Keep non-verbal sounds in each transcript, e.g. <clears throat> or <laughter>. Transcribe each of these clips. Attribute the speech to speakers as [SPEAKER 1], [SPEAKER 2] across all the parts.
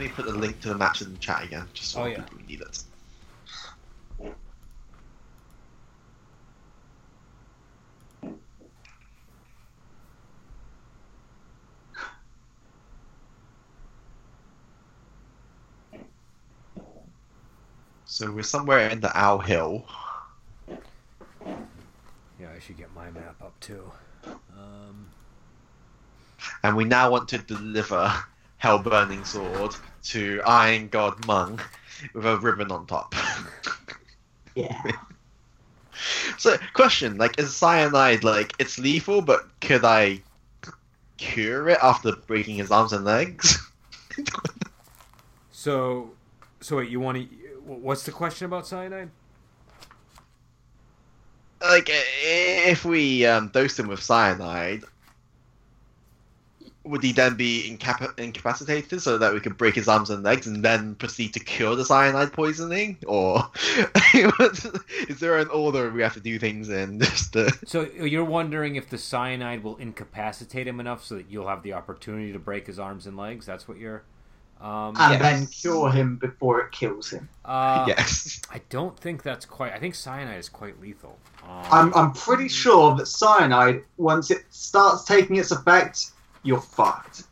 [SPEAKER 1] to the match in the chat again, just so
[SPEAKER 2] Oh,
[SPEAKER 1] oh,
[SPEAKER 2] yeah.
[SPEAKER 1] people need it. So we're somewhere in the Owl Hill.
[SPEAKER 2] Yeah, I should get my map up too. Um,
[SPEAKER 1] and we now want to deliver Hellburning Sword to Iron God Mung with a ribbon on top.
[SPEAKER 3] Yeah.
[SPEAKER 1] so, question: Like, is cyanide like it's lethal, but could I cure it after breaking his arms and legs?
[SPEAKER 2] so, so wait, you want to? What's the question about cyanide?
[SPEAKER 1] like, i- if we um, dose him with cyanide. Would he then be incap- incapacitated so that we could break his arms and legs and then proceed to cure the cyanide poisoning? Or <laughs> is there an order we have to do things in? Just to...
[SPEAKER 2] So uh, you're wondering if the cyanide will incapacitate him enough so that you'll have the opportunity to break his arms and legs. That's what you're. Um,
[SPEAKER 3] And
[SPEAKER 1] Yes.
[SPEAKER 3] then cure him before it kills him.
[SPEAKER 2] uh,
[SPEAKER 1] yes.
[SPEAKER 2] I don't think that's quite. I think cyanide is quite lethal. Um,
[SPEAKER 3] I'm, I'm pretty sure that cyanide, once it starts taking its effect, you're fucked.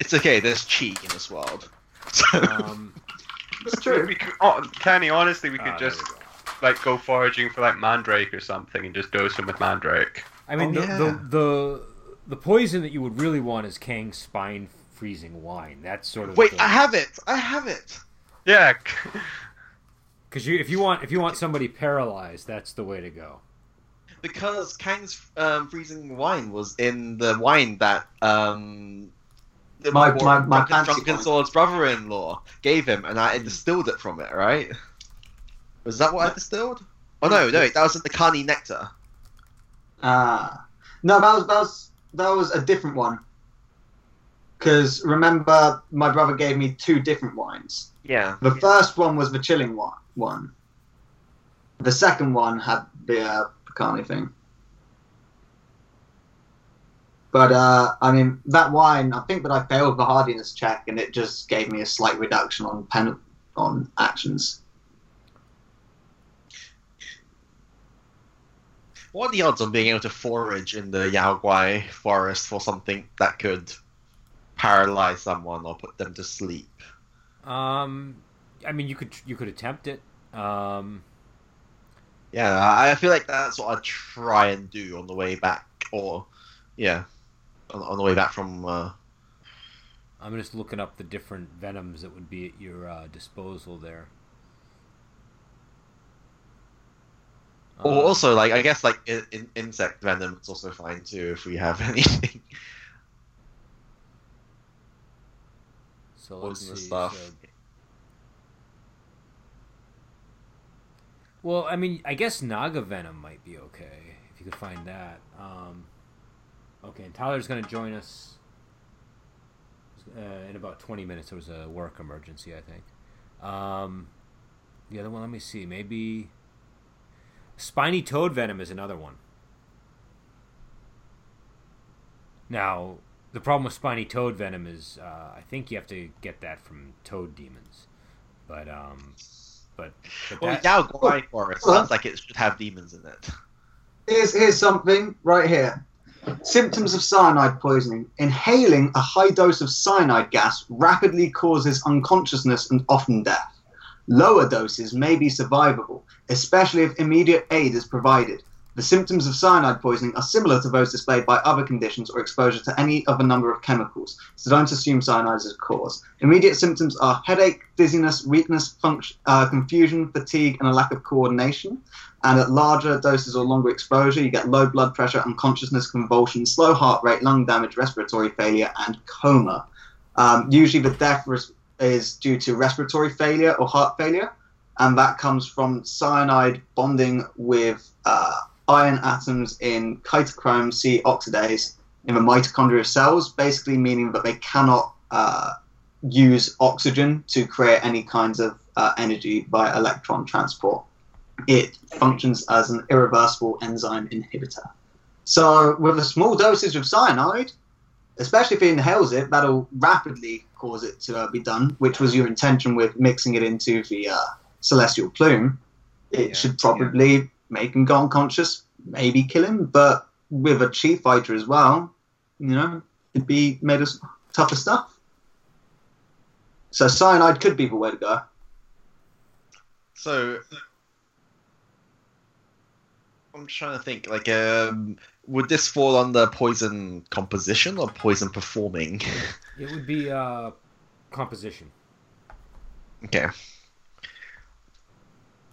[SPEAKER 1] It's okay, there's cheek in this world. <laughs> So,
[SPEAKER 2] <laughs> um,
[SPEAKER 3] It's true.
[SPEAKER 4] We could, oh, Kenny, honestly, we could
[SPEAKER 2] ah, there
[SPEAKER 4] just
[SPEAKER 2] we go.
[SPEAKER 4] like go foraging for like mandrake or something and just dose him with mandrake.
[SPEAKER 2] I mean,
[SPEAKER 1] Oh,
[SPEAKER 2] the,
[SPEAKER 1] yeah.
[SPEAKER 2] the the the poison that you would really want is Kang's spine freezing wine. That's sort of
[SPEAKER 1] wait,
[SPEAKER 2] the-
[SPEAKER 1] I have it! I have it!
[SPEAKER 4] Yeah,
[SPEAKER 2] Because you, if you want, if you want somebody paralyzed, that's the way to go.
[SPEAKER 1] Because Kang's um, freezing wine was in the wine that um, the
[SPEAKER 3] My- my- my
[SPEAKER 1] drunken,
[SPEAKER 3] fancy
[SPEAKER 1] drunken
[SPEAKER 3] wine.
[SPEAKER 1] sword's brother-in-law gave him, and I distilled it from it. Right? Was that what I distilled? Oh no, no, that was in the Kani nectar.
[SPEAKER 3] Ah, no, that was that was that was a different one. Because remember, my brother gave me two different wines.
[SPEAKER 1] Yeah.
[SPEAKER 3] The first one was the chilling one. One. The second one had the uh, Picani thing. But uh, I mean, that wine. I think that I failed the hardiness check, and it just gave me a slight reduction on pen on actions.
[SPEAKER 1] What are the odds on being able to forage in the Yaoguai forest for something that could paralyze someone or put them to sleep?
[SPEAKER 2] Um, I mean, you could you could attempt it. Um,
[SPEAKER 1] Yeah, I I feel like that's what I try and do on the way back, or yeah, on, on the way back from. Uh,
[SPEAKER 2] I'm just looking up the different venoms that would be at your uh, disposal there.
[SPEAKER 1] or
[SPEAKER 2] Um,
[SPEAKER 1] also, like I guess, like in, in, insect venom is also fine too if we have <laughs> anything.
[SPEAKER 2] so let's
[SPEAKER 1] poisonous
[SPEAKER 2] see,
[SPEAKER 1] stuff.
[SPEAKER 2] so- well, I mean, I guess Naga Venom might be okay if you could find that. Um, okay, and Tyler's gonna join us uh, in about 20 minutes. There was a work emergency, I think. Um, the other one, let me see. Maybe spiny toad venom is another one. Now, the problem with spiny toad venom is, uh, I think you have to get that from toad demons, but um, but, but
[SPEAKER 1] Well,
[SPEAKER 2] that-
[SPEAKER 1] Yaoguai forest sounds like it should have demons in it.
[SPEAKER 3] Here's, here's something right here. Symptoms of cyanide poisoning. Inhaling a high dose of cyanide gas rapidly causes unconsciousness and often death. Lower doses may be survivable, especially if immediate aid is provided. The symptoms of cyanide poisoning are similar to those displayed by other conditions or exposure to any other number of chemicals, so don't assume cyanide is a cause. Immediate symptoms are headache, dizziness, weakness, function, uh, confusion, fatigue, and a lack of coordination and at larger doses or longer exposure, you get low blood pressure, unconsciousness, convulsions, slow heart rate, lung damage, respiratory failure, and coma. Um, usually, the death res- is due to respiratory failure or heart failure, and that comes from cyanide bonding with uh, iron atoms in cytochrome C oxidase in the mitochondria of cells, basically meaning that they cannot uh, use oxygen to create any kinds of uh, energy by electron transport it functions as an irreversible enzyme inhibitor. So, with a small dosage of cyanide, especially if he inhales it, that'll rapidly cause it to uh, be done, which was your intention with mixing it into the uh, celestial plume, it
[SPEAKER 1] Yeah,
[SPEAKER 3] should probably make him go unconscious, maybe kill him. But with a chief fighter as well, you know, it'd be made of s- tougher stuff. So cyanide could be the way to go.
[SPEAKER 1] <laughs> So I'm trying to think. Like, um, would this fall under poison composition or poison performing?
[SPEAKER 2] It would be uh, composition.
[SPEAKER 1] Okay.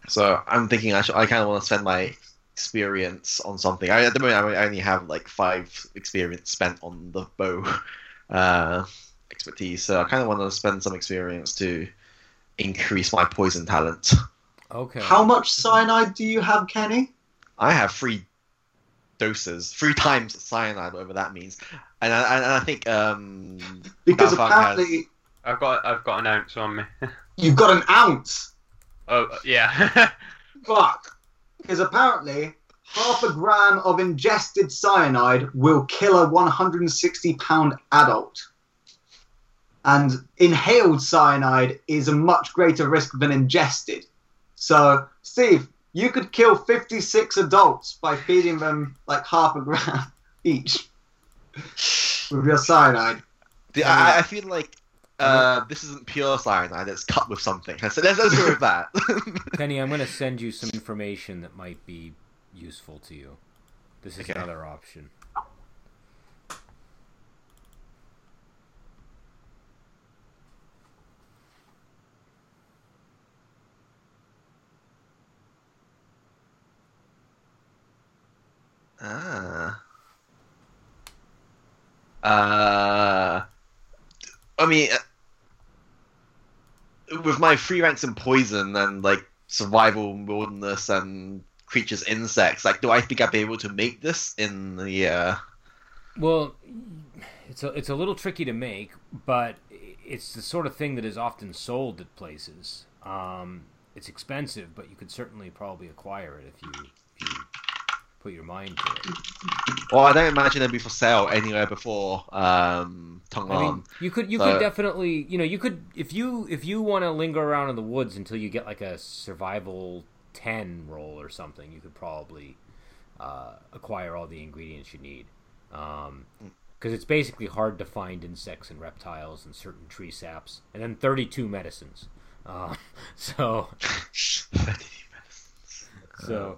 [SPEAKER 1] So I'm thinking I should, I kind of want to spend my experience on something. I, at the moment I only have like five experience spent on the bow <laughs> uh, expertise, so I kind of want to spend some experience to increase my poison talent.
[SPEAKER 2] Okay.
[SPEAKER 3] How much cyanide do you have, Kenny?
[SPEAKER 1] I have three doses, three times cyanide, whatever that means, and I, and I think um,
[SPEAKER 3] Because
[SPEAKER 1] That bug has-
[SPEAKER 3] apparently
[SPEAKER 4] <laughs> I've got I've got an ounce on me.
[SPEAKER 3] you've got an ounce.
[SPEAKER 4] Oh yeah. <laughs>
[SPEAKER 3] Fuck. Because apparently, half a gram of ingested cyanide will kill a 160 pound adult. And inhaled cyanide is a much greater risk than ingested. So, Steve, you could kill 56 adults by feeding them like half a gram <laughs> each with your cyanide.
[SPEAKER 1] the, I, I feel like. Uh, this isn't pure cyanide. It's cut with something. So let's, let's go with that. <laughs>
[SPEAKER 2] Penny, I'm going to send you some information that might be useful to you. This is
[SPEAKER 1] Okay.
[SPEAKER 2] another option.
[SPEAKER 1] Ah. Uh, I mean, uh, with my three ranks in poison and like survival, and wilderness, and creatures, insects, like, do I think I'd be able to make this in the? Uh...
[SPEAKER 2] Well, it's a, it's a little tricky to make, but it's the sort of thing that is often sold at places. Um, it's expensive, but you could certainly probably acquire it if you, if you put your mind to it.
[SPEAKER 1] Well, I don't imagine it'd be for sale anywhere before um, Tonglan.
[SPEAKER 2] I
[SPEAKER 1] <laughs>
[SPEAKER 2] mean, you could you
[SPEAKER 1] So-
[SPEAKER 2] could definitely you know you could if you if you want to linger around in the woods until you get like a survival ten roll or something, you could probably uh, acquire all the ingredients you need. Because
[SPEAKER 1] Mm.
[SPEAKER 2] it's basically hard to find insects and reptiles and certain tree saps, and then thirty-two medicines. Uh, <laughs> so so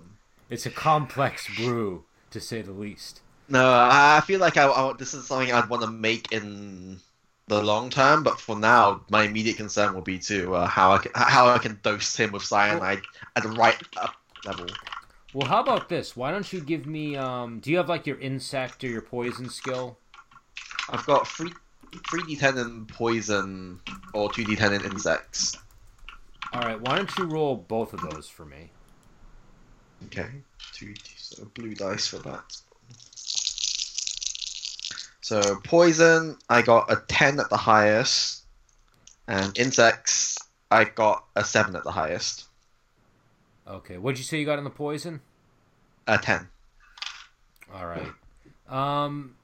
[SPEAKER 2] it's a complex brew to say the least.
[SPEAKER 1] No, I I feel like I, I- this is something I'd want to make in the long term, but for now, my immediate concern will be to uh, how I can, how I can dose him with cyanide at the right uh, level.
[SPEAKER 2] Well, how about this? Why don't you give me? Um, do you have like your insect or your poison skill?
[SPEAKER 1] I've got three three d10 in poison or two d10 in insects.
[SPEAKER 2] All right, why don't you roll both of those for me?
[SPEAKER 1] Okay, two d so blue dice for that. So poison, I got a ten at the highest, and insects, I got a seven at the highest,
[SPEAKER 2] Okay, what'd you say you got on the poison?
[SPEAKER 1] a ten.
[SPEAKER 2] All right. Um,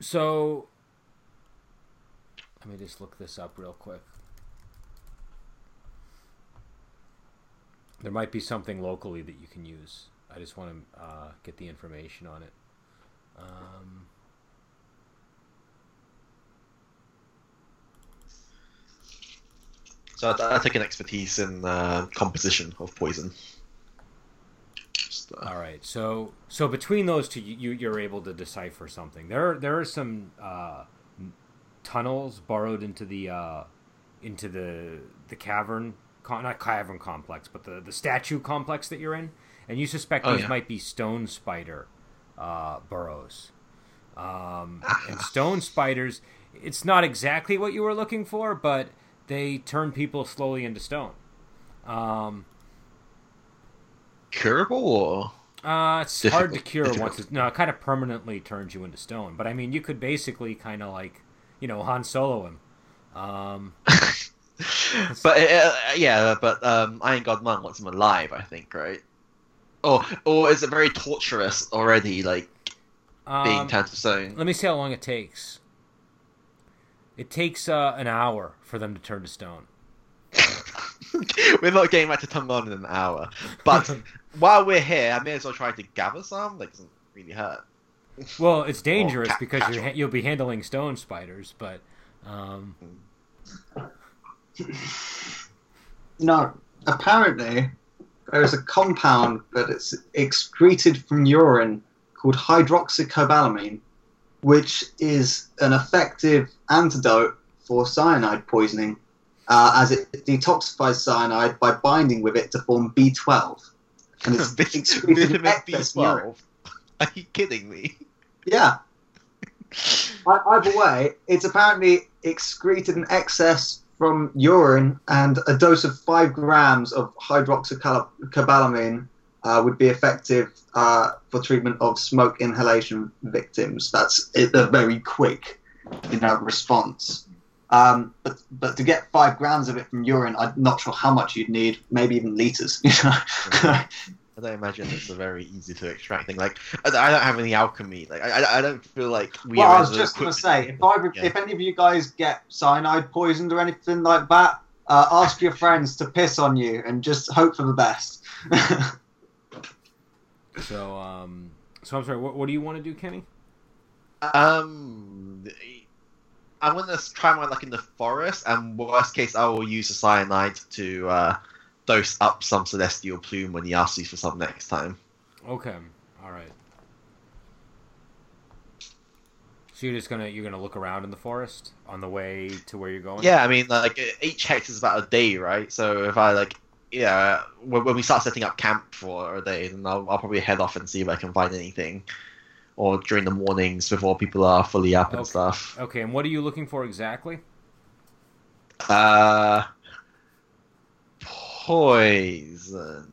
[SPEAKER 2] so let me just look this up real quick. There might be something locally that you can use. I just want to uh, get the information on it. Um,
[SPEAKER 1] So I, I take an expertise in uh, composition of poison. Just, uh,
[SPEAKER 2] All right, so so between those two, you you- you're able to decipher something. There there are some uh, n- tunnels borrowed into the uh, into the the cavern, con- not cavern complex, but the the statue complex that you're in, and you suspect
[SPEAKER 1] Oh,
[SPEAKER 2] these
[SPEAKER 1] yeah.
[SPEAKER 2] might be stone spider uh, burrows. Um,
[SPEAKER 1] Ah.
[SPEAKER 2] and stone spiders, it's not exactly what you were looking for, but they turn people slowly into stone. Um,
[SPEAKER 1] curable or
[SPEAKER 2] Uh, it's hard to
[SPEAKER 1] Difficult-
[SPEAKER 2] cure
[SPEAKER 1] difficult.
[SPEAKER 2] once it's no, it kind of permanently turns you into stone. But I mean, you could basically kind of like, you know, Han Solo him. Um,
[SPEAKER 1] but uh, yeah, but um, Iron God Monk wants him alive, I think, right? Or or is it very torturous already, like being
[SPEAKER 2] um,
[SPEAKER 1] turned to stone? <laughs>
[SPEAKER 2] let me see how long it takes. It takes uh, an hour for them to turn to stone.
[SPEAKER 1] we're not getting back to Tungon in an hour. But while we're here, I may as well try to gather some. That doesn't really hurt. <laughs>
[SPEAKER 2] <laughs> Well, it's dangerous
[SPEAKER 1] ca-
[SPEAKER 2] because you're,
[SPEAKER 1] casual.
[SPEAKER 2] ha- you'll be handling stone spiders, but um,
[SPEAKER 3] No, apparently there is a compound that is excreted from urine called hydroxycobalamin, which is an effective antidote for cyanide poisoning, uh, as it detoxifies cyanide by binding with it to form B12.
[SPEAKER 1] <laughs>
[SPEAKER 3] And it's excreted in
[SPEAKER 1] Vitamin
[SPEAKER 3] excess urine.
[SPEAKER 1] B12. <laughs> Are you kidding me?
[SPEAKER 3] Yeah. I, either way, it's apparently excreted in excess from urine, and a dose of five grams of hydroxycobalamin uh, would be effective uh, for treatment of smoke inhalation victims. That's it, they're very quick in their response. Um, but but to get five grams of it from urine, I'm not sure how much you'd need. Maybe even liters. <laughs> You know.
[SPEAKER 1] I don't imagine it's a very easy to extract thing. Like, I I don't have any alchemy. Like, I, I- I don't feel like we.
[SPEAKER 3] well,
[SPEAKER 1] are
[SPEAKER 3] I was
[SPEAKER 1] as
[SPEAKER 3] just going to
[SPEAKER 1] equipped-
[SPEAKER 3] say, if I, re-
[SPEAKER 1] Yeah.
[SPEAKER 3] if any of you guys get cyanide poisoned or anything like that, uh, ask your friends to piss on you and just hope for the best. <laughs>
[SPEAKER 2] so um, so I'm sorry. What, what do you want to do, Kenny?
[SPEAKER 1] Um, I'm gonna try my luck in the forest, and worst case, I will use the cyanide to uh, dose up some celestial plume when he asks you for some next time.
[SPEAKER 2] Okay, all right. So you're just gonna you're gonna look around in the forest on the way to where you're going.
[SPEAKER 1] Yeah, I mean, like each hectare is about a day, right? So if I like, yeah, when, when we start setting up camp for a day, then I'll, I'll probably head off and see if I can find anything, or during the mornings before people are fully up and
[SPEAKER 2] Okay.
[SPEAKER 1] stuff.
[SPEAKER 2] Okay, and what are you looking for exactly?
[SPEAKER 1] Uh, poison. <laughs>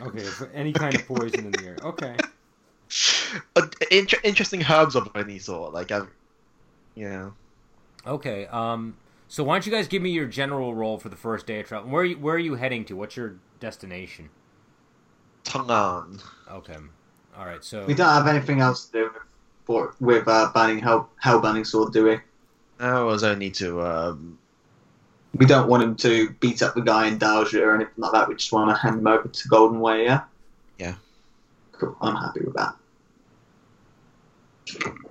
[SPEAKER 2] Okay, for any kind of poison in the air. Okay.
[SPEAKER 1] Uh, inter- interesting herbs of any sort. Like, um, I've, yeah.
[SPEAKER 2] Okay. Um. So why don't you guys give me your general role for the first day of travel? Where are you, where are you heading to? What's your destination?
[SPEAKER 1] Tongan.
[SPEAKER 2] Okay. All right. So
[SPEAKER 3] we don't have anything else to do for, with uh, banning hell, hell banning sword, do we?
[SPEAKER 1] That was only to. Um,
[SPEAKER 3] We don't want him to beat up the guy in Dalja or anything like that. We just want to hand him over to Golden Way, yeah?
[SPEAKER 1] Yeah.
[SPEAKER 3] Cool, I'm happy with that.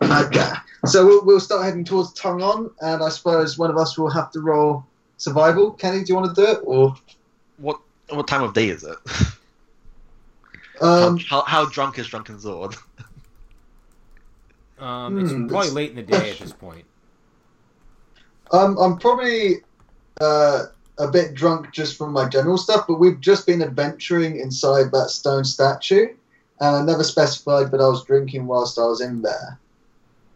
[SPEAKER 3] Okay, so we'll, we'll start heading towards Tongon, and I suppose one of us will have to roll survival. Kenny, do you want to do it? Or
[SPEAKER 1] what what time of day is it? <laughs>
[SPEAKER 3] um,
[SPEAKER 1] how, how drunk is Drunken Zord?
[SPEAKER 2] um, it's
[SPEAKER 3] Hmm,
[SPEAKER 2] probably
[SPEAKER 3] that's-
[SPEAKER 2] late in the day at this point.
[SPEAKER 5] Um, I'm probably uh, a bit drunk just from my general stuff, but we've just been adventuring inside that stone statue, and I never specified, but I was drinking whilst I was in there.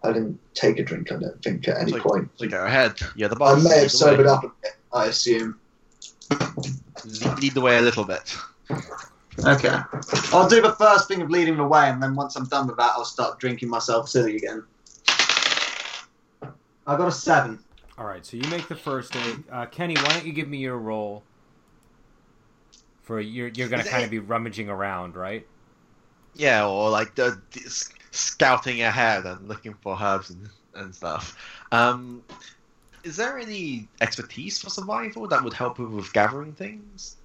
[SPEAKER 5] I didn't take a drink, I don't think, at any
[SPEAKER 1] Like-
[SPEAKER 5] point.
[SPEAKER 1] So go ahead. You're the
[SPEAKER 5] I
[SPEAKER 1] boss.
[SPEAKER 5] may
[SPEAKER 1] Lead the
[SPEAKER 5] have sobered
[SPEAKER 1] way.
[SPEAKER 5] up a bit, I assume.
[SPEAKER 1] Lead, lead the way a little bit.
[SPEAKER 3] okay, I'll do the first thing of leading the way, and then once I'm done with that, I'll start drinking myself silly again. I got a seven.
[SPEAKER 2] All right. So you make the first day. Uh, Kenny, why don't you give me your role? For you're you're gonna kind of be rummaging around, right?
[SPEAKER 1] Yeah, or like the, the, s- scouting ahead and looking for herbs and, and stuff. Um, is there any expertise for survival that would help with gathering things?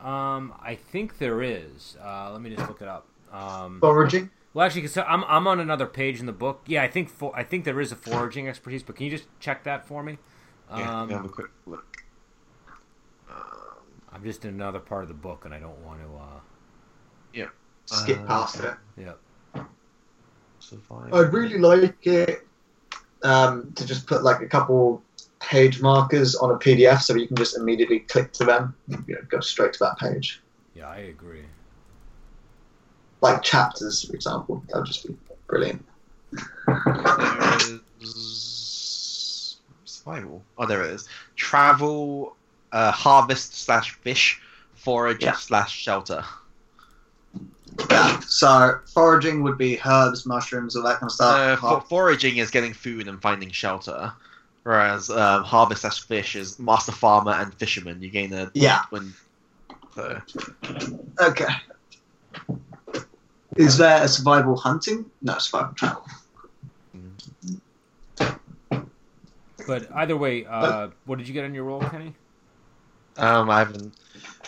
[SPEAKER 2] Um, I think there is. Uh, let me just look it up. Um,
[SPEAKER 1] Oh.
[SPEAKER 3] Foraging?
[SPEAKER 2] well, actually, 'cause I'm I'm on another page in the book. Yeah, I think for, I think there is a foraging expertise, but can you just check that for me?
[SPEAKER 1] yeah, let
[SPEAKER 2] Um,
[SPEAKER 1] me have a quick look. Um,
[SPEAKER 2] I'm just in another part of the book, and I don't want to. Uh,
[SPEAKER 3] Skip
[SPEAKER 1] Uh,
[SPEAKER 3] past it.
[SPEAKER 2] yeah.
[SPEAKER 1] survival.
[SPEAKER 5] I'd really like it um, to just put like a couple page markers on a PDF so you can just immediately click to them, you know, go straight to that page.
[SPEAKER 2] Yeah, I agree.
[SPEAKER 5] like chapters, for example. That would just be brilliant.
[SPEAKER 1] There's- survival. Oh, there it is. Travel, uh, harvest slash fish, forage
[SPEAKER 3] Yeah.
[SPEAKER 1] slash shelter.
[SPEAKER 3] Yeah. So foraging would be herbs, mushrooms, all that kind of
[SPEAKER 1] Uh,
[SPEAKER 3] stuff.
[SPEAKER 1] for- foraging is getting food and finding shelter, whereas um, harvest slash fish is master farmer and fisherman. You gain a
[SPEAKER 3] yeah.
[SPEAKER 1] when. So,
[SPEAKER 3] Okay. Is there a survival hunting? No, survival travel.
[SPEAKER 2] But either way, uh, what did you get on your roll, Kenny?
[SPEAKER 1] Um, I haven't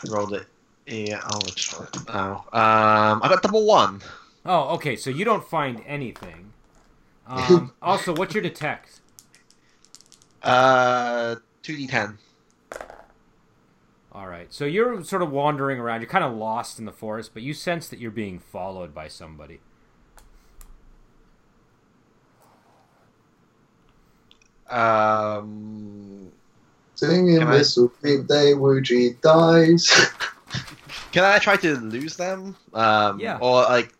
[SPEAKER 1] rolled it. Yeah, I'll just roll it now. Um, I got double one.
[SPEAKER 2] Oh, okay. So you don't find anything. Um, also, what's your detect?
[SPEAKER 1] Uh, two d ten.
[SPEAKER 2] All right. So you're sort of wandering around. You're kind of lost in the forest, but you sense that you're being followed by somebody.
[SPEAKER 1] Um,
[SPEAKER 5] Singing
[SPEAKER 1] Can I-
[SPEAKER 5] whistle, beep day, Wuji dies. <laughs>
[SPEAKER 1] can I try to lose them? Um,
[SPEAKER 2] Yeah.
[SPEAKER 1] Or like,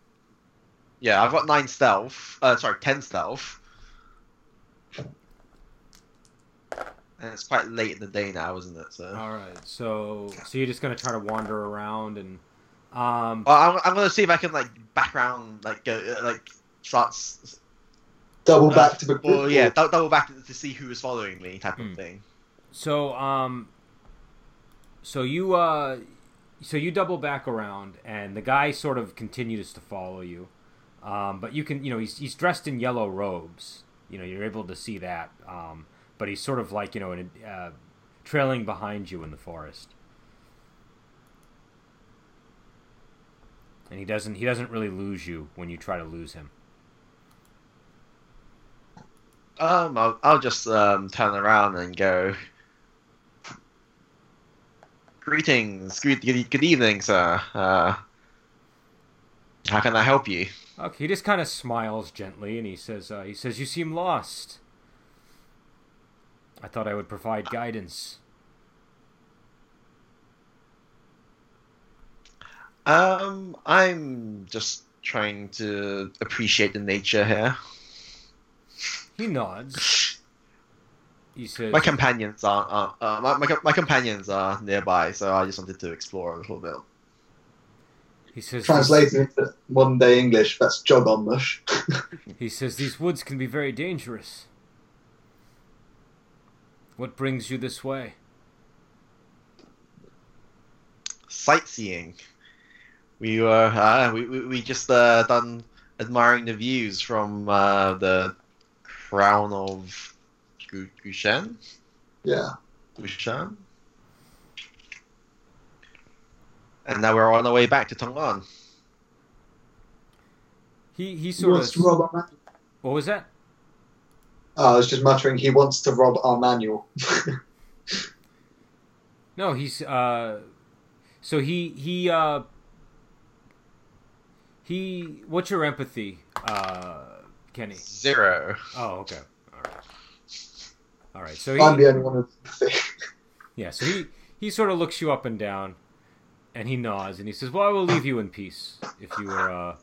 [SPEAKER 1] yeah, I've got nine stealth. Uh, sorry, ten stealth. And it's quite late in the day now, isn't it? So.
[SPEAKER 2] All right. So so you're just gonna try to wander around and um.
[SPEAKER 1] Well, I'm, I'm gonna see if I can like background, like go, uh, like shots.
[SPEAKER 5] Double
[SPEAKER 1] Uh,
[SPEAKER 5] back to the
[SPEAKER 1] Or yeah, dou- double back to, to see who is following me, type
[SPEAKER 2] Hmm.
[SPEAKER 1] of thing.
[SPEAKER 2] So um. So you uh, so you double back around, and the guy sort of continues to follow you. Um, but you can, you know, he's, he's dressed in yellow robes. You know, you're able to see that. Um, but he's sort of like, you know, in a, uh, trailing behind you in the forest. And he doesn't, he doesn't really lose you when you try to lose him.
[SPEAKER 1] Um, I'll, I'll just um turn around and go. Greetings, good, good, good evening, sir. Uh, how can I help you?
[SPEAKER 2] Okay, he just kind of smiles gently and he says, uh, "He says you seem lost. I thought I would provide guidance.
[SPEAKER 1] Um, I'm just trying to appreciate the nature here.
[SPEAKER 2] He nods. He says,
[SPEAKER 1] My companions are, are uh, my, my, my companions are nearby, so I just wanted to explore a little bit.
[SPEAKER 2] "He says,
[SPEAKER 5] Translated into modern day English, that's jog on mush.
[SPEAKER 2] He says these woods can be very dangerous. What brings you this way?
[SPEAKER 1] sightseeing. We were uh, we, we we just uh, done admiring the views from uh, the crown of Gu- Gushan.
[SPEAKER 5] <laughs> Yeah.
[SPEAKER 1] Gushan. And now we're on our way back to Tong'an.
[SPEAKER 2] He he
[SPEAKER 5] He
[SPEAKER 2] sort
[SPEAKER 5] wants
[SPEAKER 2] of
[SPEAKER 5] to rob our man-
[SPEAKER 2] what was that?
[SPEAKER 5] Oh, I was just muttering, he wants to rob our <laughs> manual.
[SPEAKER 2] No, he's uh, so he he uh, he. What's your empathy, uh, Kenny?
[SPEAKER 1] Zero.
[SPEAKER 2] Oh, okay. All right. All right. So he,
[SPEAKER 5] I'm the only one who
[SPEAKER 2] yeah, so he he sort of looks you up and down, and he nods and he says, "Well, I will leave you in peace if you were uh,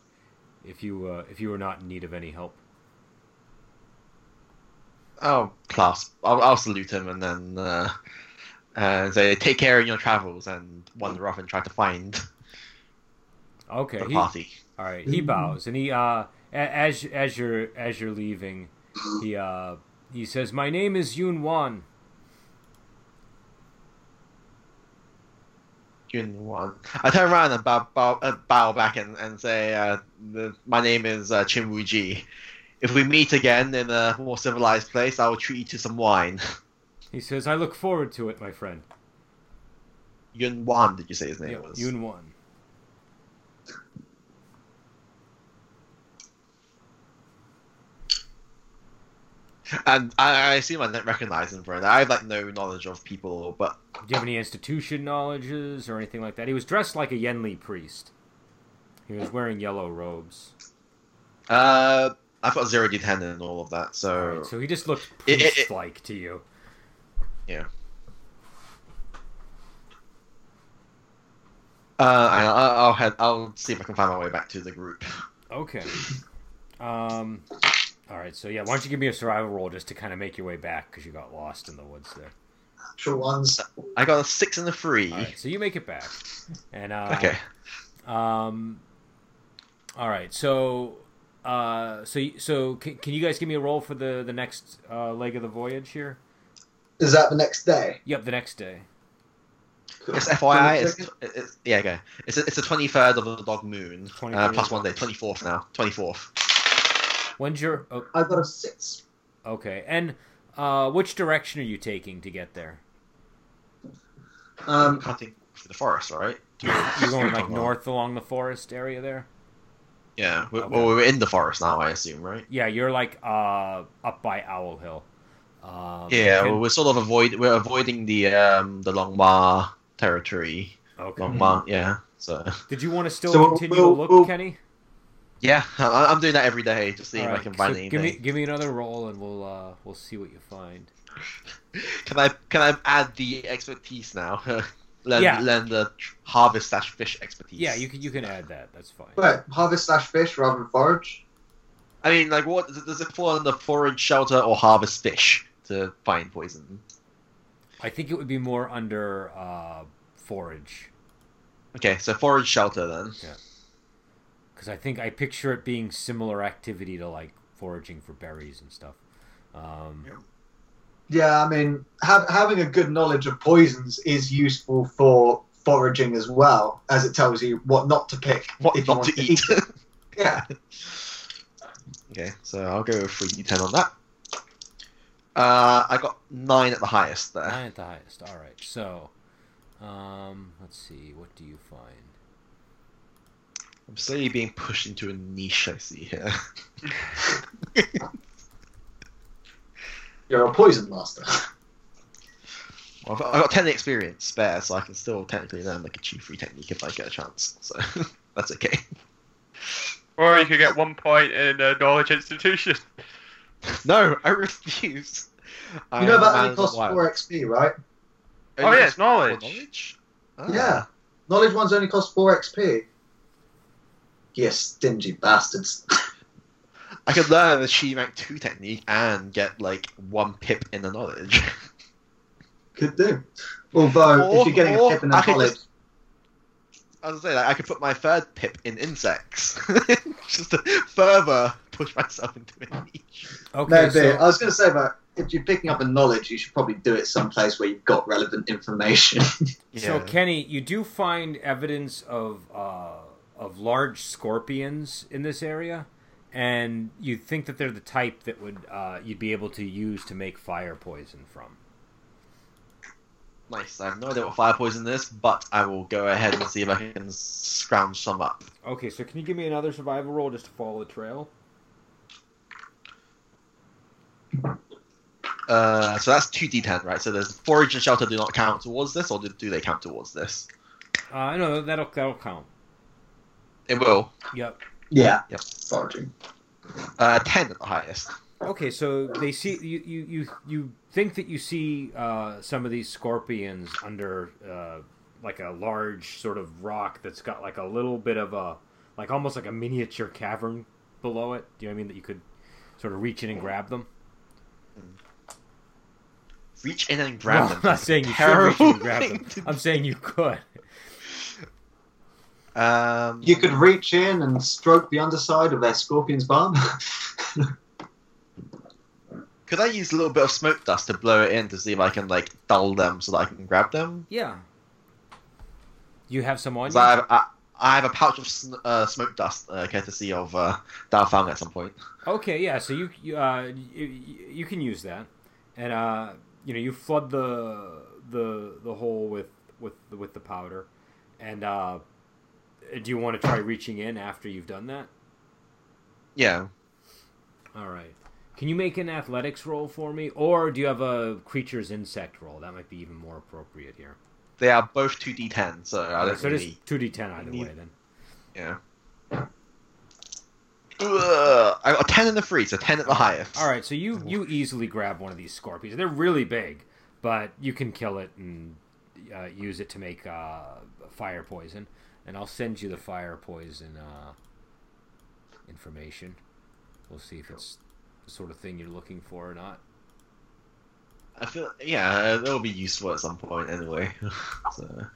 [SPEAKER 2] if you uh, if you were not in need of any help."
[SPEAKER 1] Oh, class. I'll, I'll salute him and then uh, uh, say, take care in your travels and wander off and try to find
[SPEAKER 2] Okay.
[SPEAKER 1] the
[SPEAKER 2] He, all
[SPEAKER 1] party.
[SPEAKER 2] right. He bows and he uh a- as as you're as you're leaving, he uh he says, "My name is Yun Wan."
[SPEAKER 1] June one. I turn around and bow, bow, uh, bow back and, and say, uh, the, "My name is uh, Chin Wu Ji. If we meet again in a more civilized place, I will treat you to some wine."
[SPEAKER 2] He says, "I look forward to it, my friend."
[SPEAKER 1] Yun Wan, did you say his name
[SPEAKER 2] Yeah,
[SPEAKER 1] was?
[SPEAKER 2] Yun Wan.
[SPEAKER 1] And I, I assume I don't recognize him for it. I have like no knowledge of people, but
[SPEAKER 2] Do you have any institution knowledges or anything like that? He was dressed like a Yenli priest. He was wearing yellow robes.
[SPEAKER 1] uh, I've got zero d10 and all of that.
[SPEAKER 2] All
[SPEAKER 1] So
[SPEAKER 2] right, so he just looked
[SPEAKER 1] Oh. It- it- it-
[SPEAKER 2] priest-like to you.
[SPEAKER 1] uh, I, I- I'll head. I'll see if I can find my way back to the group.
[SPEAKER 2] Okay. Um. All right. So yeah, why don't you give me a survival roll just to kind of make your way back because you got lost in the woods there.
[SPEAKER 5] Natural ones.
[SPEAKER 1] I got a six and a three.
[SPEAKER 2] All right. So you make it back. And uh,
[SPEAKER 1] Okay.
[SPEAKER 2] Um. All right. So. Uh. So y- so can, can you guys give me a roll for the the next uh, leg of the voyage here?
[SPEAKER 5] Is that the next day?
[SPEAKER 2] Yep. The next day.
[SPEAKER 1] It's FYI. It's,
[SPEAKER 5] Second?
[SPEAKER 1] it's yeah, go. It's it's the twenty third of the dog moon. Uh,
[SPEAKER 2] 23rd.
[SPEAKER 1] plus one day, twenty fourth now, twenty fourth.
[SPEAKER 2] When's your? Oh,
[SPEAKER 5] I got a six.
[SPEAKER 2] okay. And Uh, which direction are you taking to get there?
[SPEAKER 3] Um,
[SPEAKER 1] cutting through the forest, right?
[SPEAKER 2] You're going
[SPEAKER 1] Uh-huh.
[SPEAKER 2] like north along the forest area there.
[SPEAKER 1] Yeah, we,
[SPEAKER 2] Okay.
[SPEAKER 1] well, we're in the forest now, I assume, right?
[SPEAKER 2] Yeah, you're like uh up by Owl Hill. Um,
[SPEAKER 1] Yeah,
[SPEAKER 2] can-
[SPEAKER 1] well, we're sort of avoid we're avoiding the um the Longmar territory.
[SPEAKER 2] okay.
[SPEAKER 1] Longmar, yeah. So
[SPEAKER 2] Did you want to still
[SPEAKER 3] So we'll-
[SPEAKER 2] continue to
[SPEAKER 3] we'll-
[SPEAKER 2] look,
[SPEAKER 3] we'll-
[SPEAKER 2] Kenny?
[SPEAKER 1] yeah, I, I'm doing that every day, just seeing if I
[SPEAKER 2] Alright,
[SPEAKER 1] can
[SPEAKER 2] so
[SPEAKER 1] find
[SPEAKER 2] give
[SPEAKER 1] anything.
[SPEAKER 2] me give me another roll and we'll uh we'll see what you find.
[SPEAKER 1] Can I can I add the expertise now? <laughs> learn,
[SPEAKER 2] Yeah.
[SPEAKER 1] learn the tr- harvest slash fish expertise.
[SPEAKER 2] Yeah, you can you can add that. That's fine.
[SPEAKER 5] But harvest slash fish rather than forage.
[SPEAKER 1] I mean, like, what does it fall under forage, shelter, or harvest fish to find poison?
[SPEAKER 2] I think it would be more under uh forage
[SPEAKER 1] Okay, so forage, shelter then.
[SPEAKER 2] because I think I picture it being similar activity to like foraging for berries and stuff. Um,
[SPEAKER 5] Yeah, I mean, ha- having a good knowledge of poisons is useful for foraging as well, as it tells you what not to pick.
[SPEAKER 1] What
[SPEAKER 5] if you
[SPEAKER 1] not
[SPEAKER 5] want
[SPEAKER 1] to
[SPEAKER 5] to
[SPEAKER 1] eat?
[SPEAKER 5] Yeah,
[SPEAKER 1] <laughs> okay, so I'll go with three d10 on that. Uh, I got nine at the highest there.
[SPEAKER 2] Nine at the highest. All right. So, um, let's see. What do you find?
[SPEAKER 1] I'm slowly being pushed into a niche. I see here. <laughs>
[SPEAKER 5] you're a poison master.
[SPEAKER 1] Well, I've, I've got ten experience spare, so I can still technically learn like a chief free technique if I get a chance. So <laughs> that's okay. <laughs>
[SPEAKER 4] Or you could get one point in a knowledge institution.
[SPEAKER 1] No, I refuse. <laughs> I
[SPEAKER 5] you know
[SPEAKER 1] am a
[SPEAKER 5] that
[SPEAKER 1] man
[SPEAKER 5] only
[SPEAKER 1] of the
[SPEAKER 5] costs
[SPEAKER 1] wild.
[SPEAKER 5] four XP, right?
[SPEAKER 4] Oh, yeah, it's
[SPEAKER 1] Or
[SPEAKER 4] knowledge.
[SPEAKER 1] knowledge? Ah.
[SPEAKER 5] Yeah, knowledge ones only cost four XP. You stingy bastards.
[SPEAKER 1] I could learn the Chi rank two technique and get like one pip in the knowledge. <laughs>
[SPEAKER 5] Could do. Although,
[SPEAKER 1] Or-
[SPEAKER 5] if you're getting
[SPEAKER 1] or
[SPEAKER 5] a tip in the
[SPEAKER 1] I could
[SPEAKER 5] knowledge,
[SPEAKER 1] I was gonna say like I could put my third pip in insects, <laughs> just to further push myself into a niche.
[SPEAKER 2] Okay.
[SPEAKER 5] maybe.
[SPEAKER 2] so-
[SPEAKER 3] uh,
[SPEAKER 5] I was going to say that if you're picking up a knowledge, you should probably do it someplace where you've got relevant information.
[SPEAKER 2] So Kenny, you do find evidence of uh, of large scorpions in this area, and you think that they're the type that would uh, you'd be able to use to make fire poison from.
[SPEAKER 1] nice. I have no idea what fire poison is, but I will go ahead and see if I can scrounge some up.
[SPEAKER 2] Okay, so can you give me another survival roll just to follow the trail?
[SPEAKER 1] Uh, so that's two d10, right? So there's forage and shelter do not count towards this, or do, do they count towards this?
[SPEAKER 2] Uh, no, that'll that'll count.
[SPEAKER 1] It will.
[SPEAKER 2] Yep.
[SPEAKER 5] <laughs> yeah.
[SPEAKER 1] Yep.
[SPEAKER 5] Foraging.
[SPEAKER 1] Uh, ten at the highest.
[SPEAKER 2] Okay, so they see you you you, you think that you see uh, some of these scorpions under uh, like a large sort of rock that's got like a little bit of a like almost like a miniature cavern below it. Do you know what I mean? That you could sort of reach in and grab them. <laughs>
[SPEAKER 1] Reach in and
[SPEAKER 2] No,
[SPEAKER 1] grab them.
[SPEAKER 2] <laughs> I'm not saying you should reach in and grab them. I'm saying you could.
[SPEAKER 1] Um,
[SPEAKER 5] You could reach in and stroke the underside of their scorpion's barb.
[SPEAKER 1] Could I use a little bit of smoke dust to blow it in to see if I can like dull them so that I can grab them?
[SPEAKER 2] Yeah. You have some on
[SPEAKER 1] 'Cause
[SPEAKER 2] you?
[SPEAKER 1] I have I, I have a pouch of sn- uh, smoke dust uh, courtesy of uh, that I found at some point.
[SPEAKER 2] Okay, yeah. So you you, uh, you you can use that, and uh, you know you flood the the the hole with with with the powder, and uh, do you want to try reaching in after you've done that?
[SPEAKER 1] Yeah,
[SPEAKER 2] All right. Can you make an athletics roll for me, or do you have a creature's insect roll? That might be even more appropriate here.
[SPEAKER 1] they are both two d10, so I don't
[SPEAKER 2] so
[SPEAKER 1] really.
[SPEAKER 2] just two d ten either
[SPEAKER 1] need-
[SPEAKER 2] way then.
[SPEAKER 1] Yeah. Ugh, I got a ten in the free, so ten at the highest.
[SPEAKER 2] All right, so you you easily grab one of these scorpions. They're really big, but you can kill it and uh, use it to make uh, fire poison. And I'll send you the fire poison uh, information. We'll see if it's the sort of thing you're looking for or not.
[SPEAKER 1] I feel yeah, it'll be useful at some point anyway. <laughs> so.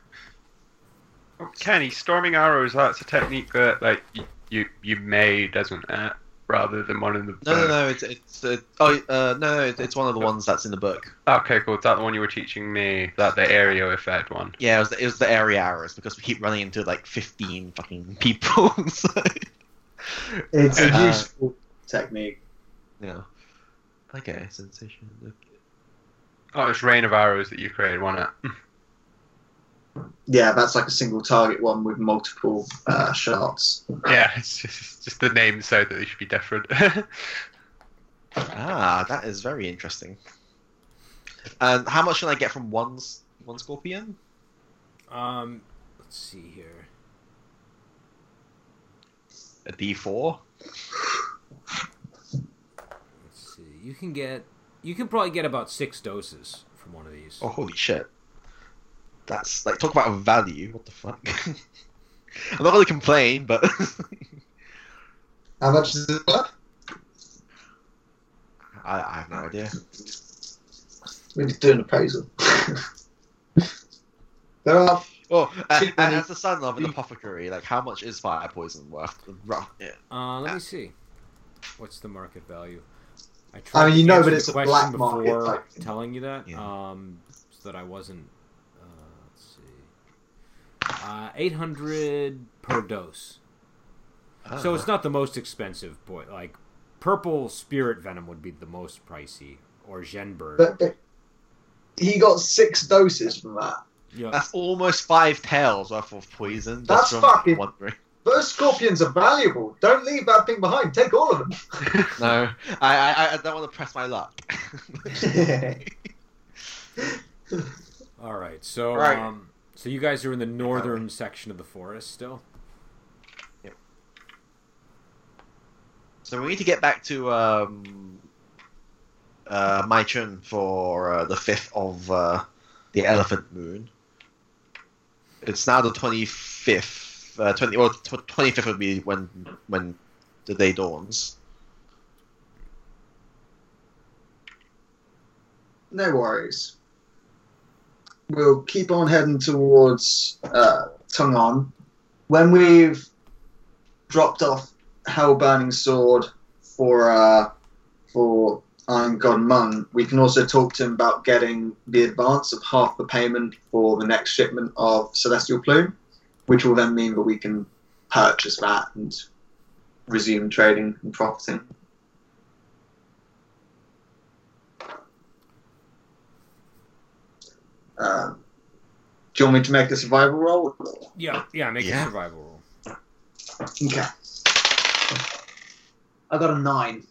[SPEAKER 4] Kenny, storming arrows, that's a technique that like y- you you made, isn't it? Rather than one in the
[SPEAKER 1] No, no,
[SPEAKER 4] book.
[SPEAKER 1] no. It's it's uh, oh uh, no, no. It's, it's one of the ones that's in the book.
[SPEAKER 4] Okay, cool. Is that the one you were teaching me? That the area effect one.
[SPEAKER 1] Yeah, it was, the, it was the area hours because we keep running into like fifteen fucking <laughs> people. so,
[SPEAKER 5] It's a
[SPEAKER 1] Uh,
[SPEAKER 5] useful technique.
[SPEAKER 1] yeah. Okay, sensation.
[SPEAKER 4] Oh, it's rain of arrows that you created, wasn't it?
[SPEAKER 6] Yeah, that's like a single target one with multiple uh, shots.
[SPEAKER 4] yeah, <laughs> it's just, it's just the names so that they should be different. <laughs>
[SPEAKER 1] Ah, that is very interesting. And how much can I get from one s- one scorpion?
[SPEAKER 2] Um, let's see here.
[SPEAKER 1] A D four.
[SPEAKER 2] Let's see. You can get. You can probably get about six doses from one of these.
[SPEAKER 1] Oh holy shit! That's like talk about value. What the fuck? <laughs> I'm not gonna complain, but <laughs>
[SPEAKER 3] How much is it worth?
[SPEAKER 1] I, I have no idea.
[SPEAKER 3] We need to do an appraisal. <laughs> there are
[SPEAKER 1] Oh, uh,
[SPEAKER 3] Cheap
[SPEAKER 1] and
[SPEAKER 3] money.
[SPEAKER 1] as the son of an apothecary, like how much is fire poison worth? Rough- yeah.
[SPEAKER 2] Uh, let
[SPEAKER 1] Ah.
[SPEAKER 2] me see. What's the market value? I
[SPEAKER 3] I mean, you
[SPEAKER 2] to
[SPEAKER 3] know
[SPEAKER 2] answer
[SPEAKER 3] that
[SPEAKER 2] the
[SPEAKER 3] it's a
[SPEAKER 2] question
[SPEAKER 3] black market
[SPEAKER 2] before
[SPEAKER 3] value.
[SPEAKER 2] Telling you that,
[SPEAKER 1] Yeah.
[SPEAKER 2] um, so that I wasn't. Uh, let's see. Uh, eight hundred per dose.
[SPEAKER 1] Oh,
[SPEAKER 2] So it's not the most expensive, boy. Like purple spirit venom would be the most pricey, or Genberg.
[SPEAKER 3] but, but he got six doses from that. <laughs>
[SPEAKER 2] yeah.
[SPEAKER 1] that's almost five tails worth of poison.
[SPEAKER 3] That's
[SPEAKER 1] just from
[SPEAKER 3] fucking-
[SPEAKER 1] one drink.
[SPEAKER 3] Those scorpions are valuable. Don't leave that thing behind. Take all of them.
[SPEAKER 1] No, I, I I don't want to press my luck.
[SPEAKER 2] All right. So,
[SPEAKER 3] Right.
[SPEAKER 2] um, so you guys are in the northern section of the forest still.
[SPEAKER 1] So we need to get back to um, uh, Mai Chun for uh, the fifth of uh, the Elephant Moon. It's now the twenty fifth. Uh, twenty or twenty fifth would be when when the day dawns.
[SPEAKER 3] No worries. We'll keep on heading towards uh, Tung On.
[SPEAKER 6] When we've
[SPEAKER 3] Dropped off Hell Burning Sword for uh, for Iron God Mung. We can also talk to him about getting the advance of half the payment for the next shipment of Celestial Plume, which will then mean that we can purchase that and resume trading and profiting.
[SPEAKER 6] uh,
[SPEAKER 3] Do you want me to make a survival roll?
[SPEAKER 2] Yeah. Yeah. Make a
[SPEAKER 1] Yeah.
[SPEAKER 2] survival roll.
[SPEAKER 3] Okay.
[SPEAKER 6] I got a nine.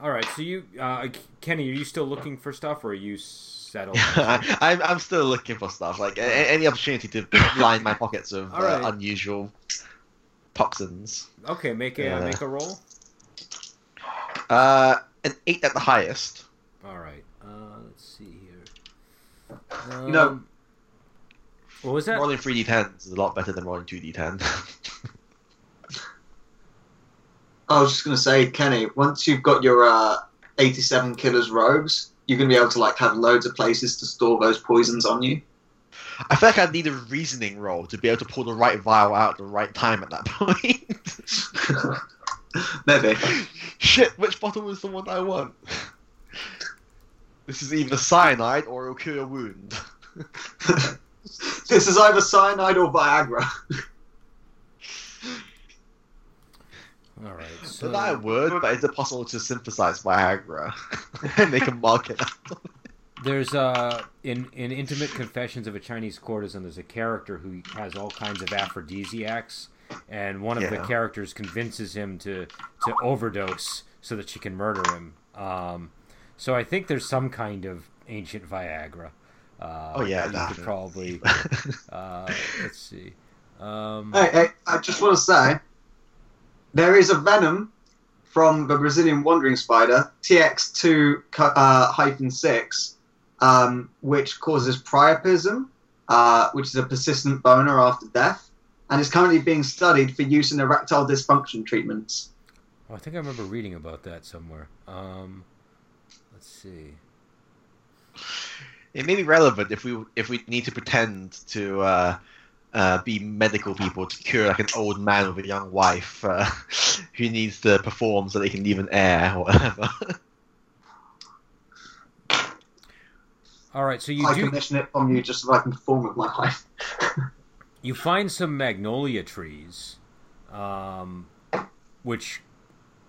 [SPEAKER 2] All right. So you, uh, Kenny, are you still looking for stuff, or are you settled?
[SPEAKER 1] <laughs> I, I'm I'm still looking for stuff like a, a- any opportunity to line my pockets of
[SPEAKER 2] All right.
[SPEAKER 1] uh, unusual toxins.
[SPEAKER 2] okay. Make a
[SPEAKER 1] Yeah.
[SPEAKER 2] make a roll.
[SPEAKER 1] Uh, an eight at the highest.
[SPEAKER 2] All right. Uh, let's see here. Um,
[SPEAKER 3] No.
[SPEAKER 2] What was that?
[SPEAKER 1] Rolling three d10s is a lot better than rolling two d10.
[SPEAKER 3] I was just going to say, Kenny, once you've got your uh, 87 killer's robes, you're going to be able to like have loads of places to store those poisons on you.
[SPEAKER 1] <laughs>
[SPEAKER 3] <laughs>
[SPEAKER 1] I feel like I need a reasoning role to be able to pull the right vial out at the right time at that <laughs> point.
[SPEAKER 3] Maybe. <laughs>
[SPEAKER 1] Shit, which bottle was the one I want? This is either cyanide or it'll cure a wound.
[SPEAKER 3] this is either cyanide or Viagra.
[SPEAKER 2] All right. So
[SPEAKER 1] But I would, but is it possible to synthesize Viagra <laughs> and make a market?
[SPEAKER 2] There's uh in in Intimate Confessions of a Chinese Courtesan, there's a character who has all kinds of aphrodisiacs, and one of the
[SPEAKER 1] Yeah.
[SPEAKER 2] characters convinces him to to overdose so that she can murder him. Um, so I think there's some kind of ancient Viagra. Uh,
[SPEAKER 1] Oh, yeah,
[SPEAKER 2] that you could
[SPEAKER 1] definitely. <laughs>
[SPEAKER 2] probably. Uh, let's see. Um,
[SPEAKER 3] Hey, hey, I just want to say there is a venom from the Brazilian wandering spider, TX2 co- uh, hyphen 6, um, which causes priapism, uh, which is a persistent boner after death, and is currently being studied for use in erectile dysfunction treatments.
[SPEAKER 2] Oh, I think I remember reading about that somewhere. Um, let's see.
[SPEAKER 1] It may be relevant if we if we need to pretend to uh, uh, be medical people to cure like an old man with a young wife uh, <laughs> who needs to perform so they can leave an heir or whatever.
[SPEAKER 2] All right, so you
[SPEAKER 3] I
[SPEAKER 2] do
[SPEAKER 3] commission it from you just so I can perform with my life.
[SPEAKER 2] you find some magnolia trees, um, which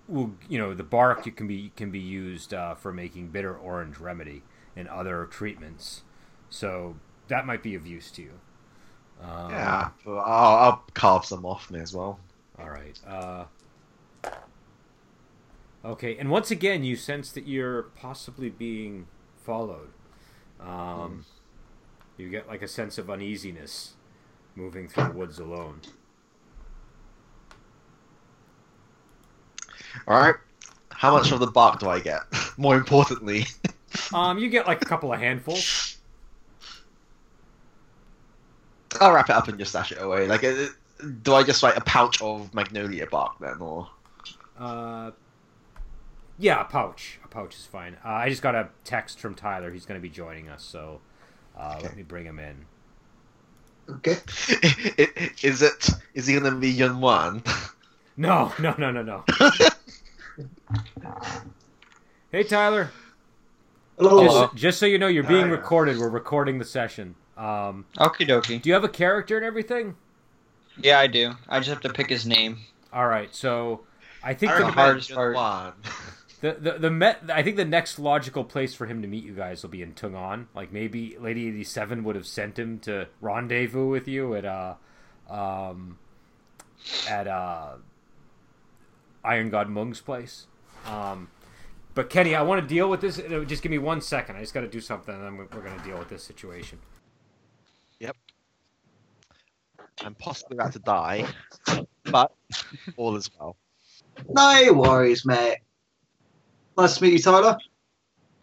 [SPEAKER 2] will you know the bark you can be can be used uh, for making bitter orange remedy, and other treatments. So that might be of use to you. Um,
[SPEAKER 1] yeah, but I'll, I'll carve some off me as well.
[SPEAKER 2] All right. Uh, okay, and once again, you sense that you're possibly being followed. Um, You get like a sense of uneasiness moving through the woods alone.
[SPEAKER 1] All right, how much of the bark do I get? <laughs> More importantly, <laughs>
[SPEAKER 2] Um, you get like a couple of handfuls.
[SPEAKER 1] I'll wrap it up and just stash it away. Like, uh, do I just like a pouch of magnolia bark then, or <laughs>
[SPEAKER 2] Uh, yeah, a pouch. A pouch is fine. Uh, I just got a text from Tyler. He's going to be joining us, so uh, let
[SPEAKER 1] Okay.
[SPEAKER 2] me bring him in.
[SPEAKER 5] Okay.
[SPEAKER 1] is it is he gonna be Yun Wan?
[SPEAKER 2] No, no, no, no,
[SPEAKER 1] <laughs>
[SPEAKER 2] no. hey, Tyler.
[SPEAKER 5] Hello.
[SPEAKER 1] Hello.
[SPEAKER 2] Just, just so you know, you're being
[SPEAKER 1] Oh, yeah.
[SPEAKER 2] recorded. We're recording the session. Um,
[SPEAKER 7] Okie dokie.
[SPEAKER 2] do you have a character and everything?
[SPEAKER 7] Yeah, I do. I just have to pick his name.
[SPEAKER 2] All right. So, I think
[SPEAKER 1] <laughs> I
[SPEAKER 2] the,
[SPEAKER 1] recommend
[SPEAKER 7] recommend- hardest
[SPEAKER 1] Yun
[SPEAKER 7] part-
[SPEAKER 1] Wan. <laughs>
[SPEAKER 2] the the, the met, I think the next logical place for him to meet you guys will be in Tungan. Like maybe Lady Eighty Seven would have sent him to rendezvous with you at uh, um, at uh, Iron God Mung's place. Um, but Kenny, I want to deal with this. uh, Just give me one second. I just got to do something, and then we- we're going to deal with this situation.
[SPEAKER 1] I'm possibly about to die, but all is well.
[SPEAKER 3] No worries, mate. Nice to meet you, Tyler.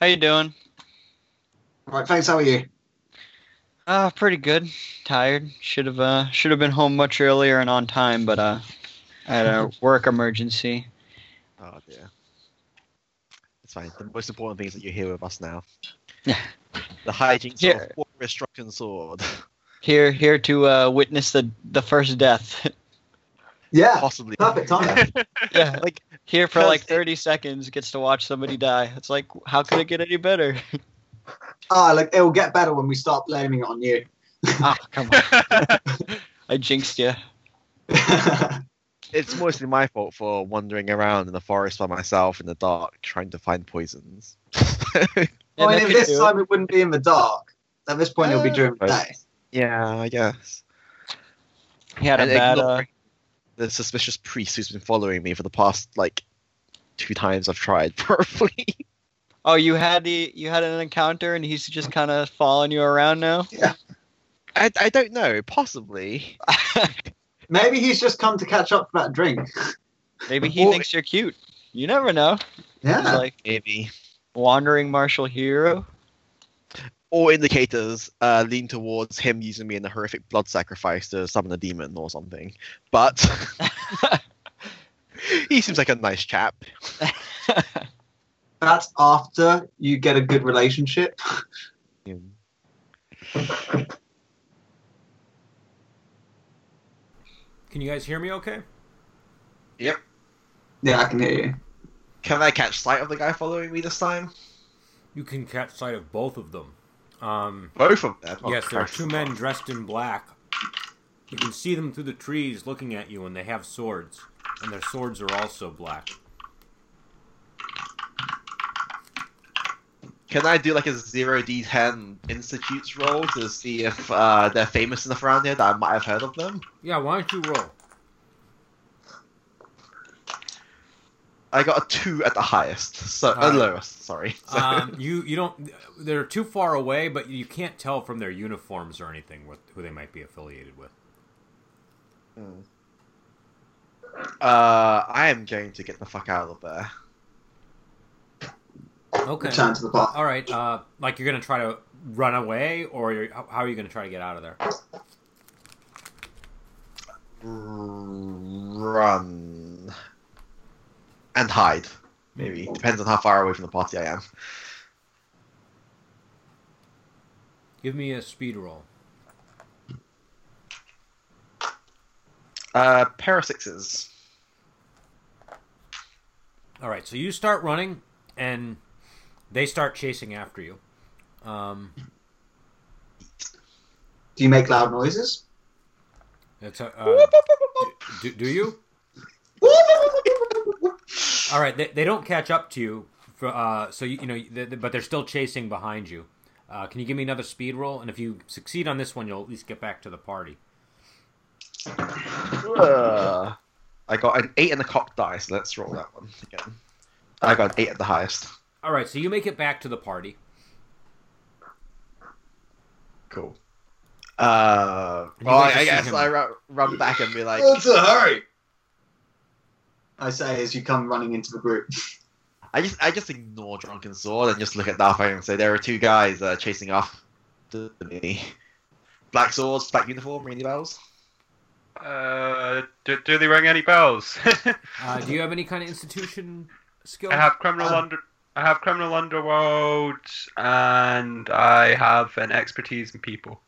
[SPEAKER 7] How you doing?
[SPEAKER 3] Right, thanks. How are you?
[SPEAKER 7] Uh, pretty good. Tired. Should have uh should have been home much earlier and on time, but uh, I
[SPEAKER 3] <laughs>
[SPEAKER 7] had a work emergency.
[SPEAKER 1] Oh dear. It's fine. The most important thing is that you're here with us now.
[SPEAKER 7] Yeah.
[SPEAKER 1] the hijinks
[SPEAKER 7] Yeah.
[SPEAKER 1] of War Destruction Sword. <laughs>
[SPEAKER 7] Here here to uh witness the the first death. <laughs>
[SPEAKER 5] Yeah.
[SPEAKER 1] Possibly.
[SPEAKER 5] Perfect
[SPEAKER 1] <laughs>
[SPEAKER 5] timing.
[SPEAKER 7] yeah.
[SPEAKER 1] Like,
[SPEAKER 7] Here for like
[SPEAKER 1] Because-
[SPEAKER 7] 30 seconds gets to watch somebody die. It's like how could it get any better? <laughs>
[SPEAKER 3] Ah, look, it'll get better when we start blaming it on you. <laughs>
[SPEAKER 7] Ah, come on. I
[SPEAKER 1] <laughs>
[SPEAKER 7] jinxed you.
[SPEAKER 1] it's mostly my fault for wandering around in the forest by myself in the dark trying to find poisons. <laughs>
[SPEAKER 7] Yeah,
[SPEAKER 3] I
[SPEAKER 7] that
[SPEAKER 3] mean, if
[SPEAKER 7] could do
[SPEAKER 3] this
[SPEAKER 7] it.
[SPEAKER 3] time it wouldn't be in the dark. At this point, it'll be during the
[SPEAKER 1] Right.
[SPEAKER 3] day.
[SPEAKER 1] yeah, I guess.
[SPEAKER 7] He had a
[SPEAKER 1] And
[SPEAKER 7] bad uh,
[SPEAKER 1] ignoring The suspicious priest who's been following me for the past, like, two times I've tried, <laughs> probably.
[SPEAKER 7] Oh, you had the you had an encounter and he's just kind of following you around now.
[SPEAKER 1] I, I don't know, possibly.
[SPEAKER 3] Maybe he's just come to catch up for that drink.
[SPEAKER 7] Maybe he
[SPEAKER 1] Well,
[SPEAKER 7] thinks you're cute. You never know.
[SPEAKER 1] <laughs>
[SPEAKER 7] He's
[SPEAKER 3] Yeah.
[SPEAKER 7] like
[SPEAKER 1] Maybe.
[SPEAKER 7] wandering martial hero.
[SPEAKER 1] all indicators uh, lean towards him using me in a horrific blood sacrifice to summon a demon or something. But <laughs> he seems like a nice chap.
[SPEAKER 3] That's after you get a good relationship.
[SPEAKER 2] Can you guys hear me? Okay.
[SPEAKER 3] Yeah, I can hear you.
[SPEAKER 1] Can I catch sight of the guy following me this time?
[SPEAKER 2] You can catch sight of both of them. Um,
[SPEAKER 1] Both of them. Oh,
[SPEAKER 2] yes, there are
[SPEAKER 1] Christ.
[SPEAKER 2] two men dressed in black. You can see them through the trees looking at you, and they have swords. And their swords are also black.
[SPEAKER 1] Can I do like a zero d10 institutes roll to see if uh, they're famous enough around here that I might have heard of them?
[SPEAKER 2] Yeah, why don't you roll?
[SPEAKER 1] I got a two at the highest, so uh,
[SPEAKER 2] Alright.
[SPEAKER 1] lowest. Sorry. <laughs> So,
[SPEAKER 2] <laughs> Um, you you don't. They're too far away, but you can't tell from their uniforms or anything with who they might be affiliated with.
[SPEAKER 1] uh, I am going to get the fuck out of there.
[SPEAKER 2] Okay.
[SPEAKER 3] Return to the park.
[SPEAKER 2] All right. Uh, like you're gonna try to run away, or you're, how how are you gonna try to get out of there?
[SPEAKER 1] run and hide. Maybe depends on how far away from the party I am.
[SPEAKER 2] Give me a speed roll.
[SPEAKER 1] Uh, pair of sixes.
[SPEAKER 2] All right, so you start running, and they start chasing after you. Um,
[SPEAKER 3] Do you make loud noises?
[SPEAKER 2] that's, uh, uh, do, do you? All right, they, they don't catch up to you For, uh, so you, you know, th th- but they're still chasing behind you. Uh, can you give me another speed roll? And if you succeed on this one, you'll at least get back to the party.
[SPEAKER 1] Uh, I got an eight and a cock die, so let's roll that one again. I got an eight at the highest.
[SPEAKER 2] All right, so you make it back to the party.
[SPEAKER 1] Cool. Uh,
[SPEAKER 2] You
[SPEAKER 1] well,
[SPEAKER 2] guys
[SPEAKER 1] I,
[SPEAKER 2] just
[SPEAKER 1] I
[SPEAKER 2] see
[SPEAKER 1] guess
[SPEAKER 2] him.
[SPEAKER 1] I ru- run back and be like,
[SPEAKER 5] What's a hurry?
[SPEAKER 3] I say as you come running into the group.
[SPEAKER 1] I just I just ignore Drunken Sword and just look at Darth Vader and say there are two guys uh, chasing after me. Black swords, black uniform, ring any bells?
[SPEAKER 4] Uh, do, do they ring any bells? <laughs> I
[SPEAKER 2] Uh, do you have any kind of institution skill?
[SPEAKER 4] have criminal
[SPEAKER 5] Um,
[SPEAKER 4] under. I have criminal underworld, and I have an expertise in people.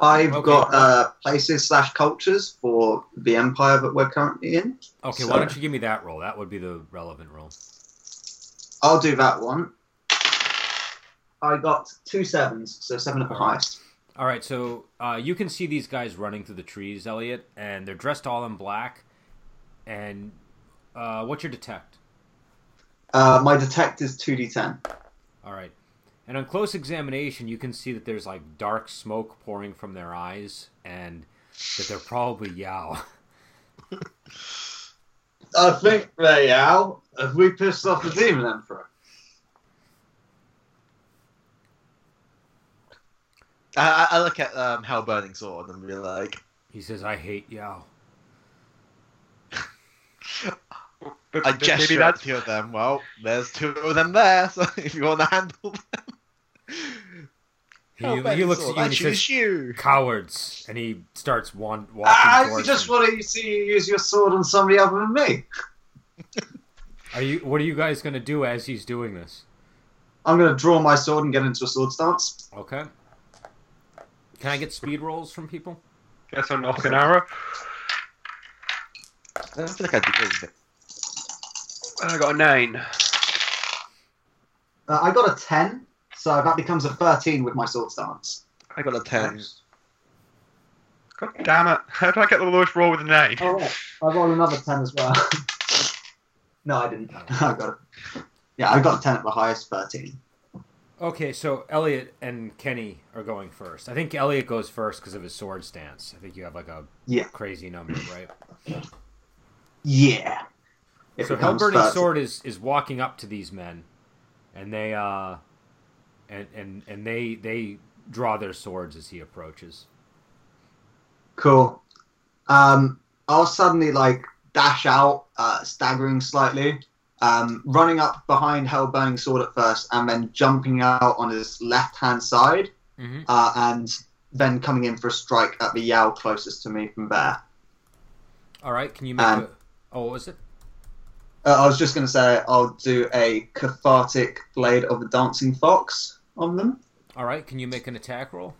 [SPEAKER 3] I've
[SPEAKER 2] Okay.
[SPEAKER 3] got uh, places slash cultures for the empire that we're currently in.
[SPEAKER 2] okay, why don't you give me that roll? That would be the relevant roll.
[SPEAKER 3] I'll do that one. I got two sevens, so seven at the
[SPEAKER 2] Alright.
[SPEAKER 3] highest.
[SPEAKER 2] All right, so uh, you can see these guys running through the trees, Elliot, and they're dressed all in black. And uh, what's your detect?
[SPEAKER 3] Uh, my detect is 2d10.
[SPEAKER 2] All right. And on close examination, you can see that there's like dark smoke pouring from their eyes and that they're probably Yao. <laughs>
[SPEAKER 5] I think
[SPEAKER 3] Hey, Al, have we pissed off the demon emperor?
[SPEAKER 1] I, I I look at um, Hell Burning Sword and be like,
[SPEAKER 2] He says, I hate Yao.
[SPEAKER 4] But
[SPEAKER 1] I
[SPEAKER 4] but
[SPEAKER 1] gesture at the two of them. Well, there's two of them there, so <laughs> if you want to handle them.
[SPEAKER 3] Oh,
[SPEAKER 2] He,
[SPEAKER 1] Hell
[SPEAKER 2] he
[SPEAKER 1] Burning
[SPEAKER 2] looks at
[SPEAKER 1] Sword,
[SPEAKER 2] you
[SPEAKER 1] I
[SPEAKER 2] and he
[SPEAKER 1] choose
[SPEAKER 2] says,
[SPEAKER 1] you.
[SPEAKER 2] Cowards. And he starts wan- walking
[SPEAKER 3] I
[SPEAKER 2] towards
[SPEAKER 3] Ah, just
[SPEAKER 2] them.
[SPEAKER 3] want to see you use your sword on somebody other than me.
[SPEAKER 2] Are you? What are you guys going to do as he's doing this?
[SPEAKER 3] I'm going to draw my sword and get into a sword stance.
[SPEAKER 2] Okay. Can I get speed rolls from people?
[SPEAKER 4] Guess I'm not an arrow.
[SPEAKER 1] I don't feel like I did anything.
[SPEAKER 4] I got a nine.
[SPEAKER 3] Uh, I got a 10, so that becomes a 13 with my sword stance.
[SPEAKER 1] I got a 10.
[SPEAKER 4] God damn it! <laughs> How do I get the lowest roll with a nine?
[SPEAKER 3] All right, I rolled another 10 as well. <laughs> no, I didn't. <laughs> I got it. Yeah, I got a 10 at the highest, 13.
[SPEAKER 2] Okay, so Elliot and Kenny are going first. I think Elliot goes first because of his sword stance. I think you have like a
[SPEAKER 3] Yeah.
[SPEAKER 2] crazy number, right?
[SPEAKER 3] Yeah. It
[SPEAKER 2] so
[SPEAKER 3] becomes
[SPEAKER 2] Hellburning
[SPEAKER 3] 13.
[SPEAKER 2] Sword is is walking up to these men, and they uh, and and and they they draw their swords as he approaches.
[SPEAKER 3] Cool. Um, I'll suddenly like dash out, uh, staggering slightly, um, running up behind Hellburning Sword at first, and then jumping out on his left hand side,
[SPEAKER 2] Mhm.
[SPEAKER 3] uh, and then coming in for a strike at the Yao closest to me from there.
[SPEAKER 2] All right, can you make?
[SPEAKER 3] Um,
[SPEAKER 2] a, oh, what was it?
[SPEAKER 3] Uh, I was just going to say I'll do a cathartic blade of the dancing fox on them.
[SPEAKER 2] All right, can you make an attack roll?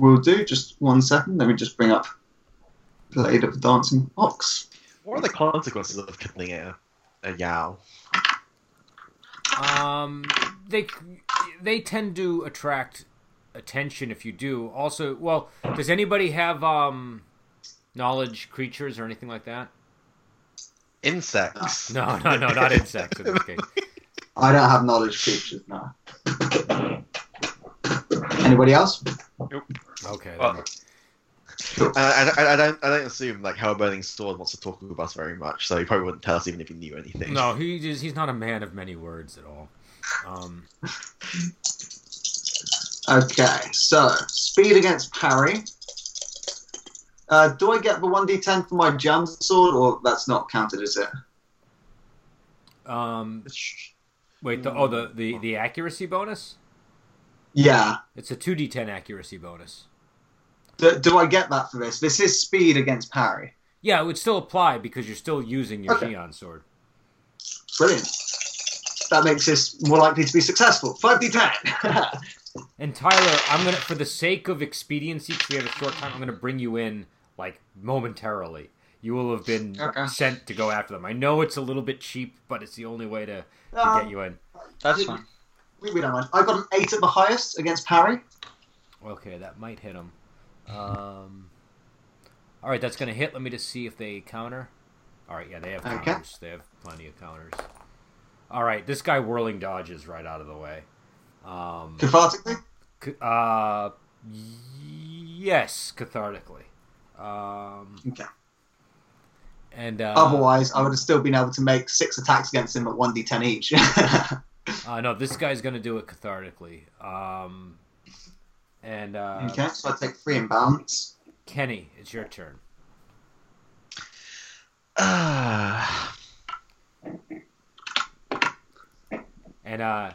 [SPEAKER 3] We'll do just one second. Let me just bring up blade of the dancing fox.
[SPEAKER 1] What are the consequences of killing a, a Yao?
[SPEAKER 2] Um, they they tend to attract attention if you do. Also, well, does anybody have um knowledge creatures or anything like that? <laughs>
[SPEAKER 1] Insects.
[SPEAKER 2] No, no, no, not insects. In this case.
[SPEAKER 3] I don't have knowledge creatures now. Anybody else?
[SPEAKER 2] Okay. then.
[SPEAKER 4] Well,
[SPEAKER 1] Uh, I, I, I don't I don't assume like how Burning Sword wants to talk with us very much, so he probably wouldn't tell us even if he knew anything.
[SPEAKER 2] no, he just, he's not a man of many words at all. Um,
[SPEAKER 3] Okay, so speed against parry. Uh, do I get the 1d10 for my jam sword, or that's not counted, is it?
[SPEAKER 2] um, wait. The, oh, the, the the accuracy bonus.
[SPEAKER 3] Yeah.
[SPEAKER 2] It's a two d10 accuracy bonus.
[SPEAKER 3] Do, do I get that for this? This is speed against parry.
[SPEAKER 2] Yeah, it would still apply because you're still using your
[SPEAKER 3] Okay.
[SPEAKER 2] Xeon sword.
[SPEAKER 3] Brilliant. That makes this more likely to be successful. <laughs> 5d10.
[SPEAKER 2] And Tyler, I'm gonna, for the sake of expediency, because we have a short time, I'm gonna bring you in like momentarily. You will have been
[SPEAKER 7] Okay.
[SPEAKER 2] sent to go after them. I know it's a little bit cheap, but it's the only way to, to get
[SPEAKER 3] um,
[SPEAKER 2] you in.
[SPEAKER 7] That's fine.
[SPEAKER 3] we, we don't mind. I got an 8 at the highest against parry.
[SPEAKER 2] Okay, that might hit them. Um, all right, that's gonna hit. Let me just see if they counter. All right, yeah, they have
[SPEAKER 3] Okay.
[SPEAKER 2] counters. They have plenty of counters. All right, this guy whirling dodges right out of the way. Um,
[SPEAKER 3] Cathartically?
[SPEAKER 2] c- uh, yes, cathartically. Um,
[SPEAKER 3] Okay.
[SPEAKER 2] and
[SPEAKER 7] Uh-huh.
[SPEAKER 2] uh,
[SPEAKER 3] Otherwise, I would have still been able to make six attacks against him at 1d10 each. <laughs>
[SPEAKER 7] Uh-huh.
[SPEAKER 2] Uh, no, this guy's gonna do it cathartically. Um, and uh,
[SPEAKER 3] okay, so I take three in balance.
[SPEAKER 2] Kenny, it's your turn.
[SPEAKER 1] Uh,
[SPEAKER 2] And uh,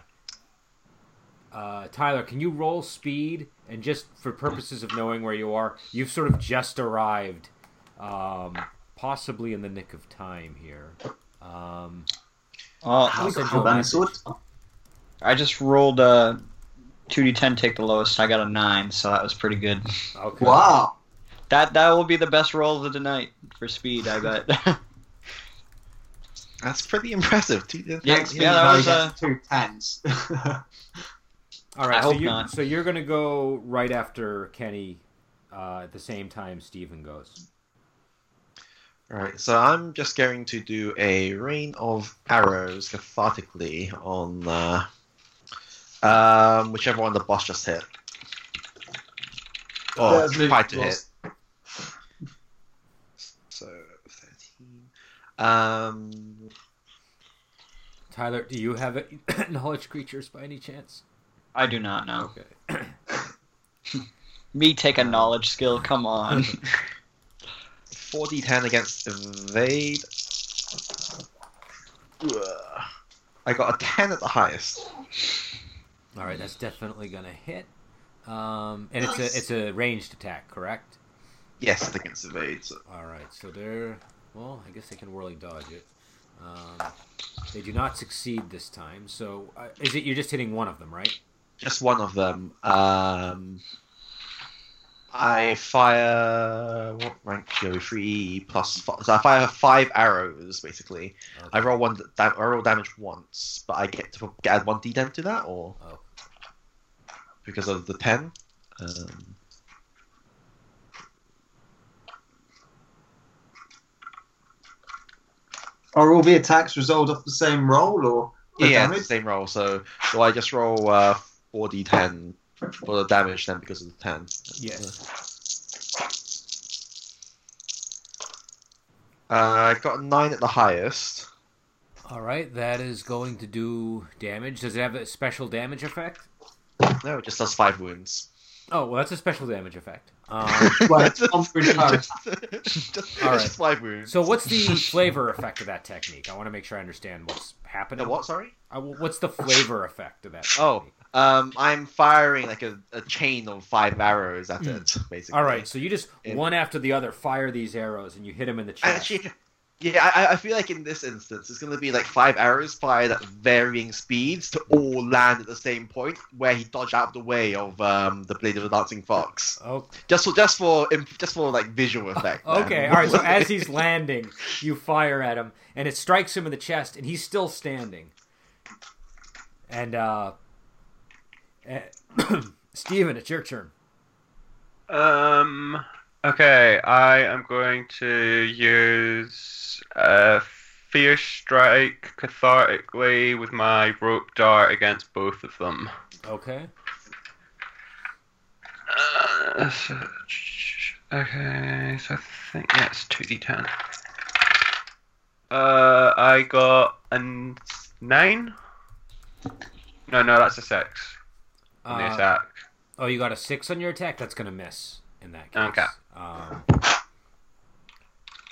[SPEAKER 2] uh, Tyler, can you roll speed? And just for purposes of knowing where you are, you've sort of just arrived, um, possibly in the nick of time here. Um,
[SPEAKER 7] Oh,
[SPEAKER 2] I'll send you
[SPEAKER 3] Hold
[SPEAKER 2] a
[SPEAKER 3] on,
[SPEAKER 2] message.
[SPEAKER 3] so what-
[SPEAKER 7] I just rolled uh, a 2d10, take the lowest. I got a 9, so that was pretty good.
[SPEAKER 2] Okay.
[SPEAKER 3] Wow.
[SPEAKER 7] That that will be the best roll of the night for speed, I bet.
[SPEAKER 1] <sighs>
[SPEAKER 7] <laughs>
[SPEAKER 1] that's pretty impressive. Two-
[SPEAKER 7] Yeah,
[SPEAKER 1] that's-
[SPEAKER 7] yeah, that was,
[SPEAKER 3] No, he
[SPEAKER 7] uh,
[SPEAKER 3] gets two tens. <laughs>
[SPEAKER 2] All right.
[SPEAKER 7] I
[SPEAKER 2] so
[SPEAKER 7] hope
[SPEAKER 2] you,
[SPEAKER 7] not.
[SPEAKER 2] So you're gonna go right after Kenny, uh, at the same time Steven goes.
[SPEAKER 1] Alright, so I'm just going to do a rain of arrows cathartically on uh, um, whichever one the boss just hit. Or
[SPEAKER 5] That's me,
[SPEAKER 1] tried to hit.
[SPEAKER 5] boss.
[SPEAKER 1] So, 13. Um,
[SPEAKER 2] Tyler, do you have it- <coughs> knowledge creatures by any chance?
[SPEAKER 7] I do not know.
[SPEAKER 2] Okay.
[SPEAKER 7] Me take a knowledge skill,
[SPEAKER 1] <laughs>
[SPEAKER 7] come on.
[SPEAKER 1] 4d10 against evade. Ugh. I got a 10 at the highest.
[SPEAKER 2] All right, that's definitely gonna hit. Um, and it's a it's a ranged attack, correct?
[SPEAKER 1] Yes, it's against evade. So.
[SPEAKER 2] All right, so they're well. I guess they can whirling dodge it. Um, they do not succeed this time. So uh, is it you're just hitting one of them, right?
[SPEAKER 1] just one of them. Um, I fire what rank should we? three plus five. So I fire five arrows basically. I roll one. da- I roll damage once, but I get to add one d10 to that, or
[SPEAKER 2] Oh.
[SPEAKER 1] because of the ten. Um,
[SPEAKER 3] Are all the attacks resolved off the same roll, or
[SPEAKER 1] yeah,
[SPEAKER 3] the
[SPEAKER 1] it's
[SPEAKER 3] damage?
[SPEAKER 1] the same roll. So do I just roll uh, four d10 for the damage then because of the ten?
[SPEAKER 2] Yes.
[SPEAKER 1] Uh, I got a nine at the highest.
[SPEAKER 2] All right, that is going to do damage. Does it have a special damage effect?
[SPEAKER 1] No, it just does five wounds.
[SPEAKER 2] Oh well, that's a special damage effect. Um,
[SPEAKER 1] <laughs>
[SPEAKER 3] Well, it's one for
[SPEAKER 7] <laughs>
[SPEAKER 3] each arrow.
[SPEAKER 1] just, just, <laughs> just
[SPEAKER 2] Alright.
[SPEAKER 1] five wounds.
[SPEAKER 2] so what's the flavor effect of that technique? I want to make sure I understand what's happening.
[SPEAKER 1] No, what? Sorry.
[SPEAKER 2] I- what's the flavor effect of that?
[SPEAKER 1] Oh.
[SPEAKER 2] technique?
[SPEAKER 1] Um, I'm firing like a, a chain of five arrows at it, basically.
[SPEAKER 2] Hmm. All right, so you just
[SPEAKER 1] Yeah.
[SPEAKER 2] one after the other fire these arrows, and you hit him in the chest.
[SPEAKER 1] Actually, yeah, I, I feel like in this instance, it's going to be like five arrows fired at varying speeds to all land at the same point where he dodged out of the way of um, the blade of the dancing fox.
[SPEAKER 2] oh,
[SPEAKER 1] Just for just for just for like visual effect. man.
[SPEAKER 2] <laughs> okay, all right. So
[SPEAKER 1] <laughs>
[SPEAKER 2] as he's landing, you fire at him, and it strikes him in the chest, and he's still standing. And uh, eh, <clears throat> Steven, it's your turn.
[SPEAKER 4] Um. Okay, I am going to use uh, Fear Strike cathartically with my rope dart against both of them.
[SPEAKER 2] Okay.
[SPEAKER 4] Uh, so- okay, so I think that's 2d10. Uh, I got a n- 9? No, no, that's a 6 on the
[SPEAKER 2] Uh,
[SPEAKER 4] attack.
[SPEAKER 2] oh, you got a six on your attack. That's gonna miss in that case.
[SPEAKER 4] Okay.
[SPEAKER 2] Um,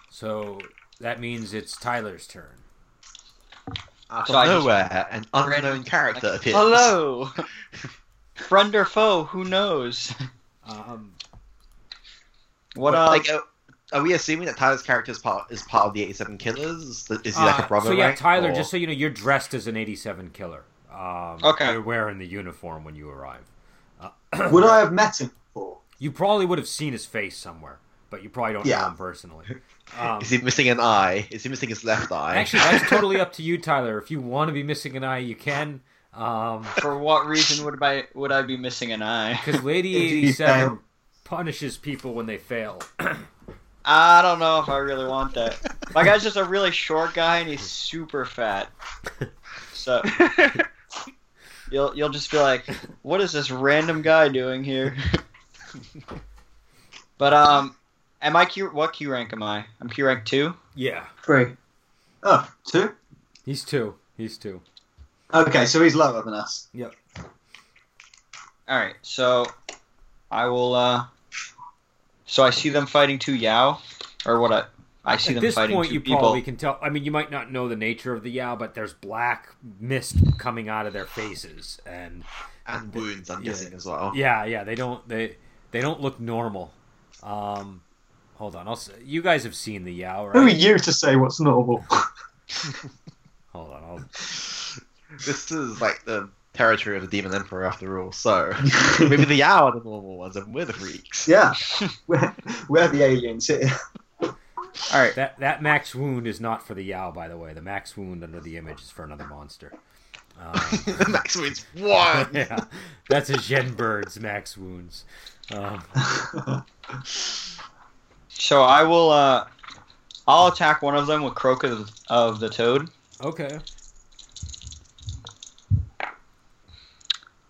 [SPEAKER 2] so that means it's Tyler's turn.
[SPEAKER 1] Out of
[SPEAKER 7] So I just-
[SPEAKER 1] nowhere, an unknown character appears.
[SPEAKER 7] Hello! Friend or foe, who knows?
[SPEAKER 2] Um,
[SPEAKER 7] What
[SPEAKER 1] Well,
[SPEAKER 7] up?
[SPEAKER 1] like, uh, are we assuming that Tyler's character is part is part of the 87 Killers? Is he like
[SPEAKER 2] Uh,
[SPEAKER 1] a brother?
[SPEAKER 2] So yeah,
[SPEAKER 1] rank,
[SPEAKER 2] Tyler.
[SPEAKER 1] or-
[SPEAKER 2] Just so you know, you're dressed as an '87 killer. Um,
[SPEAKER 7] Okay.
[SPEAKER 2] You're wearing the uniform when you arrive. Uh,
[SPEAKER 3] Would I have met him before?
[SPEAKER 2] You probably would have seen his face somewhere, but you probably don't know
[SPEAKER 3] Yeah.
[SPEAKER 2] him personally. Um,
[SPEAKER 1] Is he missing an eye? Is he missing his left eye?
[SPEAKER 2] actually, that's totally up to you, Tyler. If you want to be missing an eye, you can. Um,
[SPEAKER 1] uh,
[SPEAKER 7] For what reason would I would I be missing an eye?
[SPEAKER 2] because Lady
[SPEAKER 3] If you
[SPEAKER 2] '87
[SPEAKER 3] fail.
[SPEAKER 2] punishes people when they fail.
[SPEAKER 7] I don't know if I really want that. My guy's just a really short guy and he's super fat.
[SPEAKER 1] <laughs>
[SPEAKER 7] So you'll you'll just be like, what is this random guy
[SPEAKER 1] <laughs>
[SPEAKER 7] doing here? but um, am I Q? What Q rank am I? I'm Q rank two.
[SPEAKER 2] Yeah,
[SPEAKER 3] Three. Oh, two?
[SPEAKER 2] he's two. He's two.
[SPEAKER 3] Okay, so he's lower than us.
[SPEAKER 7] All right, so I will. uh So I see them fighting two Yao, or what? I I see
[SPEAKER 2] At
[SPEAKER 7] them
[SPEAKER 2] this
[SPEAKER 7] fighting
[SPEAKER 2] point,
[SPEAKER 7] two
[SPEAKER 2] you
[SPEAKER 7] people.
[SPEAKER 2] probably can tell. I mean, you might not know the nature of the Yao, but there's black mist coming out of their faces, and
[SPEAKER 1] <laughs> and wounds, I'm
[SPEAKER 2] Yeah.
[SPEAKER 1] guessing as well.
[SPEAKER 2] yeah, yeah, they don't they they don't look normal. Um, hold on, I'll s you guys have seen the Yao,
[SPEAKER 3] Who are
[SPEAKER 2] right?
[SPEAKER 3] you to say what's normal?
[SPEAKER 2] Hold on, I'll
[SPEAKER 1] This is like the territory of the demon emperor, after all. So
[SPEAKER 3] <laughs>
[SPEAKER 1] maybe the Yao are the normal ones, and we're the freaks.
[SPEAKER 3] yeah, we're, we're the aliens here.
[SPEAKER 7] All right,
[SPEAKER 2] That that max wound is not for the Yao, by the way. The max wound under the image is for another monster.
[SPEAKER 1] <laughs>
[SPEAKER 3] <laughs>
[SPEAKER 2] Um,
[SPEAKER 1] Max means one.
[SPEAKER 2] yeah, that's a Gen bird's max wounds. Um,
[SPEAKER 7] so I will. uh I'll attack one of them with Croak of, of the Toad.
[SPEAKER 2] okay,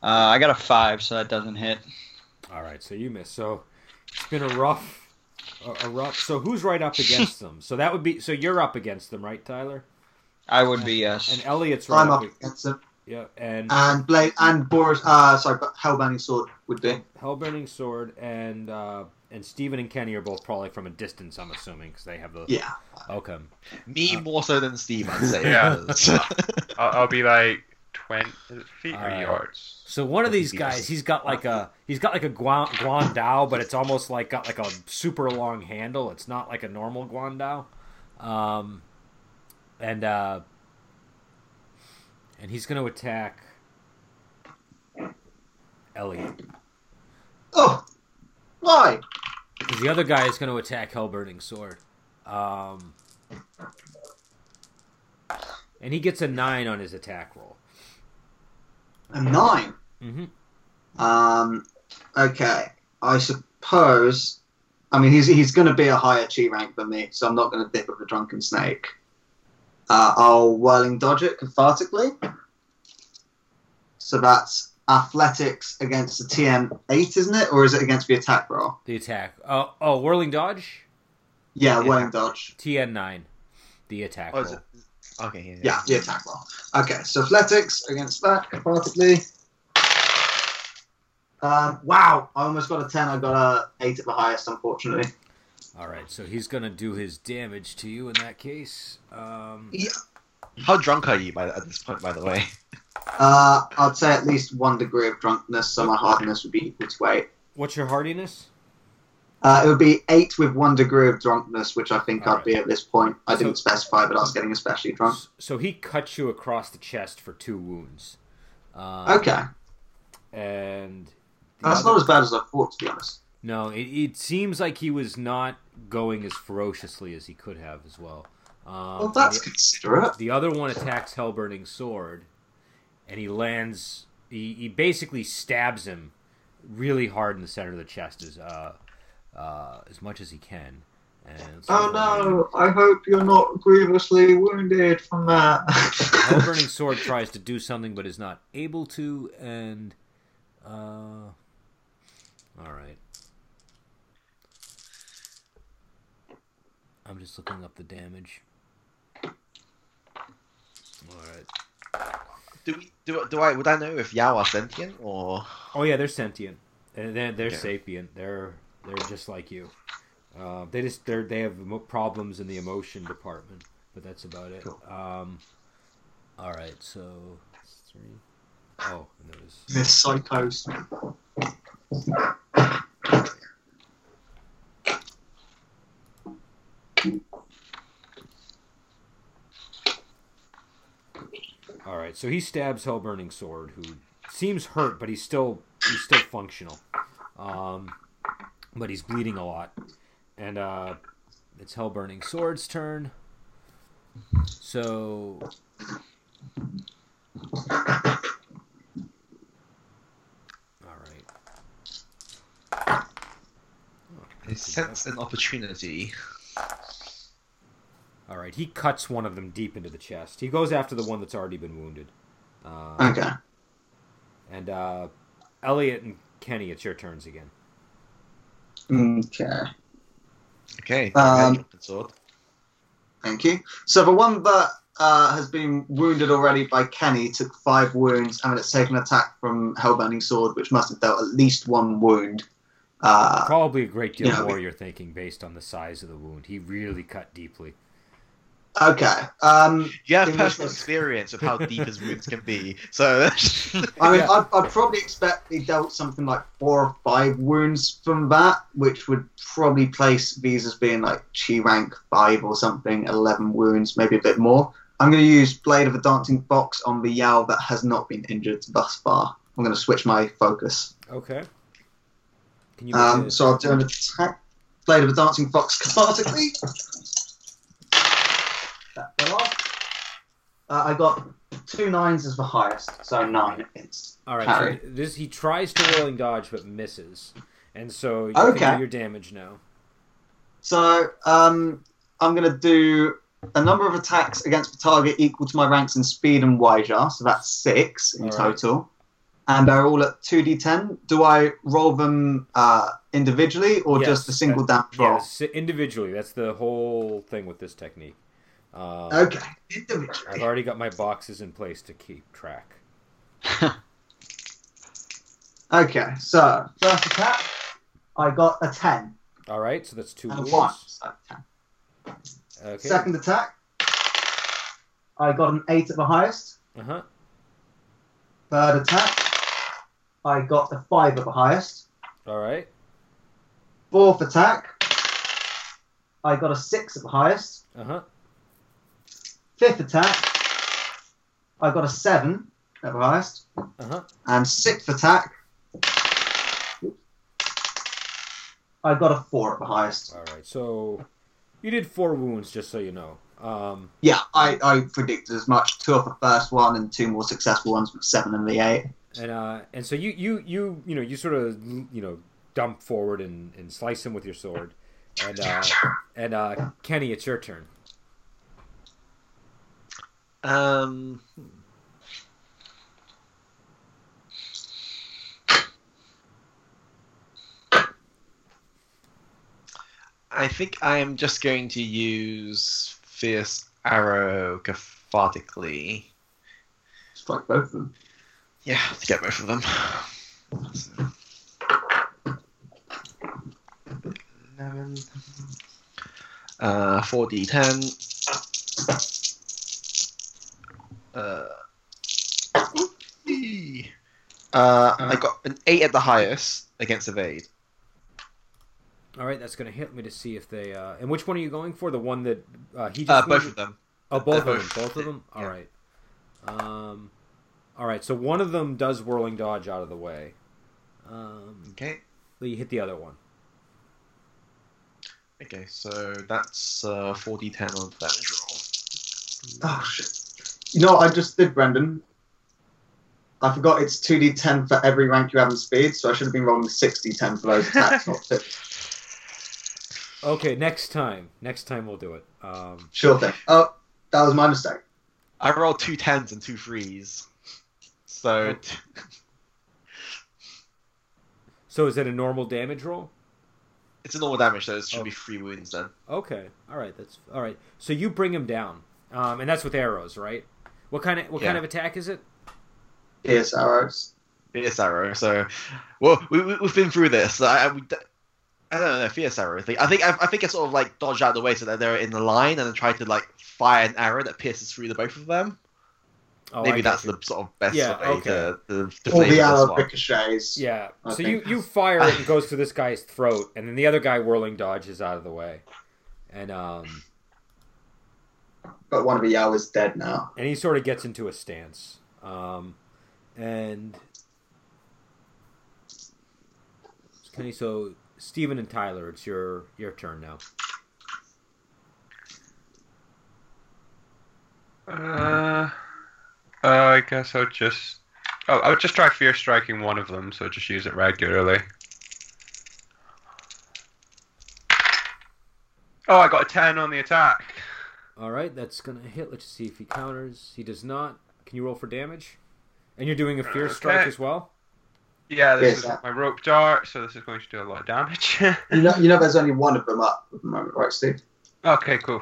[SPEAKER 7] Uh, I got a five, so that doesn't hit.
[SPEAKER 2] all right. So you missed. So it's been a rough, a, a rough. So who's right up against them? So that would be. So you're up against them, right, Tyler?
[SPEAKER 7] I would be yes.
[SPEAKER 2] And Elliot's right.
[SPEAKER 3] I'm
[SPEAKER 2] up
[SPEAKER 3] up Uh.
[SPEAKER 2] ag-
[SPEAKER 3] against them.
[SPEAKER 2] Yeah, and
[SPEAKER 3] And Blade and Boris. Uh, sorry, but Hellbending Sword would be.
[SPEAKER 2] Hellburning Sword and uh, and Steven and Kenny are both probably from a distance. I'm assuming because they have the.
[SPEAKER 3] Yeah.
[SPEAKER 2] Okay.
[SPEAKER 1] Me more so than Steve, I'd say. <laughs>
[SPEAKER 4] Yeah.
[SPEAKER 1] because-
[SPEAKER 4] I'll, I'll be like twenty is it feet or
[SPEAKER 2] Alright.
[SPEAKER 4] yards.
[SPEAKER 2] So one of these
[SPEAKER 1] Yes.
[SPEAKER 2] guys, he's got like a he's got like a guan, guandao, but it's almost like got like a super long handle. It's not like a normal guandao, um, and uh, and he's going to attack Elliot
[SPEAKER 3] Oh, why?
[SPEAKER 2] because the other guy is going to attack Hellburning Sword, um, and he gets a nine on his attack roll.
[SPEAKER 3] A nine.
[SPEAKER 2] Mm-hmm.
[SPEAKER 3] Um, okay. I suppose. I mean, he's he's going to be a higher chi rank than me, so I'm not going to dip with a drunken snake. Uh, I'll whirling dodge it cathartically. So that's athletics against the TM eight, isn't it, or is it against the attack roll?
[SPEAKER 2] The attack. Oh, oh, whirling dodge.
[SPEAKER 3] Yeah,
[SPEAKER 1] Yeah.
[SPEAKER 3] whirling dodge.
[SPEAKER 2] TN nine. The attack
[SPEAKER 1] Oh,
[SPEAKER 2] roll.
[SPEAKER 1] is it- okay. Yeah.
[SPEAKER 3] Yeah, the attack roll. Okay, so athletics against that, partly. Um, wow, I almost got a 10. I got a 8 at the highest, unfortunately.
[SPEAKER 2] All right, so he's gonna do his damage to you in that case. Um,
[SPEAKER 1] How drunk are you by at this point, by the way?
[SPEAKER 3] Uh, I'd say at least one degree of drunkenness, so my hardness would be equal to 8.
[SPEAKER 2] what's your hardiness?
[SPEAKER 3] Uh, it would be 8 with one degree of drunkenness, which I think I'd
[SPEAKER 2] Alright.
[SPEAKER 3] be at this point. I didn't
[SPEAKER 2] So-
[SPEAKER 3] specify, but I was getting especially drunk.
[SPEAKER 2] S- So he cuts you across the chest for two wounds. Um,
[SPEAKER 3] Okay,
[SPEAKER 2] And the
[SPEAKER 3] that's
[SPEAKER 2] other-
[SPEAKER 3] not as bad as I thought, to be honest.
[SPEAKER 2] no, it, it seems like he was not going as ferociously as he could have as well. Um,
[SPEAKER 3] Well,
[SPEAKER 2] and
[SPEAKER 3] that's
[SPEAKER 2] the-
[SPEAKER 3] considerate.
[SPEAKER 2] The other one attacks Hellburning Sword, and he lands. He, he basically stabs him really hard in the center of the chest, as uh, uh, as much as he can. And so-
[SPEAKER 3] Oh no, I hope you're not grievously wounded from that. <laughs>
[SPEAKER 2] Hellburning Sword tries to do something but is not able to, and uh, all right. I'm just looking up the damage. All right.
[SPEAKER 1] Do we? Do, do I? Would I know if Yao are sentient or?
[SPEAKER 2] Oh yeah, they're sentient. And They're they're
[SPEAKER 1] Yeah.
[SPEAKER 2] sapient. They're they're just like you. Uh, they just they're they have emo- problems in the emotion department, but that's about it.
[SPEAKER 1] Cool.
[SPEAKER 2] Um, all right, so three. Oh, and there was
[SPEAKER 3] this psychos.
[SPEAKER 2] all right. So he stabs Hellburning Sword, who seems hurt, but he's still he's still functional. Um, but he's bleeding a lot, and uh, it's Hellburning Sword's turn. So All right.
[SPEAKER 1] I sense an opportunity.
[SPEAKER 2] All right, he cuts one of them deep into the chest. He goes after the one that's already been wounded. Uh,
[SPEAKER 3] Okay.
[SPEAKER 2] And uh, Elliot and Kenny, it's your turns again.
[SPEAKER 3] Okay.
[SPEAKER 1] Okay.
[SPEAKER 3] Um,
[SPEAKER 1] Drunken sword.
[SPEAKER 3] Thank you. So the one that uh, has been wounded already by Kenny took five wounds, and it's taken an attack from Hellbending Sword, which must have dealt at least one wound. Uh,
[SPEAKER 2] Probably a great deal
[SPEAKER 3] yeah,
[SPEAKER 2] more. You're thinking based on the size of the wound. He really cut deeply.
[SPEAKER 3] okay. Um,
[SPEAKER 1] You have
[SPEAKER 3] in this
[SPEAKER 1] personal
[SPEAKER 3] one-
[SPEAKER 1] experience of how deep his wounds can be. So <laughs>
[SPEAKER 3] I mean,
[SPEAKER 2] Yeah.
[SPEAKER 3] I'd, I'd probably expect he dealt something like four or five wounds from that, which would probably place these as being like chi rank five or something, eleven wounds, maybe a bit more. I'm going to use Blade of the Dancing Fox on the Yao that has not been injured thus far. I'm going to switch my focus.
[SPEAKER 2] Okay. Can you? make
[SPEAKER 3] Um,
[SPEAKER 2] a-
[SPEAKER 3] so I'll do an attack. Blade of the Dancing Fox cathartically. That fell off. Uh, I got two nines as the highest, so nine is
[SPEAKER 2] All right.
[SPEAKER 3] Harry.
[SPEAKER 2] So this he tries to rolling dodge but misses, and so you
[SPEAKER 3] Okay.
[SPEAKER 2] can do your damage now.
[SPEAKER 3] So um, I'm going to do a number of attacks against the target equal to my ranks in speed and Weijar, so that's six in
[SPEAKER 2] All right.
[SPEAKER 3] total. And they're all at 2d10. Do I roll them uh, individually or
[SPEAKER 2] Yes,
[SPEAKER 3] just a single damage
[SPEAKER 2] Yeah,
[SPEAKER 3] roll?
[SPEAKER 2] s- individually. That's the whole thing with this technique. Um,
[SPEAKER 3] Okay,
[SPEAKER 2] I've
[SPEAKER 3] individually.
[SPEAKER 2] already got my boxes in place to keep track.
[SPEAKER 7] <laughs>
[SPEAKER 3] Okay, so first attack, I got a 10
[SPEAKER 2] All right. So that's two
[SPEAKER 3] and a
[SPEAKER 2] wounds.
[SPEAKER 3] 1. So 10.
[SPEAKER 2] Okay.
[SPEAKER 3] Second attack, I got an 8 at the highest.
[SPEAKER 2] Uh huh.
[SPEAKER 3] Third attack, I got a 5 at the highest.
[SPEAKER 2] All right.
[SPEAKER 3] Fourth attack. I got a six at the highest.
[SPEAKER 2] Uh huh.
[SPEAKER 3] Fifth attack. I got a seven at the highest.
[SPEAKER 2] Uh huh.
[SPEAKER 3] And sixth attack. I got a four at the highest.
[SPEAKER 2] All right. So you did four wounds, just so you know. Um,
[SPEAKER 3] Yeah, I, I predicted as much. Two off the first one and two more successful ones from seven and the eight.
[SPEAKER 2] and uh, and so you you you you know you sort of you know dump forward and, and slice him with your sword, and uh, and uh, Kenny, it's your turn.
[SPEAKER 1] um, I think I am just going to use fierce arrow cathartically.
[SPEAKER 3] Strike both of them.
[SPEAKER 1] Yeah, to get both of them. Eleven. Uh, four D ten. Uh, whoopee. uh, I got an eight at the highest against evade.
[SPEAKER 2] All right, that's gonna hit me to see if they. Uh, and which one are you going for? The one that uh, he just
[SPEAKER 1] Uh, both
[SPEAKER 2] wounded-
[SPEAKER 1] of them.
[SPEAKER 2] Oh, both of
[SPEAKER 1] They're
[SPEAKER 2] them.
[SPEAKER 1] both-
[SPEAKER 2] Both of them. All
[SPEAKER 1] yeah.
[SPEAKER 2] right. Um, all right. So one of them does whirling dodge out of the way. Um,
[SPEAKER 1] Okay.
[SPEAKER 2] but you hit the other one.
[SPEAKER 1] Okay, so that's uh, four D ten on the damage roll.
[SPEAKER 3] Oh, shit. You know what I just did, Brendan? I forgot it's 2d10 for every rank you have in speed, so I should have been rolling 6d10 for those attacks, not 2.
[SPEAKER 2] Okay, next time. Next time we'll do it. Um,
[SPEAKER 3] Sure thing. Oh, that was my mistake.
[SPEAKER 1] I rolled two tens and two threes. So t-
[SPEAKER 2] so is it a normal damage roll?
[SPEAKER 1] it's a normal damage, so it should
[SPEAKER 2] Oh.
[SPEAKER 1] be three wounds then.
[SPEAKER 2] Okay. All right. That's all right. So you bring him down, um, and that's with arrows, right? What kind of what kind
[SPEAKER 1] Yeah.
[SPEAKER 2] of attack is it?
[SPEAKER 3] Pierce arrows.
[SPEAKER 1] Fierce Arrow. So, well, we, we, we've been through this. I, I, we, d- I don't know, Fierce Arrow. Thing. I think I, I think I sort of like dodge out of the way so that they're in the line and then try to like fire an arrow that pierces through the both of them.
[SPEAKER 2] Oh, I
[SPEAKER 1] Maybe
[SPEAKER 2] got
[SPEAKER 1] that's
[SPEAKER 2] you.
[SPEAKER 1] the sort of best
[SPEAKER 2] Yeah,
[SPEAKER 1] way
[SPEAKER 2] okay.
[SPEAKER 1] to, to, to
[SPEAKER 3] All
[SPEAKER 1] flavor
[SPEAKER 3] the
[SPEAKER 1] this
[SPEAKER 3] arrow
[SPEAKER 1] one.
[SPEAKER 3] ricochets.
[SPEAKER 2] Yeah.
[SPEAKER 3] I
[SPEAKER 2] so you
[SPEAKER 3] think-
[SPEAKER 2] you fire
[SPEAKER 1] <laughs>
[SPEAKER 2] it and it goes through this guy's throat, and then the other guy whirling dodges out of the way, and um
[SPEAKER 3] But one of the Yao is dead now.
[SPEAKER 2] and he sort of gets into a stance, um, and Kenny. So Steven and Tyler, it's your your turn now.
[SPEAKER 4] Uh, I guess I'll just. Oh, I'll just try fear striking one of them, so just use it regularly. Oh, I got a ten on the attack.
[SPEAKER 2] All right, that's gonna hit. Let's see if he counters. He does not. Can you roll for damage? And you're doing a fear strike
[SPEAKER 4] Okay.
[SPEAKER 2] as well.
[SPEAKER 4] Yeah, this
[SPEAKER 5] Yes,
[SPEAKER 4] is
[SPEAKER 5] that-
[SPEAKER 4] my rope dart, so this is going to do a lot of damage. <laughs>
[SPEAKER 5] You know, you know, there's only one of them up at the moment, right, Steve?
[SPEAKER 4] okay, cool.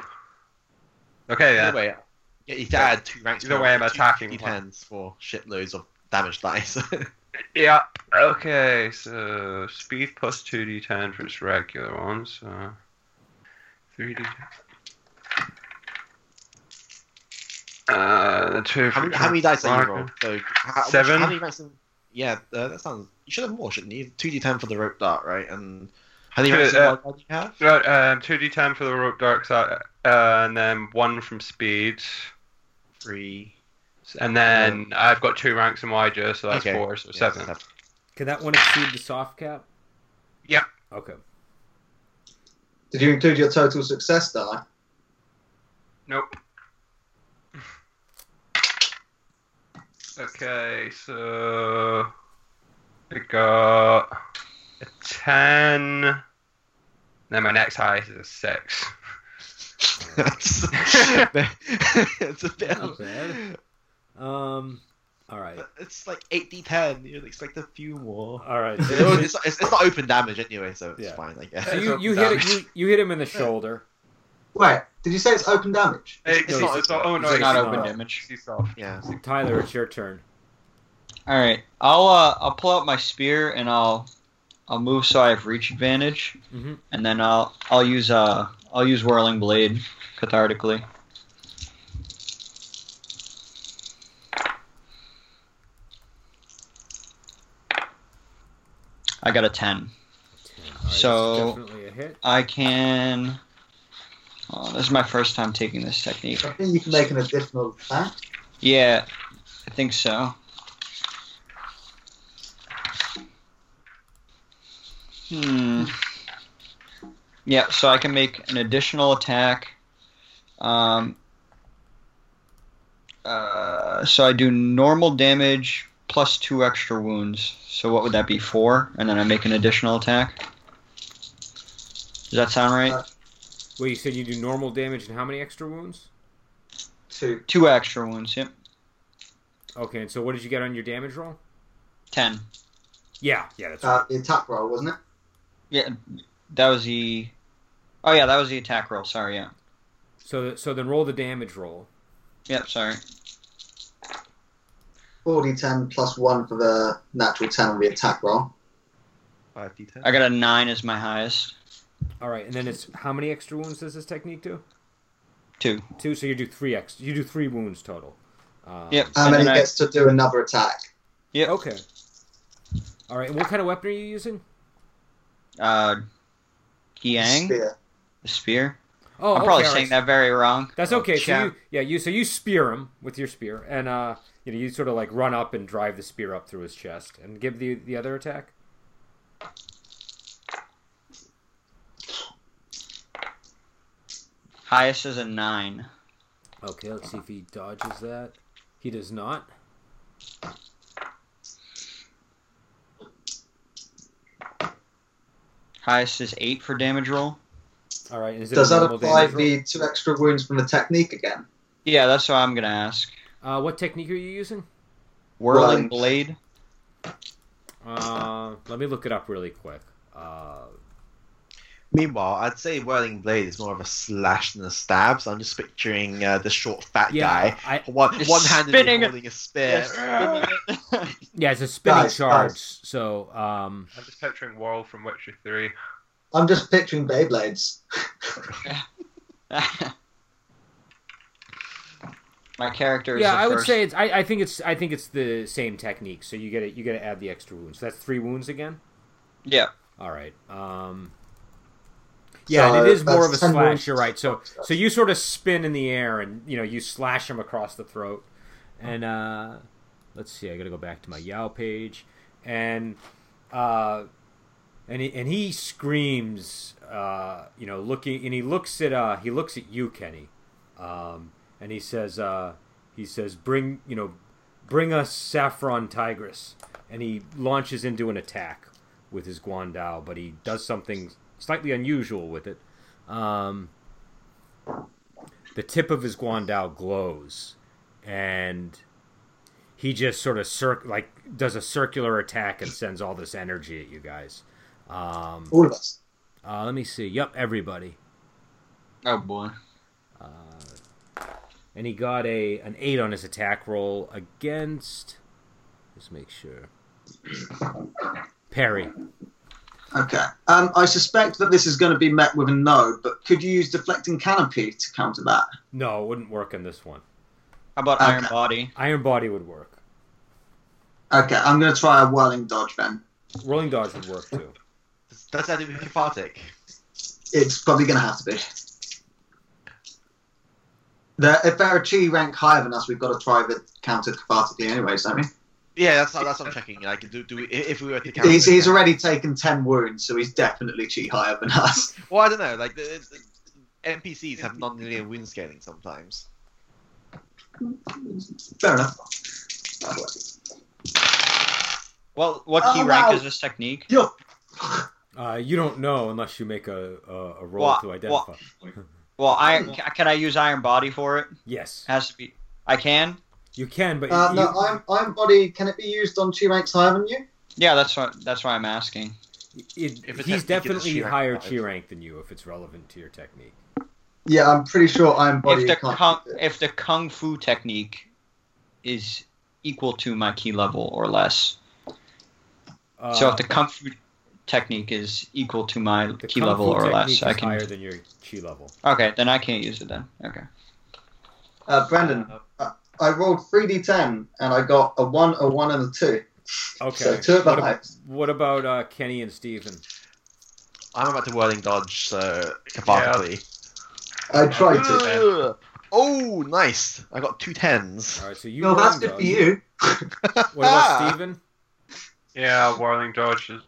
[SPEAKER 4] Okay, yeah.
[SPEAKER 1] Anyway, yeah, you add two ranks.
[SPEAKER 4] Either
[SPEAKER 1] per
[SPEAKER 4] way, I'm
[SPEAKER 1] round, two
[SPEAKER 4] attacking one.
[SPEAKER 1] D10s for shitloads of damage dice. <laughs>
[SPEAKER 4] Yeah. Okay, so speed plus 2d10 for its regular one, so 3d10. Uh, the two
[SPEAKER 1] how,
[SPEAKER 4] for
[SPEAKER 1] many, how many dice are you roll? So, how,
[SPEAKER 4] Seven.
[SPEAKER 1] How many ranks? In, yeah, uh, that sounds. You should have more, shouldn't you? Two D10 for the rope dart, right? And how many
[SPEAKER 4] Should,
[SPEAKER 1] ranks in
[SPEAKER 4] uh,
[SPEAKER 1] wild card do you have?
[SPEAKER 4] Right, um, 2d10 for the rope darts, uh, and then one from speed.
[SPEAKER 1] Three.
[SPEAKER 4] And then I've got two ranks in Wyger, so that's
[SPEAKER 1] Okay.
[SPEAKER 4] four, so
[SPEAKER 1] yeah,
[SPEAKER 4] seven.
[SPEAKER 2] Can that one exceed the soft cap?
[SPEAKER 4] Yeah. <laughs>
[SPEAKER 2] Okay.
[SPEAKER 5] Did you include your total success die?
[SPEAKER 4] Nope. Okay, so I got a ten. Then my next highest is a six.
[SPEAKER 1] That's- it's a bit.
[SPEAKER 2] Not bad. Um. All right.
[SPEAKER 1] <laughs> It's like eight D10. You'd expect a few more.
[SPEAKER 2] All right.
[SPEAKER 1] Well,
[SPEAKER 2] So,
[SPEAKER 1] it's, it's, it's not open damage anyway, so it's
[SPEAKER 2] Yeah.
[SPEAKER 1] fine, I guess.
[SPEAKER 2] so you, you hit it, you, you hit him in the shoulder.
[SPEAKER 5] Wait, did you say it's open damage?
[SPEAKER 1] It's-
[SPEAKER 4] It's
[SPEAKER 1] no,
[SPEAKER 4] not-
[SPEAKER 1] it's
[SPEAKER 4] it's not- Oh no,
[SPEAKER 7] Is it
[SPEAKER 4] it's
[SPEAKER 7] not
[SPEAKER 2] it's
[SPEAKER 4] off.
[SPEAKER 7] open
[SPEAKER 2] not.
[SPEAKER 7] damage.
[SPEAKER 4] It's off.
[SPEAKER 1] Yeah.
[SPEAKER 2] Tyler, it's your turn.
[SPEAKER 7] All right, I'll uh, I'll pull out my spear and I'll I'll move so I have reach advantage,
[SPEAKER 2] Mhm.
[SPEAKER 7] and then I'll I'll use uh I'll use whirling blade cathartically. I got a ten.
[SPEAKER 2] All right,
[SPEAKER 7] So-
[SPEAKER 2] that's definitely a hit.
[SPEAKER 7] I can. Oh, this is my first time taking this technique.
[SPEAKER 5] I think you can make an additional attack.
[SPEAKER 7] Yeah, I think so. Hmm. Yeah, so I can make an additional attack. Um, uh, so I do normal damage plus two extra wounds. So what would that be? Four? And then I make an additional attack. Does that sound right?
[SPEAKER 5] Uh,
[SPEAKER 2] Wait, you said you do normal damage and how many extra wounds?
[SPEAKER 5] Two.
[SPEAKER 7] two extra wounds, yep.
[SPEAKER 2] Okay. And so, what did you get on your damage roll?
[SPEAKER 7] Ten.
[SPEAKER 2] Yeah. Yeah. That's right.
[SPEAKER 5] Uh, the attack roll, wasn't it?
[SPEAKER 7] Yeah, that was the. Oh yeah, that was the attack roll. Sorry, yeah.
[SPEAKER 2] So, so then roll the damage roll.
[SPEAKER 7] Yep, sorry.
[SPEAKER 5] 4d10 plus 1 for the natural 10 on the attack roll.
[SPEAKER 1] Five D10.
[SPEAKER 7] I got a nine as my highest.
[SPEAKER 2] All right, and then it's how many extra wounds does this technique do?
[SPEAKER 7] Two.
[SPEAKER 2] Two. So you do three ex. You do three wounds total. Um,
[SPEAKER 7] Yep.
[SPEAKER 5] And,
[SPEAKER 7] and
[SPEAKER 5] then
[SPEAKER 7] then
[SPEAKER 5] he
[SPEAKER 7] I-
[SPEAKER 5] gets to do another attack.
[SPEAKER 7] Yep.
[SPEAKER 2] Okay. All right. And what kind of weapon are you using?
[SPEAKER 7] Uh, Giang,
[SPEAKER 5] Spear.
[SPEAKER 7] the spear.
[SPEAKER 2] Oh,
[SPEAKER 7] I'm
[SPEAKER 2] okay,
[SPEAKER 7] probably
[SPEAKER 2] all right.
[SPEAKER 7] saying that very wrong.
[SPEAKER 2] That's okay. So
[SPEAKER 7] Yeah.
[SPEAKER 2] you, yeah, you so you spear him with your spear, and uh, you know you sort of like run up and drive the spear up through his chest, and give the the other attack.
[SPEAKER 7] Highest is a nine.
[SPEAKER 2] Okay, let's see if he dodges that. He does not.
[SPEAKER 7] Highest is eight for damage roll.
[SPEAKER 2] All right. Is it
[SPEAKER 5] Does
[SPEAKER 2] a
[SPEAKER 5] that
[SPEAKER 2] normal
[SPEAKER 5] apply
[SPEAKER 2] damage roll?
[SPEAKER 5] the two extra wounds from the technique again?
[SPEAKER 7] Yeah, that's what I'm gonna ask.
[SPEAKER 2] Uh, what technique are you using?
[SPEAKER 5] Whirling.
[SPEAKER 7] Whirling blade.
[SPEAKER 2] Uh, let me look it up really quick. Uh,
[SPEAKER 1] Meanwhile, I'd say Whirling Blade is more of a slash than a stab, so I'm just picturing uh, the short, fat
[SPEAKER 2] yeah, I,
[SPEAKER 1] guy. One,
[SPEAKER 7] Just
[SPEAKER 1] one handed
[SPEAKER 7] spinning-
[SPEAKER 1] holding a spear.
[SPEAKER 2] yeah, it's a spinning
[SPEAKER 5] Guys,
[SPEAKER 2] charge.
[SPEAKER 5] guys.
[SPEAKER 2] So um,
[SPEAKER 4] I'm just picturing Warl from Witcher Three.
[SPEAKER 5] I'm just picturing Beyblades.
[SPEAKER 7] <laughs> my character. Is
[SPEAKER 2] yeah,
[SPEAKER 7] the
[SPEAKER 2] I would
[SPEAKER 7] first-
[SPEAKER 2] say it's. I, I think it's. I think it's the same technique. So you get it. You got to add the extra wounds. So that's three wounds again.
[SPEAKER 7] Yeah.
[SPEAKER 2] All right. Um, yeah,
[SPEAKER 5] So
[SPEAKER 2] and it is more
[SPEAKER 5] that's
[SPEAKER 2] of
[SPEAKER 5] 10
[SPEAKER 2] a slash.
[SPEAKER 5] wounds.
[SPEAKER 2] You're right. So so you sort of spin in the air and you know you slash him across the throat. And uh, let's see. I got to go back to my Yao page, and uh, and he, and he screams. Uh, you know, looking and he looks at uh, he looks at you, Kenny, um, and he says uh, he says bring you know bring us Saffron Tigress, and he launches into an attack with his Guandao, but he does something slightly unusual with it. Um, the tip of his guandao glows, and he just sort of cir- like does a circular attack and sends all this energy at you guys. Um,
[SPEAKER 5] All of us.
[SPEAKER 2] uh, let me see. Yep, everybody.
[SPEAKER 7] Oh boy.
[SPEAKER 2] Uh, and he got a an eight on his attack roll against. Let's make sure. Parry.
[SPEAKER 3] Okay. Um, I suspect that this is going to be met with a no, but could you use deflecting canopy to counter that?
[SPEAKER 2] No, it wouldn't work on this one.
[SPEAKER 7] How about Iron
[SPEAKER 3] Okay.
[SPEAKER 7] Body?
[SPEAKER 2] Iron Body would work.
[SPEAKER 3] Okay, I'm going to try a whirling dodge then.
[SPEAKER 2] Rolling dodge would work too.
[SPEAKER 1] Does, does that do with cathartic?
[SPEAKER 3] It's probably going to have to be. The, if they're a chi rank higher than us, we've got to try with counter cathartically, anyways, don't we?
[SPEAKER 1] Yeah, that's that's what I'm checking. Like, do do we, if if we were to count?
[SPEAKER 3] He's,
[SPEAKER 1] it-
[SPEAKER 3] he's already taken 10 wounds, so he's definitely chi higher than us. <laughs>
[SPEAKER 1] Well, I don't know. Like, the, the NPCs have non-linear wound scaling sometimes.
[SPEAKER 3] Fair enough.
[SPEAKER 7] Well, what key
[SPEAKER 3] Oh,
[SPEAKER 7] rank
[SPEAKER 3] wow.
[SPEAKER 7] is this technique?
[SPEAKER 3] You're.
[SPEAKER 2] Uh, you don't know unless you make a, a, a roll
[SPEAKER 7] Well,
[SPEAKER 2] to identify.
[SPEAKER 7] Well, I
[SPEAKER 3] Oh.
[SPEAKER 7] ca- can I use Iron Body for it?
[SPEAKER 2] Yes,
[SPEAKER 7] Has to be. I can.
[SPEAKER 2] you can, but
[SPEAKER 5] Uh,
[SPEAKER 2] you,
[SPEAKER 5] no, I'm, I'm body. Can it be used on two ranks higher than you?
[SPEAKER 7] Yeah, that's what. That's why I'm asking.
[SPEAKER 2] it-
[SPEAKER 1] If it has
[SPEAKER 2] he's
[SPEAKER 1] to get the
[SPEAKER 2] definitely
[SPEAKER 1] sheer rank
[SPEAKER 2] higher
[SPEAKER 1] five.
[SPEAKER 2] chi rank than you if it's relevant to your technique.
[SPEAKER 5] Yeah, I'm pretty sure I'm body.
[SPEAKER 7] If the
[SPEAKER 5] can't
[SPEAKER 7] kung,
[SPEAKER 5] do it.
[SPEAKER 7] if the kung fu technique is equal to my key level or less,
[SPEAKER 2] Uh,
[SPEAKER 7] so if the kung fu technique is equal to my
[SPEAKER 2] the
[SPEAKER 7] key
[SPEAKER 2] kung
[SPEAKER 7] level
[SPEAKER 2] fu
[SPEAKER 7] or
[SPEAKER 2] technique
[SPEAKER 7] less,
[SPEAKER 2] is
[SPEAKER 7] I can.
[SPEAKER 2] higher than your chi level.
[SPEAKER 7] Okay, then I can't use it then. Okay.
[SPEAKER 5] uh, Brandon, I rolled 3d10 and I got a 1, a 1, and a 2.
[SPEAKER 2] Okay.
[SPEAKER 5] So two of the
[SPEAKER 2] what, ab-
[SPEAKER 5] highest.
[SPEAKER 2] what about uh, Kenny and Steven?
[SPEAKER 1] I'm about to whirling dodge, so cathartically.
[SPEAKER 5] I tried to.
[SPEAKER 1] Ugh. Oh, nice! I got two tens.
[SPEAKER 2] All right, so you.
[SPEAKER 3] Well,
[SPEAKER 2] rolled
[SPEAKER 3] that's good
[SPEAKER 2] up.
[SPEAKER 3] for you.
[SPEAKER 2] What about Steven?
[SPEAKER 4] Yeah, whirling dodges.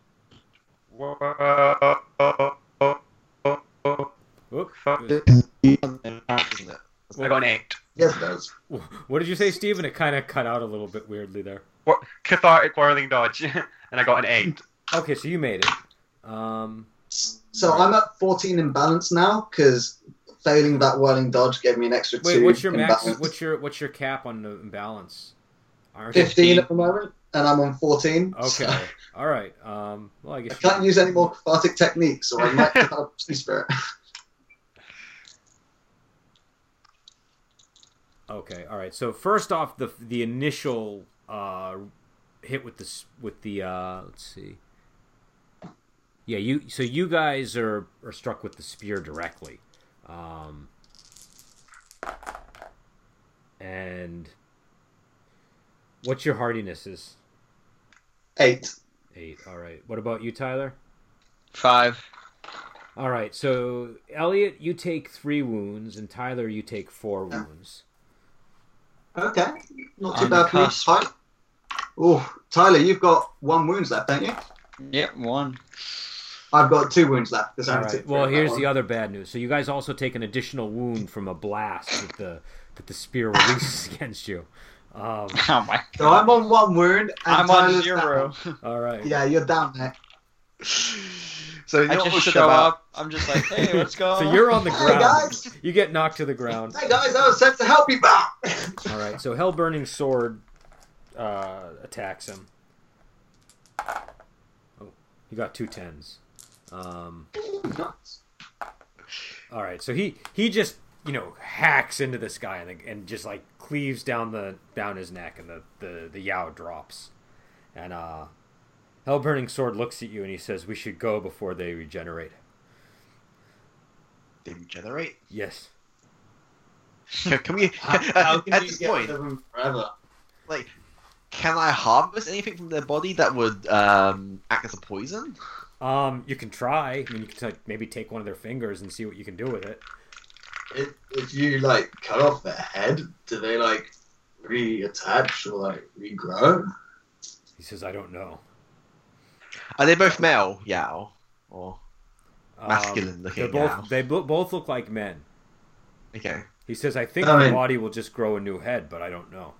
[SPEAKER 2] Whoop.
[SPEAKER 1] Isn't it?
[SPEAKER 4] I got an eight.
[SPEAKER 5] Yes, those.
[SPEAKER 2] What did you say, Steven? It kind of cut out a little bit weirdly there.
[SPEAKER 4] Wha- Cathartic whirling dodge, <laughs> and I got an eight.
[SPEAKER 2] Okay, so you made it. Um,
[SPEAKER 5] So I'm at 14 in balance now because failing that whirling dodge gave me an extra
[SPEAKER 2] wait,
[SPEAKER 5] 2
[SPEAKER 2] what's your
[SPEAKER 5] in
[SPEAKER 2] max?
[SPEAKER 5] balance.
[SPEAKER 2] What's your what's your cap on the balance? Aren't you-
[SPEAKER 5] 15 at the moment and I'm on 14. so
[SPEAKER 2] Okay. All right. Um, well, I
[SPEAKER 5] I
[SPEAKER 2] guess.
[SPEAKER 5] can't use any more cathartic techniques or I might <laughs> develop sea spirit.
[SPEAKER 2] Okay. All right. So first off, the the initial uh, hit with this with the uh, let's see. Yeah, you. So you guys are are struck with the spear directly, um, and what's your hardiness? Is
[SPEAKER 5] 8.
[SPEAKER 2] eight. All right. What about you, Tyler?
[SPEAKER 7] Five.
[SPEAKER 2] All right, so Elliot, you take three wounds, and Tyler, you take four
[SPEAKER 3] Yeah.
[SPEAKER 2] wounds.
[SPEAKER 3] Okay. Not too
[SPEAKER 7] On the
[SPEAKER 3] bad for me.
[SPEAKER 7] cusp.
[SPEAKER 3] Tyler. Oh, Tyler, you've got one wounds left, don't you?
[SPEAKER 7] Yeah, one. <laughs>
[SPEAKER 3] I've got two wounds left. There's
[SPEAKER 2] All
[SPEAKER 3] only
[SPEAKER 2] right.
[SPEAKER 3] two
[SPEAKER 2] Well,
[SPEAKER 3] for that
[SPEAKER 2] here's
[SPEAKER 3] one.
[SPEAKER 2] the other bad news. So you guys also take an additional wound from a blast that the that the spear releases <laughs> against you. Um,
[SPEAKER 7] Oh my.
[SPEAKER 3] So I'm on one wound. And
[SPEAKER 7] I'm on
[SPEAKER 3] Tyler's
[SPEAKER 7] zero.
[SPEAKER 2] all right.
[SPEAKER 3] down. Yeah, you're down there.
[SPEAKER 1] So you
[SPEAKER 7] I
[SPEAKER 1] know what
[SPEAKER 7] just
[SPEAKER 1] was good
[SPEAKER 7] show
[SPEAKER 1] about
[SPEAKER 7] up. I'm just like,
[SPEAKER 2] <laughs>
[SPEAKER 7] hey, what's going on?
[SPEAKER 2] So you're on the
[SPEAKER 3] Hey
[SPEAKER 2] ground.
[SPEAKER 3] guys,
[SPEAKER 2] You get knocked to the ground.
[SPEAKER 3] hey guys, I was sent to help you back.
[SPEAKER 5] <laughs>
[SPEAKER 2] All right. So hell burning sword uh, attacks him. Oh, he got two tens. Um, All right, so he he just you know hacks into this guy and and just like cleaves down the down his neck and the the the Yao drops, and uh, Hellburning Sword looks at you and he says, "We should go before they regenerate."
[SPEAKER 1] they
[SPEAKER 3] <laughs>
[SPEAKER 1] regenerate.
[SPEAKER 2] Yes.
[SPEAKER 1] Can, can we?
[SPEAKER 3] How can
[SPEAKER 1] at
[SPEAKER 3] you
[SPEAKER 1] this
[SPEAKER 3] get
[SPEAKER 1] point,
[SPEAKER 3] rid of him forever?
[SPEAKER 1] like, can I harvest anything from their body that would um, act as a poison?
[SPEAKER 2] Um, you can try. I mean, you can like, maybe take one of their fingers and see what you can do with it.
[SPEAKER 5] If, if you like cut off their head, do they like reattach or like regrow?
[SPEAKER 2] He says, "I don't know."
[SPEAKER 1] Are they both male? Yao or
[SPEAKER 2] Um,
[SPEAKER 1] masculine
[SPEAKER 2] They
[SPEAKER 1] looking?
[SPEAKER 2] both they bo- both look like men.
[SPEAKER 1] Okay.
[SPEAKER 2] He says, "I think
[SPEAKER 5] I
[SPEAKER 2] the
[SPEAKER 5] mean-
[SPEAKER 2] body will just grow a new head, but I don't know."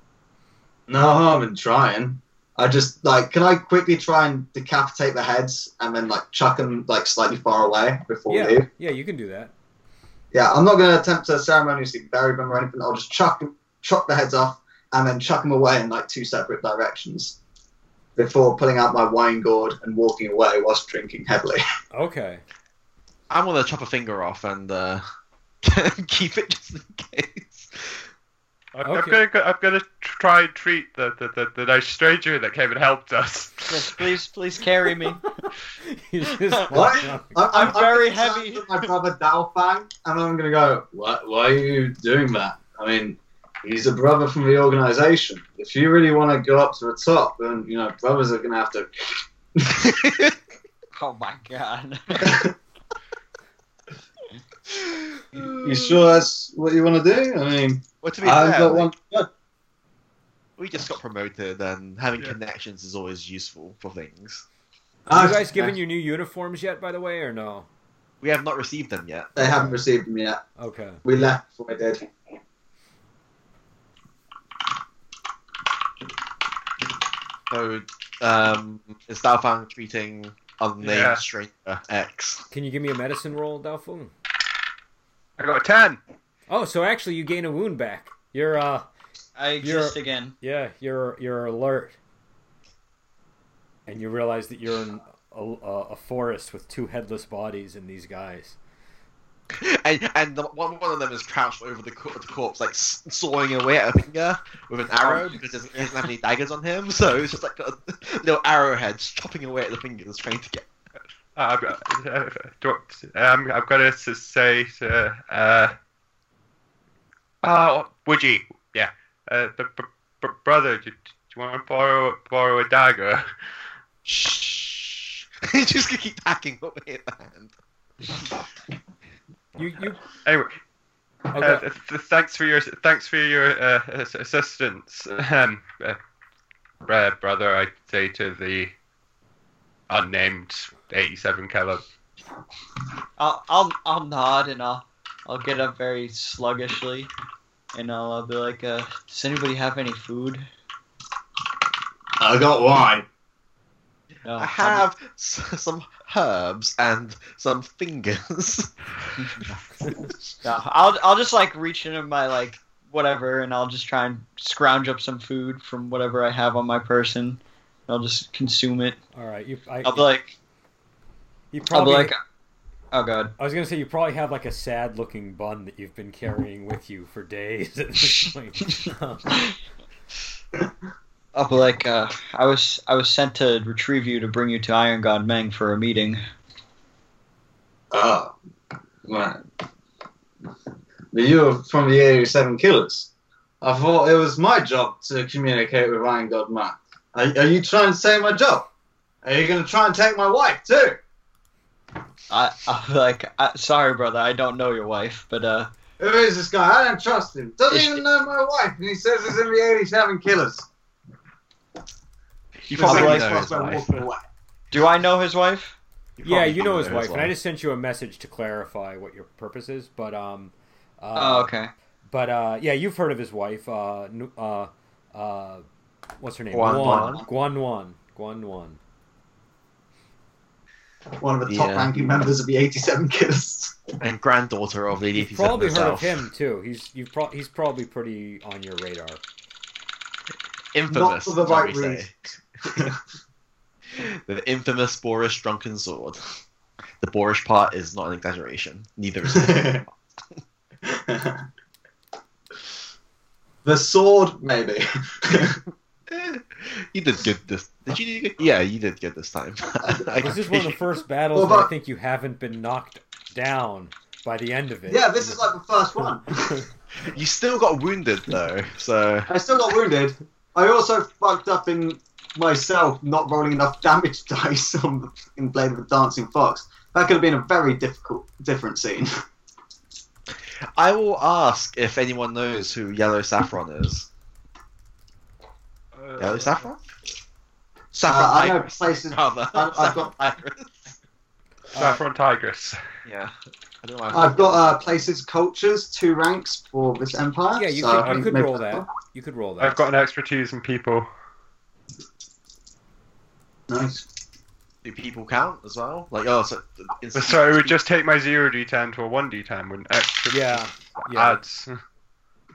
[SPEAKER 5] No harm in trying.
[SPEAKER 3] I just like, can I quickly try and decapitate the heads and then like chuck them like slightly far away before we
[SPEAKER 2] Yeah,
[SPEAKER 3] leave?
[SPEAKER 2] yeah, you can do that.
[SPEAKER 3] Yeah, I'm not going to attempt to ceremoniously bury them or anything. I'll just chuck chuck the heads off and then chuck them away in like two separate directions before pulling out my wine gourd and walking away whilst drinking heavily.
[SPEAKER 2] Okay. <laughs>
[SPEAKER 1] I'm gonna chop a finger off and uh, <laughs> keep it just in case.
[SPEAKER 4] I'm,
[SPEAKER 2] Okay.
[SPEAKER 4] I'm gonna, I'm gonna try and treat the, the, the, the nice stranger that came and helped us.
[SPEAKER 7] Yes, please, please
[SPEAKER 2] <laughs>
[SPEAKER 7] carry me.
[SPEAKER 2] He's just
[SPEAKER 3] What?
[SPEAKER 2] walking up.
[SPEAKER 3] I'm,
[SPEAKER 7] I'm very
[SPEAKER 3] gonna
[SPEAKER 7] heavy.
[SPEAKER 3] shout at My brother Dalfang, and I'm going to go. Why, why are you doing that? I mean, he's a brother from the organisation. If you really want to go up to the top, then you know brothers are going to have to.
[SPEAKER 7] Oh my god. <laughs>
[SPEAKER 3] You sure that's what you want to do? I mean,
[SPEAKER 1] Well, to be
[SPEAKER 3] I've
[SPEAKER 1] fair,
[SPEAKER 3] got
[SPEAKER 1] like,
[SPEAKER 3] one. yeah.
[SPEAKER 1] we just got promoted, and having
[SPEAKER 4] Yeah.
[SPEAKER 1] connections is always useful for things.
[SPEAKER 2] Have you
[SPEAKER 3] I've-
[SPEAKER 2] guys given your new uniforms yet, by the way, or no?
[SPEAKER 1] We have not received them yet.
[SPEAKER 3] They haven't received them yet.
[SPEAKER 2] Okay.
[SPEAKER 3] We left before they did.
[SPEAKER 1] So, um, is Dalfang treating unnamed
[SPEAKER 4] Yeah.
[SPEAKER 1] stranger X? <laughs>
[SPEAKER 2] Can you give me a medicine roll, Dalfun?
[SPEAKER 4] <laughs> I got a ten.
[SPEAKER 2] Oh, so actually you gain a wound back. You're uh
[SPEAKER 7] I exist again.
[SPEAKER 2] yeah, you're you're alert. And you realize that you're in a, a, a forest with two headless bodies and these guys.
[SPEAKER 1] And, and the, one, one of them is crouched over the, cor- the corpse, like s- sawing away at a finger with an
[SPEAKER 4] Oh.
[SPEAKER 1] arrow because he doesn't, he doesn't have any daggers on him. So it's just like got a <laughs> little arrowhead just chopping away at the fingers, trying to get. <laughs>
[SPEAKER 4] Uh, I've got- uh, do- um, I've got to s- say to. Uh, oh, would you? Yeah. Uh, b- b- b- brother, do, do you want to borrow, borrow a dagger?
[SPEAKER 1] Shh. <laughs> He's just gonna keep hacking away at the hand.
[SPEAKER 2] You you
[SPEAKER 4] Anyway, <laughs> uh,
[SPEAKER 2] okay.
[SPEAKER 4] th- th- thanks for your thanks for your uh, ass- assistance, um, uh, br- brother. I say to the unnamed eighty-seven caliber.
[SPEAKER 7] I'll, I'll, I'll nod and I'll, I'll get up very sluggishly, and I'll, uh be like, uh, "Does anybody have any food?"
[SPEAKER 3] I got wine.
[SPEAKER 4] Oh,
[SPEAKER 7] No.
[SPEAKER 1] I have s- some herbs and some fingers. <laughs>
[SPEAKER 7] No, I'll, I'll just like reach into my like whatever, and I'll just try and scrounge up some food from whatever I have on my person. and I'll just consume it.
[SPEAKER 2] All right, you I,
[SPEAKER 7] I'll be like,
[SPEAKER 2] you
[SPEAKER 7] I'll
[SPEAKER 2] probably
[SPEAKER 7] be like, oh god.
[SPEAKER 2] I was gonna say you probably have like a sad-looking bun that you've been carrying with you for days at
[SPEAKER 7] <laughs>
[SPEAKER 2] this point. Um,
[SPEAKER 7] I'll be like, uh, I was I was sent to retrieve you to bring you to Iron God Meng for a meeting.
[SPEAKER 3] Oh, man. But you're from the 87 Killers. I thought it was my job to communicate with Ryan Godman. Are, are you trying to save my job? Are you going to try and take my wife, too?
[SPEAKER 7] I, I'll be like, I, sorry, brother, I don't know your wife, but uh,
[SPEAKER 3] Who is this guy? I don't trust him. Doesn't
[SPEAKER 7] Is she-
[SPEAKER 3] even know my wife, and he says he's in the 87 Killers.
[SPEAKER 1] You
[SPEAKER 7] probably
[SPEAKER 3] This
[SPEAKER 7] like
[SPEAKER 3] is
[SPEAKER 1] know his
[SPEAKER 3] why
[SPEAKER 1] wife.
[SPEAKER 3] I'm walking away.
[SPEAKER 7] do I know his wife?
[SPEAKER 2] yeah,
[SPEAKER 1] probably
[SPEAKER 2] you know his
[SPEAKER 1] know
[SPEAKER 2] wife,
[SPEAKER 1] his
[SPEAKER 2] and I
[SPEAKER 1] wife.
[SPEAKER 2] just sent you a message to clarify what your purpose is. But um, uh,
[SPEAKER 7] Oh, okay.
[SPEAKER 2] But uh, yeah, you've heard of his wife. Uh, Nu- uh, uh, what's her name?
[SPEAKER 1] Guan
[SPEAKER 2] Nguyen. Guan Nguyen. Guan Nguyen.
[SPEAKER 3] One of the top
[SPEAKER 1] Yeah.
[SPEAKER 3] ranking members of the 87 Killers. <laughs>
[SPEAKER 1] and granddaughter of Lady.
[SPEAKER 2] You've
[SPEAKER 1] 87
[SPEAKER 2] probably heard
[SPEAKER 1] herself.
[SPEAKER 2] of him too. He's you've pro- he's probably pretty on your radar.
[SPEAKER 1] Infamous.
[SPEAKER 3] Not for the
[SPEAKER 1] shall
[SPEAKER 3] right
[SPEAKER 1] we say. <laughs> the infamous Boris drunken sword. The Boris part is not an exaggeration. Neither is it.
[SPEAKER 3] the sword, maybe. <laughs>
[SPEAKER 2] <laughs>
[SPEAKER 1] you did good this. Did you do good? Yeah, you did good this time. <laughs> I
[SPEAKER 2] This is one of the first battles
[SPEAKER 3] Well,
[SPEAKER 2] where I
[SPEAKER 3] but-
[SPEAKER 2] think you haven't been knocked down by the end of it.
[SPEAKER 3] yeah, this is like the first one.
[SPEAKER 1] <laughs> You still got wounded though, so
[SPEAKER 3] I still got wounded. I also fucked up in myself not rolling enough damage <laughs> dice on the fucking blade of the dancing fox. That could have been a very difficult, different scene.
[SPEAKER 1] I will ask if anyone knows who Yellow Saffron is. Yellow Saffron? Saffron.
[SPEAKER 3] Uh, I know
[SPEAKER 1] Iris,
[SPEAKER 3] places-
[SPEAKER 1] Rather.
[SPEAKER 3] I-
[SPEAKER 1] <laughs>
[SPEAKER 3] I've
[SPEAKER 1] Saffron Iris.
[SPEAKER 4] Saffron Tigress.
[SPEAKER 1] Yeah. I don't know why I
[SPEAKER 3] I've got uh, places, cultures, two ranks for this empire.
[SPEAKER 2] Yeah, you
[SPEAKER 3] so
[SPEAKER 2] could,
[SPEAKER 3] I
[SPEAKER 2] you could
[SPEAKER 3] maybe-
[SPEAKER 2] roll that. You could roll that.
[SPEAKER 4] I've got an expertise in people.
[SPEAKER 3] Nice.
[SPEAKER 1] do people count as well? Like, oh, so
[SPEAKER 4] But so it would just take my zero d ten to a one d ten when extra
[SPEAKER 2] Yeah. Yeah.
[SPEAKER 1] Uh,
[SPEAKER 4] adds.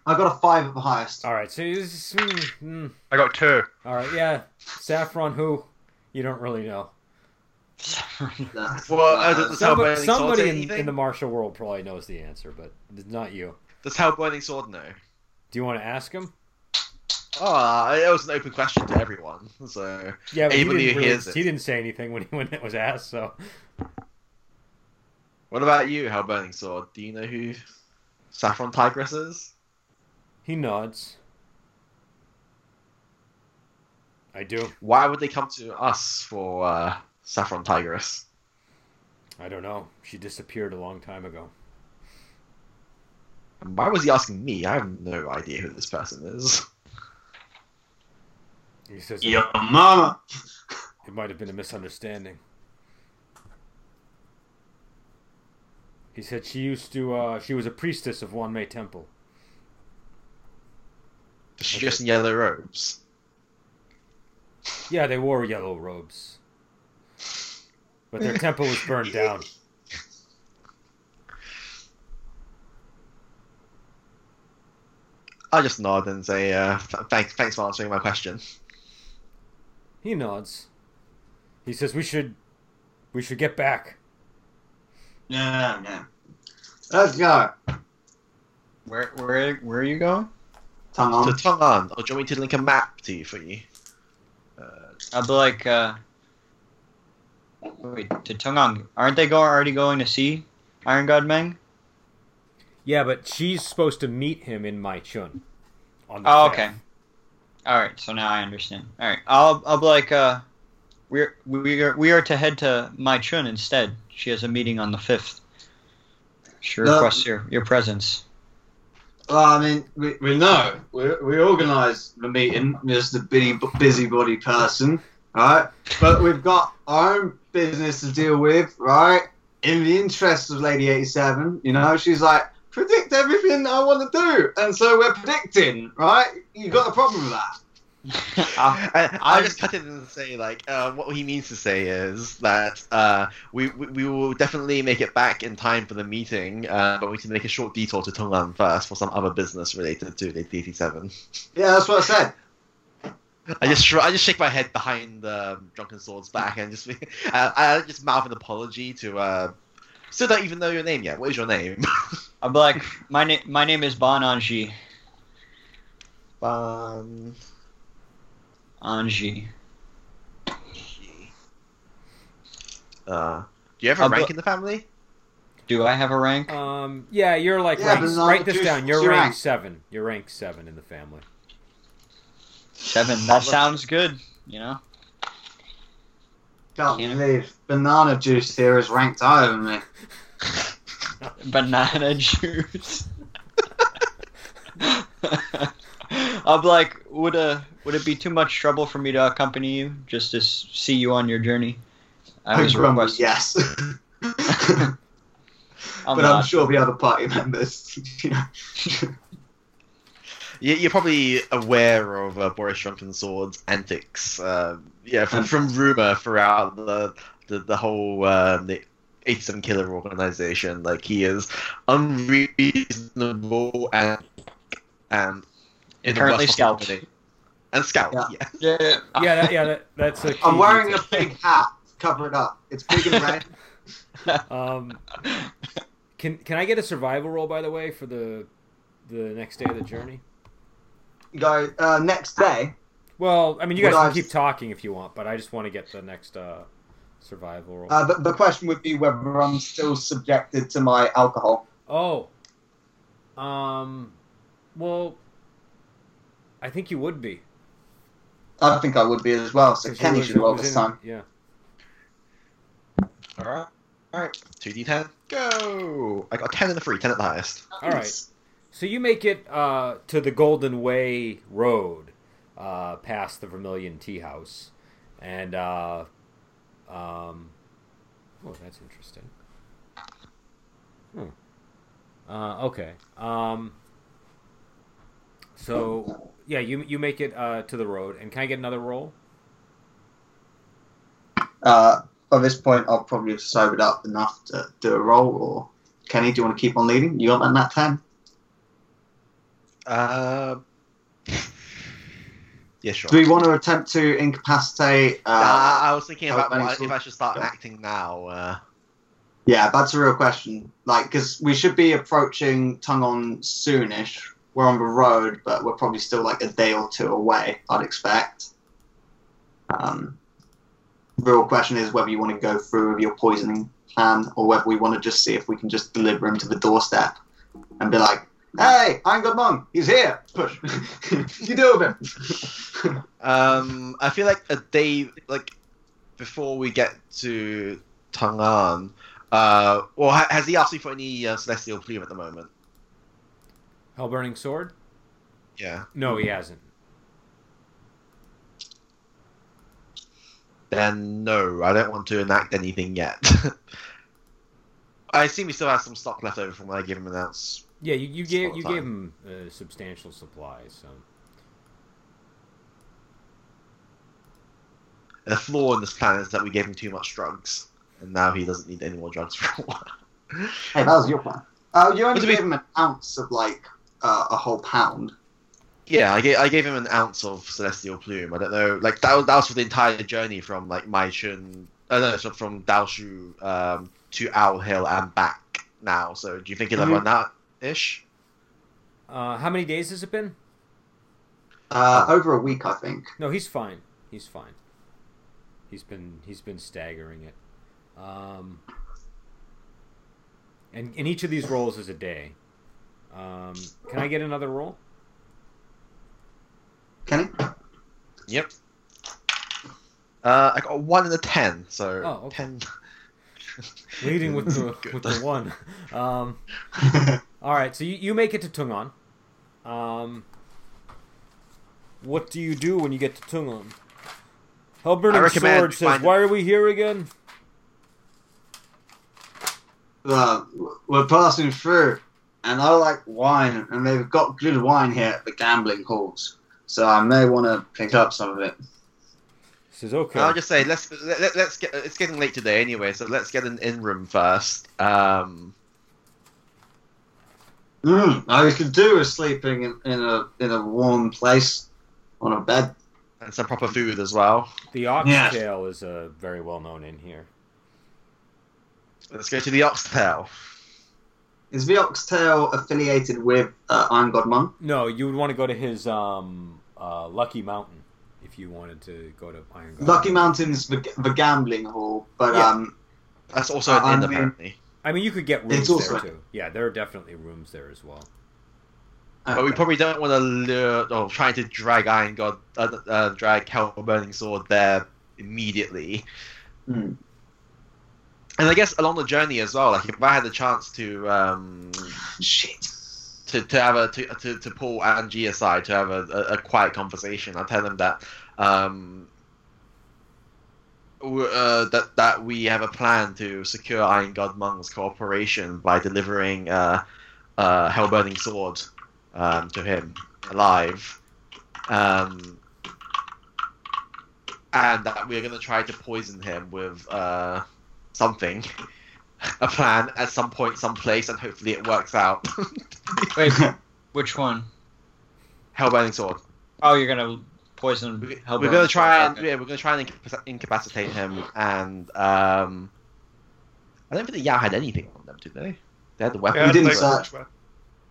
[SPEAKER 3] I got a five at the
[SPEAKER 2] <laughs>
[SPEAKER 3] highest.
[SPEAKER 2] All right. So this is- mm, mm.
[SPEAKER 4] I got two.
[SPEAKER 2] all right. Yeah. Saffron, who you don't really know.
[SPEAKER 3] Nah.
[SPEAKER 1] Well, uh, does, does
[SPEAKER 2] Somebody,
[SPEAKER 1] Hellbinding Sword
[SPEAKER 2] somebody
[SPEAKER 1] say
[SPEAKER 2] in,
[SPEAKER 1] anything?
[SPEAKER 2] in the martial world probably knows the answer, but it's not you.
[SPEAKER 1] Does Hellbinding Sword know?
[SPEAKER 2] Do you want to ask him?
[SPEAKER 1] Oh, uh, it was an open question to everyone. So
[SPEAKER 2] Yeah, but he
[SPEAKER 1] Anybody
[SPEAKER 2] didn't,
[SPEAKER 1] who
[SPEAKER 2] really-
[SPEAKER 1] hears it.
[SPEAKER 2] he didn't say anything when when it was asked. So
[SPEAKER 1] What about you, Hellburning Sword? Do you know who Saffron Tigress is?
[SPEAKER 2] he nods. I do.
[SPEAKER 1] Why would they come to us for uh, Saffron Tigress?
[SPEAKER 2] I don't know. She disappeared a long time ago.
[SPEAKER 1] And why was he asking me? I have no idea who this person is.
[SPEAKER 2] He says it-
[SPEAKER 3] Yo, mama.
[SPEAKER 2] it might have been a misunderstanding. He said she used to. Uh, she was a priestess of Wanmei Temple.
[SPEAKER 1] Is she just in yellow robes?
[SPEAKER 2] Yeah, they wore yellow robes, but their temple was burned down.
[SPEAKER 1] I just nod and say, uh, th- thanks, thanks for answering my question.
[SPEAKER 2] He nods. He says we should, we should get back.
[SPEAKER 3] No, no. Let's go.
[SPEAKER 7] Where where where are you going?
[SPEAKER 3] Tongue
[SPEAKER 4] Um,
[SPEAKER 1] So,
[SPEAKER 3] on.
[SPEAKER 1] Tongan, oh, do you want me to link a map to you for you? Uh,
[SPEAKER 7] I'll be like, uh, wait, to Tungong. Aren't they go, already going to see Iron God Meng?
[SPEAKER 2] Yeah, but she's supposed to meet him in Mai Chun. On the
[SPEAKER 7] Oh,
[SPEAKER 2] fifth.
[SPEAKER 7] okay. All right, so now I understand. All right, I'll I'll be like, uh, we're we are we are to head to Mai Chun instead. She has a meeting on the fifth. She
[SPEAKER 3] No.
[SPEAKER 7] requests your your presence.
[SPEAKER 3] Well, I mean, we, we know. We, we organised the meeting as the busy, busybody person, right? But we've got our own business to deal with, right? In the interest of Lady 87, you know, she's like, predict everything I want to do. And so we're predicting, right? you got a problem with that.
[SPEAKER 1] I, Uh, I just cut in and say like uh, what he means to say is that uh, we, we we will definitely make it back in time for the meeting, uh, but we need to make a short detour to Tonglan first for some other business related to the DT7.
[SPEAKER 3] Yeah, that's what I said.
[SPEAKER 1] I just shr- I just shake my head behind um, Drunken Sword's back and just <laughs> I, I just mouth an apology to. Uh, Still don't even know your name yet. What is your name?
[SPEAKER 7] I'll be like, my name my name is Bon Anji.
[SPEAKER 1] Um,
[SPEAKER 7] Anji.
[SPEAKER 1] uh, do you have a
[SPEAKER 7] Uh, but-
[SPEAKER 1] rank in the family?
[SPEAKER 7] Do I have a rank?
[SPEAKER 2] Um. Yeah, you're like
[SPEAKER 3] Yeah,
[SPEAKER 2] rank-
[SPEAKER 3] but not
[SPEAKER 2] write this
[SPEAKER 3] just-
[SPEAKER 2] down. You're
[SPEAKER 3] you're
[SPEAKER 2] rank
[SPEAKER 3] right.
[SPEAKER 2] seven. You're rank seven in the family.
[SPEAKER 7] <laughs> Seven. That sounds good. You know.
[SPEAKER 3] Can't
[SPEAKER 7] Yeah.
[SPEAKER 3] believe banana juice here is ranked higher than me.
[SPEAKER 7] banana <laughs> juice. I'm like, would uh, would it be too much trouble for me to accompany you just to s- see you on your journey? I was
[SPEAKER 3] grumble,
[SPEAKER 7] requested.
[SPEAKER 3] yes.
[SPEAKER 7] <laughs> I'm
[SPEAKER 3] but I'm
[SPEAKER 7] not.
[SPEAKER 3] sure the other party <laughs> members.
[SPEAKER 1] You- You're probably aware of uh, Boris Drunken Sword's antics, uh, yeah, from,
[SPEAKER 3] Um,
[SPEAKER 1] from rumor throughout the the, the whole um, the 87 Killer organization. Like he is unreasonable and and in the
[SPEAKER 7] Apparently
[SPEAKER 1] worst possible
[SPEAKER 7] scout.
[SPEAKER 1] way. and scout.
[SPEAKER 3] Yeah.
[SPEAKER 1] Yeah. <laughs>
[SPEAKER 7] Yeah,
[SPEAKER 2] Yeah, that, yeah, that, that's a. Key
[SPEAKER 3] I'm wearing a
[SPEAKER 2] detail.
[SPEAKER 3] big hat. to Cover it up. It's big and red.
[SPEAKER 2] Um, can can I get a survival roll by the way for the the next day of the journey?
[SPEAKER 3] You go uh, next day.
[SPEAKER 2] Well, I mean, you
[SPEAKER 3] Would
[SPEAKER 2] guys can
[SPEAKER 3] I-
[SPEAKER 2] keep talking if you want, but I just want to get the next uh, survival roll.
[SPEAKER 3] Uh, the, the question would be whether I'm still subjected to my alcohol.
[SPEAKER 2] oh, um, well, I think you would be.
[SPEAKER 3] I think I would be as well. So
[SPEAKER 2] 'cause
[SPEAKER 3] Kenny
[SPEAKER 2] was-
[SPEAKER 3] should roll
[SPEAKER 2] was
[SPEAKER 3] this
[SPEAKER 2] in-
[SPEAKER 3] time.
[SPEAKER 2] Yeah.
[SPEAKER 1] All right. All right. 2d10. Go. I got 10 and a 3, 10 at the highest.
[SPEAKER 2] All right. So you make it uh, to the Golden Way Road, uh, past the Vermilion Tea House, and uh, um, oh, that's interesting. Hmm. Uh, okay. Um, so yeah, you you make it uh, to the road, and can I get another roll?
[SPEAKER 3] Uh, by this point, I'll probably have sobered up enough to do a roll. Or Kenny, do you want to keep on leading? You got that nat ten?
[SPEAKER 1] Uh, <laughs> yeah, sure.
[SPEAKER 3] Do we want to attempt to incapacitate?
[SPEAKER 1] Uh,
[SPEAKER 3] Uh,
[SPEAKER 1] I was thinking
[SPEAKER 3] how
[SPEAKER 1] about
[SPEAKER 3] many
[SPEAKER 1] why- if
[SPEAKER 3] swords-
[SPEAKER 1] I should start acting now. Uh,
[SPEAKER 3] yeah, that's a real question. Like, because we should be approaching Tongue On soonish. We're on the road, but we're probably still like a day or two away. I'd expect. Um, real question is whether you want to go through with your poisoning plan, or whether we want to just see if we can just deliver him to the doorstep and be like, "Hey, I'm good mom. He's here. Push. <laughs> you do with him."
[SPEAKER 1] Um, I feel like a day like before we get to Tang'an. Uh, well, ha- has he asked you for any uh, celestial plume at the moment?
[SPEAKER 2] Hell burning sword?
[SPEAKER 1] Yeah.
[SPEAKER 2] No, he hasn't.
[SPEAKER 1] Then no, I don't want to enact anything yet. <laughs> I assume he still has some stock left over from when I gave him an ounce.
[SPEAKER 2] Yeah, you, you gave
[SPEAKER 1] Small
[SPEAKER 2] you
[SPEAKER 1] time.
[SPEAKER 2] gave him a substantial supply. So
[SPEAKER 1] The flaw in this plan is that we gave him too much drugs, and now he doesn't need any more drugs for a while.
[SPEAKER 3] Hey, that was your plan. Oh, you only
[SPEAKER 1] But to be-
[SPEAKER 3] gave him an ounce of like uh, a whole pound.
[SPEAKER 1] Yeah, I gave, I gave him an ounce of celestial plume. I don't know, like that was, that was for the entire journey from like Maishun, uh, no, so from Daoshu um, to Owl Hill and back now. So do you think he'll have
[SPEAKER 3] Mhm.
[SPEAKER 2] Mm-hmm.
[SPEAKER 1] run out ish?
[SPEAKER 2] uh, how many days has it been?
[SPEAKER 3] Uh, over a week, I think.
[SPEAKER 2] No, he's fine. He's fine. He's been he's been staggering it. Um, and and each of these rolls is a day. Um, can I get another roll?
[SPEAKER 3] Kenny?
[SPEAKER 1] Yep. Uh, I got a one in a ten, so
[SPEAKER 2] Oh, okay.
[SPEAKER 1] ten.
[SPEAKER 2] Leading with the
[SPEAKER 1] <laughs> Good.
[SPEAKER 2] with the one. Um, all right, so you, you make it to Tungon. Um, what do you do when you get to Tungon?
[SPEAKER 1] I
[SPEAKER 2] Hellburning
[SPEAKER 1] recommend
[SPEAKER 2] Sword says,
[SPEAKER 1] find-
[SPEAKER 2] "Why are we here again?"
[SPEAKER 3] <laughs> uh, we're passing through, and I like wine, and they've got good wine here at the gambling halls, so I may want to pick up some of it.
[SPEAKER 2] Says, "Okay."
[SPEAKER 1] I'll just say let's let, let- let's get. It's getting late today anyway, so let's get an in room first. Um,
[SPEAKER 3] Mm, I could do with sleeping in, in a in a warm place on a bed.
[SPEAKER 1] and some proper food as well.
[SPEAKER 2] The
[SPEAKER 3] Yes.
[SPEAKER 2] oxtail is uh, very well known in here.
[SPEAKER 1] Let's go to the oxtail.
[SPEAKER 3] Is the oxtail affiliated with uh, Iron God Monk?
[SPEAKER 2] No, you would want to go to his um, uh, Lucky Mountain if you wanted to go to Iron God.
[SPEAKER 3] Lucky Mountain's the, the gambling hall, but
[SPEAKER 2] Yeah.
[SPEAKER 3] um,
[SPEAKER 1] That's also an inn
[SPEAKER 3] Um,
[SPEAKER 1] apparently.
[SPEAKER 2] Uh, I mean, you could get rooms
[SPEAKER 3] It's also-
[SPEAKER 2] there too. Yeah, there are definitely rooms there as well.
[SPEAKER 1] But we
[SPEAKER 3] okay.
[SPEAKER 1] probably don't want to lure or trying to drag Iron God, uh, uh, drag Hell Burning Sword there immediately.
[SPEAKER 3] Hmm.
[SPEAKER 1] And I guess along the journey as well, like if I had the chance to um,
[SPEAKER 3] shit.
[SPEAKER 1] to, to have a to, to, to pull Angie aside to have a, a, a quiet conversation, I tell them that um, w- uh, that that we have a plan to secure Iron God Monk's cooperation by delivering uh, uh, Hellburning Sword um, to him alive, um, and that we are going to try to poison him with uh, something, <laughs> a plan at some point, someplace, and hopefully it works out. <laughs>
[SPEAKER 7] Wait, which one?
[SPEAKER 1] Hellburning Sword.
[SPEAKER 7] Oh, you're gonna poison.
[SPEAKER 1] We-
[SPEAKER 7] Hellboy.
[SPEAKER 1] we're gonna try and
[SPEAKER 7] Okay.
[SPEAKER 1] yeah, we're gonna try and incapac- incapacitate him. And um, I don't think the Yao had anything on them, did they? They had the weapon.
[SPEAKER 4] Yeah,
[SPEAKER 3] Uh, We didn't
[SPEAKER 4] like-
[SPEAKER 3] search.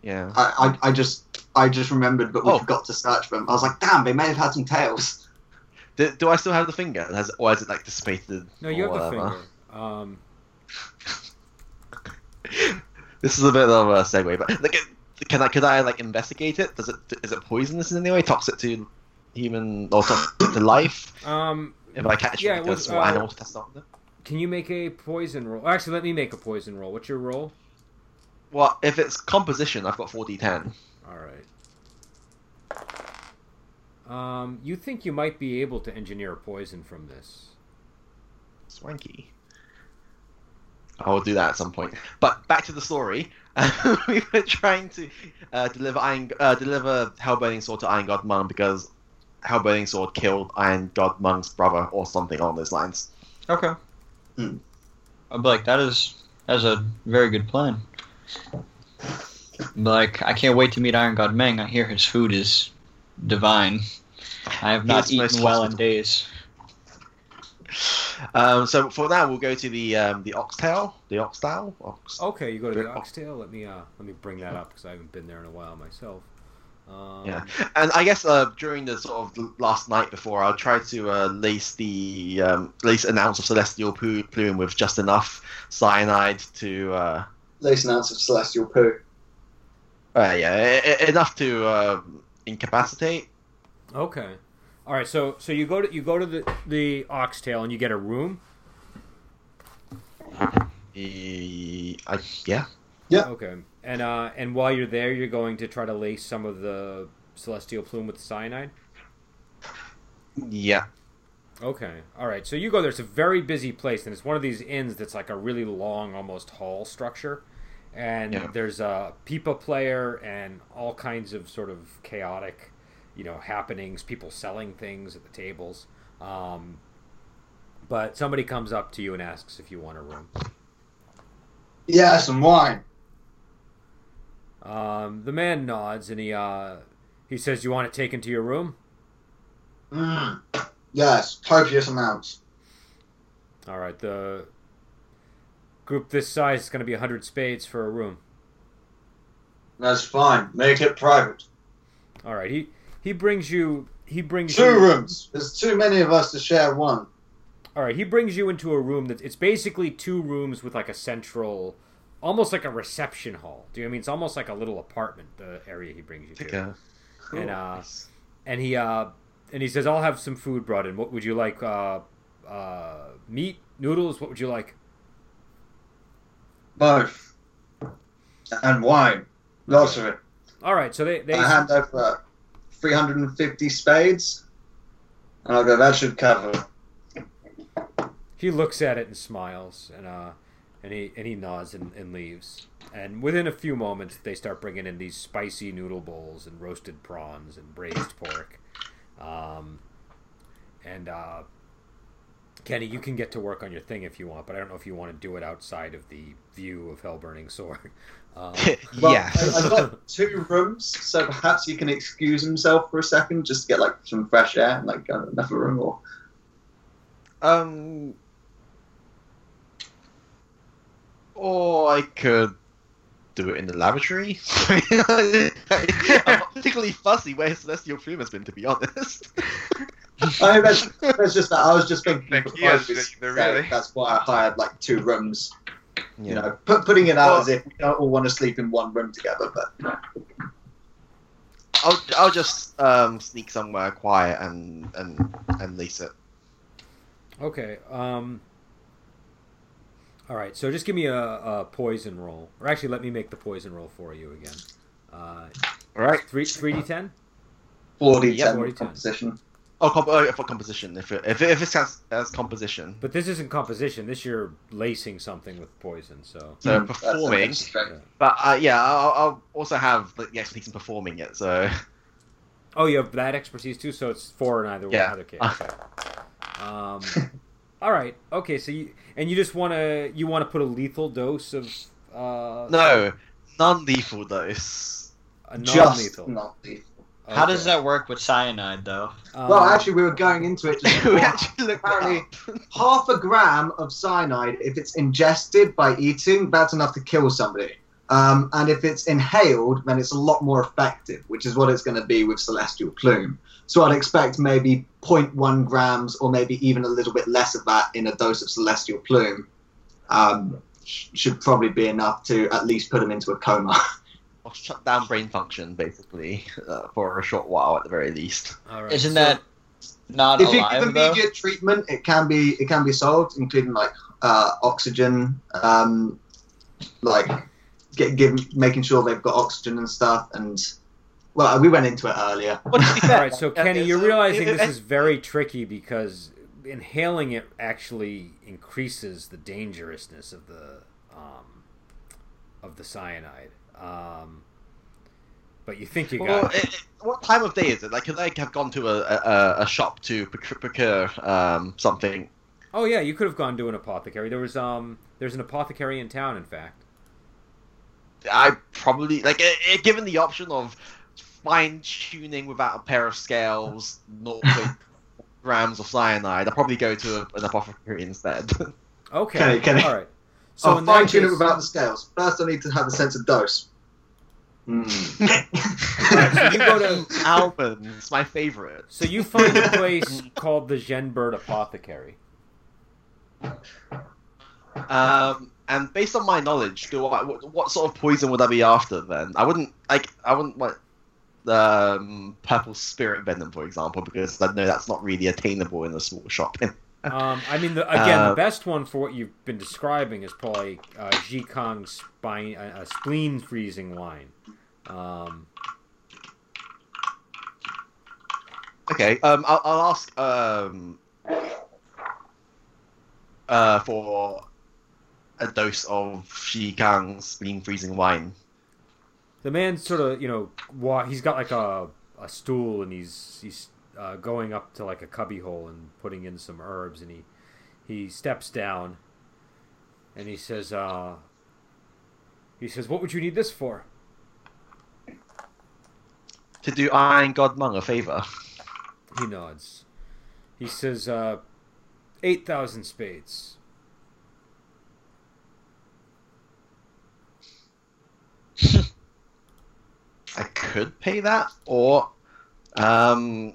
[SPEAKER 1] Yeah.
[SPEAKER 3] I, I, I just I just remembered, but we
[SPEAKER 1] Oh.
[SPEAKER 3] forgot to search them. I was like, damn, they may have had some tails.
[SPEAKER 1] Do, do I still have the finger? Has, or is it like dissipated?
[SPEAKER 2] No, you
[SPEAKER 1] or
[SPEAKER 2] have the
[SPEAKER 1] whatever?
[SPEAKER 2] finger. Um,
[SPEAKER 1] This is a bit of a segue, but like, can I could I like investigate it? Does it is it poisonous in any way? Toxic to human or toxic to life?
[SPEAKER 2] um,
[SPEAKER 1] If I catch
[SPEAKER 2] Yeah,
[SPEAKER 1] like,
[SPEAKER 2] it
[SPEAKER 1] a
[SPEAKER 2] was,
[SPEAKER 1] small
[SPEAKER 2] uh,
[SPEAKER 1] animal to test on them?
[SPEAKER 2] can you make a poison roll? Actually, let me make a poison roll. What's your roll?
[SPEAKER 1] Well, if it's composition, I've got four d ten.
[SPEAKER 2] All right. Um, you think you might be able to engineer a poison from this?
[SPEAKER 1] Swanky. I will do that at some point. But back to the story. <laughs> we were trying to uh, deliver Iron, uh, deliver Hellburning Sword to Iron God Mung because Hellburning Sword killed Iron God Mung's brother or something along those lines.
[SPEAKER 7] Okay.
[SPEAKER 3] Hmm.
[SPEAKER 7] I'd be like, that is that's a very good plan. Like, I can't wait to meet Iron God Meng. I hear his food is divine. I have not
[SPEAKER 1] It's most
[SPEAKER 7] eaten well in
[SPEAKER 1] hospitable.
[SPEAKER 7] days.
[SPEAKER 1] Um, so for that, we'll go to the um, the oxtail, the oxtail, ox.
[SPEAKER 5] Oh.
[SPEAKER 2] Okay, you go to the
[SPEAKER 1] Yeah.
[SPEAKER 2] oxtail. Let me uh, let me bring that up because I haven't been there in a while myself. Um,
[SPEAKER 1] Yeah. And I guess uh, during the sort of l- last night before, I'll try to uh, lace the um, lace an ounce of celestial poo- plume with just enough cyanide to uh,
[SPEAKER 5] Lace an ounce of celestial poo.
[SPEAKER 1] uh, yeah e- e- enough to uh, incapacitate.
[SPEAKER 2] Okay. All right. So so you go to you go to the the oxtail and you get a room.
[SPEAKER 1] E- I, yeah.
[SPEAKER 2] Okay. And uh and while you're there, you're going to try to lace some of the celestial plume with cyanide.
[SPEAKER 1] Yeah.
[SPEAKER 2] Okay. All right. So you go there. It's a very busy place, and it's one of these inns that's like a really long, almost hall structure. And
[SPEAKER 1] Yeah.
[SPEAKER 2] there's a pipa player and all kinds of sort of chaotic, you know, happenings. People selling things at the tables. Um, but somebody comes up to you and asks if you want a room.
[SPEAKER 5] Yeah, some wine.
[SPEAKER 2] Um, the man nods and he uh, he says, "You want it taken to your room?
[SPEAKER 5] Mm. Yes, copious amounts.
[SPEAKER 2] All right. The group this size is going to be hundred spades for a room."
[SPEAKER 5] That's fine. Make it private.
[SPEAKER 2] All right. He he brings you he
[SPEAKER 5] <laughs>
[SPEAKER 2] brings
[SPEAKER 5] Two
[SPEAKER 2] you,
[SPEAKER 5] rooms. There's too many of us to share one.
[SPEAKER 2] All right. He brings you into a room that it's basically two rooms with like a central, almost like a reception hall. Do you know what I mean it's almost like a little apartment? The area he brings you to.
[SPEAKER 1] Okay.
[SPEAKER 2] And uh, and he uh, and he says, "I'll have some food brought in. What would you like? Uh, uh, meat, noodles. What would you like?"
[SPEAKER 5] Both. And wine. Lots of it.
[SPEAKER 2] All right. So they they
[SPEAKER 5] I hand over uh, 350 spades. And I'll go, that should cover.
[SPEAKER 2] he looks at it and smiles and uh and he and he nods and, and leaves and within a few moments they start bringing in these spicy noodle bowls and roasted prawns and braised pork um and uh Kenny, you can get to work on your thing if you want, but I don't know if you want to do it outside of the view of Hell Burning Sword. <laughs> Um,
[SPEAKER 1] <laughs>
[SPEAKER 5] Well,
[SPEAKER 1] yeah.
[SPEAKER 5] I- I've got
[SPEAKER 1] <laughs>
[SPEAKER 5] two rooms, so perhaps he can excuse himself for a second just to get like some fresh air and like go to another room or
[SPEAKER 1] Um. Or I could do it in the lavatory. <laughs> I'm not particularly fussy where Celestial Plume has been, to be honest.
[SPEAKER 5] I mean,
[SPEAKER 7] <laughs>
[SPEAKER 5] that's, that's just that. I was just thinking.
[SPEAKER 4] Thank
[SPEAKER 5] for
[SPEAKER 4] you,
[SPEAKER 5] privacy
[SPEAKER 4] yes, they're
[SPEAKER 5] sake,
[SPEAKER 4] really-
[SPEAKER 5] That's why I hired like two rooms. You
[SPEAKER 1] Yeah.
[SPEAKER 5] know, put, putting it out
[SPEAKER 1] Well-
[SPEAKER 5] as if we don't all want to sleep in one room together. But
[SPEAKER 1] I'll, I'll just um, sneak somewhere quiet and and and lease it.
[SPEAKER 2] okay. Um, all right. So just give me a, a poison roll, or actually, let me make the poison roll for you again. Uh,
[SPEAKER 1] All right.
[SPEAKER 2] three three d ten.
[SPEAKER 5] 40
[SPEAKER 1] Yeah,
[SPEAKER 5] 10
[SPEAKER 2] 40, 10.
[SPEAKER 5] composition.
[SPEAKER 1] Oh, comp- oh, for composition. If it, if it, if it sounds as composition,
[SPEAKER 2] But this isn't composition. This you're lacing something with poison. So
[SPEAKER 1] so
[SPEAKER 5] Hmm, that's the
[SPEAKER 1] performing.
[SPEAKER 5] next strength.
[SPEAKER 1] But uh, yeah, I'll, I'll also have like, the expertise in performing it. So <laughs>
[SPEAKER 2] oh, you have that expertise too. So it's four in either
[SPEAKER 1] Yeah.
[SPEAKER 2] either case. Um, all right. Okay. So you and you just want to you want to put a lethal dose of uh,
[SPEAKER 1] no, non-lethal <laughs> dose.
[SPEAKER 2] a
[SPEAKER 5] Just
[SPEAKER 2] non-lethal.
[SPEAKER 5] not lethal.
[SPEAKER 7] How does
[SPEAKER 2] Okay.
[SPEAKER 7] that work with cyanide, though?
[SPEAKER 2] Um,
[SPEAKER 3] well, actually, we were going into
[SPEAKER 1] <laughs>
[SPEAKER 3] it. Just
[SPEAKER 1] we
[SPEAKER 3] before.
[SPEAKER 1] actually looked that up.
[SPEAKER 3] half a gram of cyanide, if it's ingested by eating, that's enough to kill somebody. Um, and if it's inhaled, then it's a lot more effective, which is what it's going to be with Celestial Plume. So I'd expect maybe 0.1 grams or maybe even a little bit less of that in a dose of Celestial Plume um, sh- should probably be enough to at least put him into a coma.
[SPEAKER 1] I'll shut down brain function basically uh, for a short while at the very least.
[SPEAKER 2] all right,
[SPEAKER 7] Isn't
[SPEAKER 2] so-
[SPEAKER 7] that not
[SPEAKER 3] if you give
[SPEAKER 7] alive, though?
[SPEAKER 3] immediate treatment, it can be it can be solved, including like uh, oxygen, um, like get, give, making sure they've got oxygen and stuff. And well, we went into it earlier.
[SPEAKER 1] But to be
[SPEAKER 2] All
[SPEAKER 1] fair,
[SPEAKER 2] right, so
[SPEAKER 1] <laughs> yeah,
[SPEAKER 2] Kenny,
[SPEAKER 1] yeah,
[SPEAKER 2] you're
[SPEAKER 1] so
[SPEAKER 2] realizing
[SPEAKER 1] it-
[SPEAKER 2] this is very tricky because inhaling it actually increases the dangerousness of the um, of the cyanide. Um, but you think you got
[SPEAKER 1] Well,
[SPEAKER 2] it.
[SPEAKER 1] it, it- what time of day is it? Like, could I have gone to a, a, a shop to procure, procure um, something
[SPEAKER 2] Oh yeah, you could have gone to an apothecary. There was um, there's an apothecary in town. In fact,
[SPEAKER 1] I probably like i i given the option of fine tuning without a pair of scales, not <laughs> grams of cyanide. I'd probably go to a, an apothecary instead.
[SPEAKER 2] okay,
[SPEAKER 3] Okay, okay.
[SPEAKER 2] all right. So
[SPEAKER 5] I'll
[SPEAKER 2] in that
[SPEAKER 5] fine tune it
[SPEAKER 2] case-
[SPEAKER 5] without the scales. First, I need to have a sense of dose.
[SPEAKER 3] Hmm.
[SPEAKER 2] all right, so you go
[SPEAKER 1] <laughs>
[SPEAKER 2] to
[SPEAKER 1] Albans, my favorite.
[SPEAKER 2] so you find a
[SPEAKER 1] <laughs>
[SPEAKER 2] place called the Genbird Apothecary.
[SPEAKER 1] Um, and based on my knowledge, do I what, what sort of poison would I be after then? I wouldn't like I wouldn't like um, purple spirit venom, for example, because I know that's not really attainable in a small shop. <laughs>
[SPEAKER 2] Um, I mean, the, again,
[SPEAKER 1] Uh,
[SPEAKER 2] the best one for what you've been describing is probably uh, Ji Kang's spine, uh, uh, spleen freezing line. Um,
[SPEAKER 1] Okay. Um, I'll, I'll ask um, uh, for a dose of Shi Kang's bean freezing wine.
[SPEAKER 2] the man sort of, you know, wa- he's got like a, a stool and he's he's uh, going up to like a cubbyhole and putting in some herbs and he he steps down and he says, uh, he says, what would you need this for?
[SPEAKER 1] To do Iron God Mung a favor.
[SPEAKER 2] He nods. He says, uh, 8,000 spades.
[SPEAKER 1] I could pay that, or um,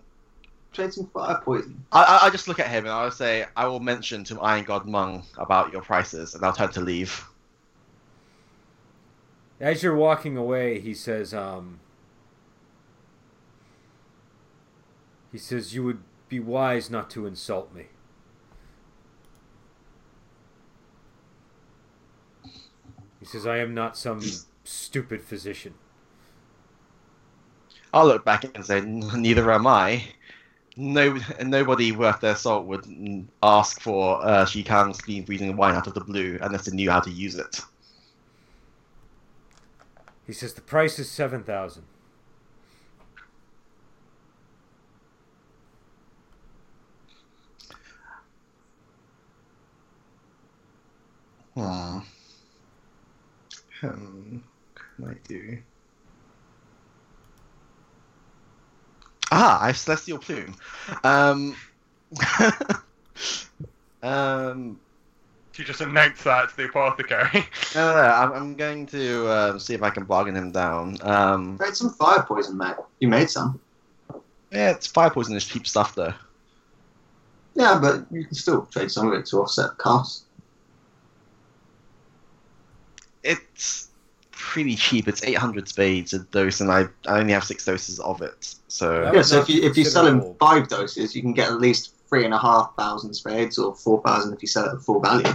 [SPEAKER 3] Trade some fire poison.
[SPEAKER 1] I, I- I just look at him and I'll say, I will mention to Iron God Mung about your prices, and I'll turn to leave.
[SPEAKER 2] As you're walking away, he says, um, he says, you would be wise not to insult me. He says, I am not some stupid physician.
[SPEAKER 1] I'll look back and say, "N- neither am I. No, nobody worth their salt would mm, ask for uh, Shi Kang's bean freezing wine out of the blue unless they knew how to use it.
[SPEAKER 2] He says, the price is 7,000.
[SPEAKER 1] Hmm. Hmm. Can I do? Ah, I have celestial plume. Um. <laughs> um.
[SPEAKER 4] You just announce that to the apothecary. <laughs>
[SPEAKER 1] No, no, no, I'm, I'm going to um, see if I can bargain him down. Um.
[SPEAKER 3] Trade some fire poison, mate. You made some.
[SPEAKER 1] Yeah, it's fire poison is cheap stuff though.
[SPEAKER 3] Yeah, but you can still trade some of it to offset costs.
[SPEAKER 1] It's pretty cheap. It's 800 spades a dose, and I, I only have six doses of it. So
[SPEAKER 2] That
[SPEAKER 3] Yeah,
[SPEAKER 2] would
[SPEAKER 3] so
[SPEAKER 2] not
[SPEAKER 3] if you if you
[SPEAKER 2] consider
[SPEAKER 3] sell him
[SPEAKER 2] all.
[SPEAKER 3] five doses, you can get at least three and a half thousand spades, or four thousand if you sell it at full value.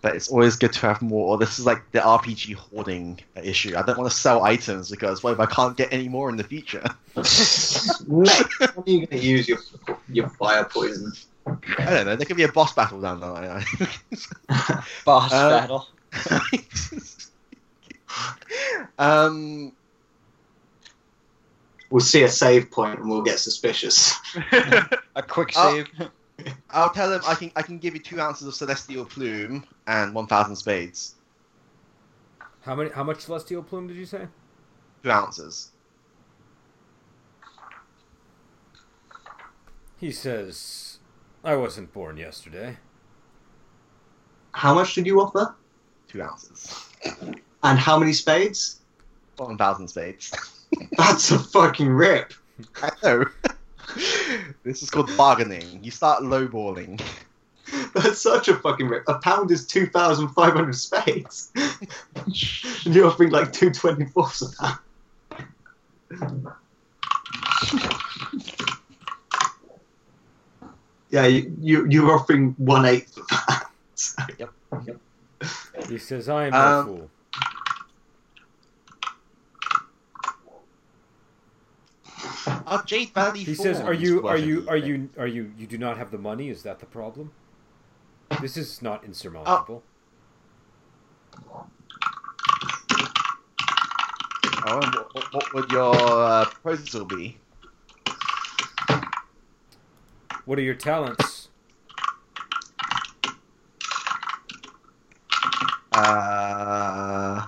[SPEAKER 1] but it's always good to have more. This is like the RPG hoarding issue. I don't want to sell items because what if I can't get any more in the future? <laughs>
[SPEAKER 3] Mate, when are you going to use your your fire poison?
[SPEAKER 1] I don't know. There could be a boss battle down the line.
[SPEAKER 7] Boss
[SPEAKER 1] Uh,
[SPEAKER 7] battle.
[SPEAKER 1] <laughs> um,
[SPEAKER 3] We'll see a save point and we'll get suspicious.
[SPEAKER 7] A quick
[SPEAKER 1] uh,
[SPEAKER 7] save.
[SPEAKER 1] I'll tell him I can I can give you two ounces of celestial plume and one thousand spades.
[SPEAKER 2] How many? How much celestial plume did you say?
[SPEAKER 1] Two ounces.
[SPEAKER 2] He says, I wasn't born yesterday.
[SPEAKER 3] How much did you offer?
[SPEAKER 1] Two ounces.
[SPEAKER 3] And how many spades?
[SPEAKER 1] One thousand spades. <laughs>
[SPEAKER 3] That's a fucking rip.
[SPEAKER 1] I know. <laughs> this is called bargaining. You start lowballing.
[SPEAKER 3] That's such a fucking rip. A pound is two thousand five hundred spades. and you're offering like two twenty fourths of that. yeah, you, you you're offering one eighth of that.
[SPEAKER 2] He says, I am
[SPEAKER 1] Um,
[SPEAKER 2] no fool.
[SPEAKER 1] Our Jade Valley.
[SPEAKER 2] He says,
[SPEAKER 1] Thorns
[SPEAKER 2] "Are you?
[SPEAKER 1] worth
[SPEAKER 2] Are you? Are
[SPEAKER 1] anything.
[SPEAKER 2] you? Are you? You do not have the money. Is that the <laughs> problem? This is not insurmountable.
[SPEAKER 1] Oh, and what, what- what would your uh, proposal be?
[SPEAKER 2] What are your talents?
[SPEAKER 1] Uh,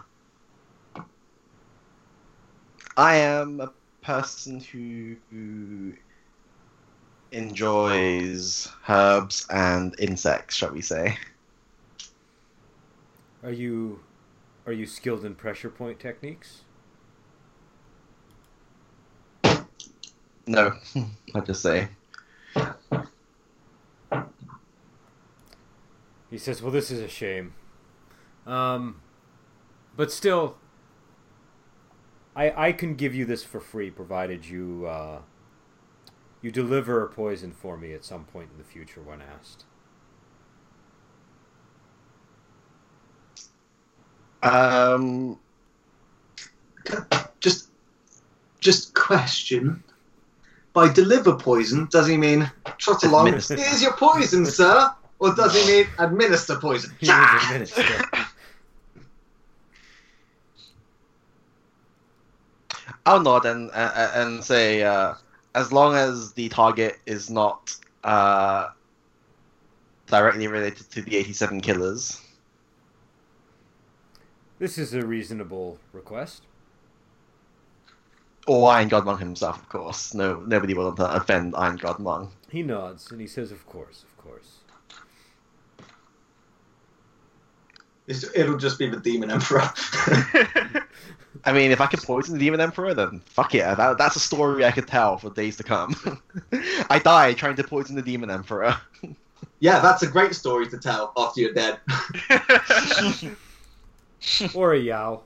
[SPEAKER 1] I am a person who who enjoys herbs and insects, shall we say.
[SPEAKER 2] Are you are you skilled in pressure point techniques?
[SPEAKER 1] No, <laughs> I just say.
[SPEAKER 2] He says, "Well, this is a shame." Um, but still, I I can give you this for free, provided you uh, you deliver poison for me at some point in the future when asked.
[SPEAKER 1] Um,
[SPEAKER 3] Just, just question. By deliver poison, does he mean trot along?
[SPEAKER 1] Administer.
[SPEAKER 3] Here's your poison, sir, or does he mean administer poison?
[SPEAKER 2] He needs a minute still.
[SPEAKER 1] I'll nod and uh, and say, uh, as long as the target is not uh, directly related to the eighty-seven killers.
[SPEAKER 2] This is a reasonable request.
[SPEAKER 1] Or Iron God Monk himself, of course. No, nobody will offend Iron God Monk.
[SPEAKER 2] He nods and he says, "Of course, of course." <laughs>
[SPEAKER 3] It's- It'll just be the demon emperor.
[SPEAKER 1] I mean, if I could poison the Demon Emperor, then fuck yeah, that, that's a story I could tell for days to come. <laughs> I die trying to poison the Demon Emperor.
[SPEAKER 3] <laughs>
[SPEAKER 1] <laughs>
[SPEAKER 3] yeah, that's a great story to tell after you're <laughs> dead.
[SPEAKER 2] Or a yowl.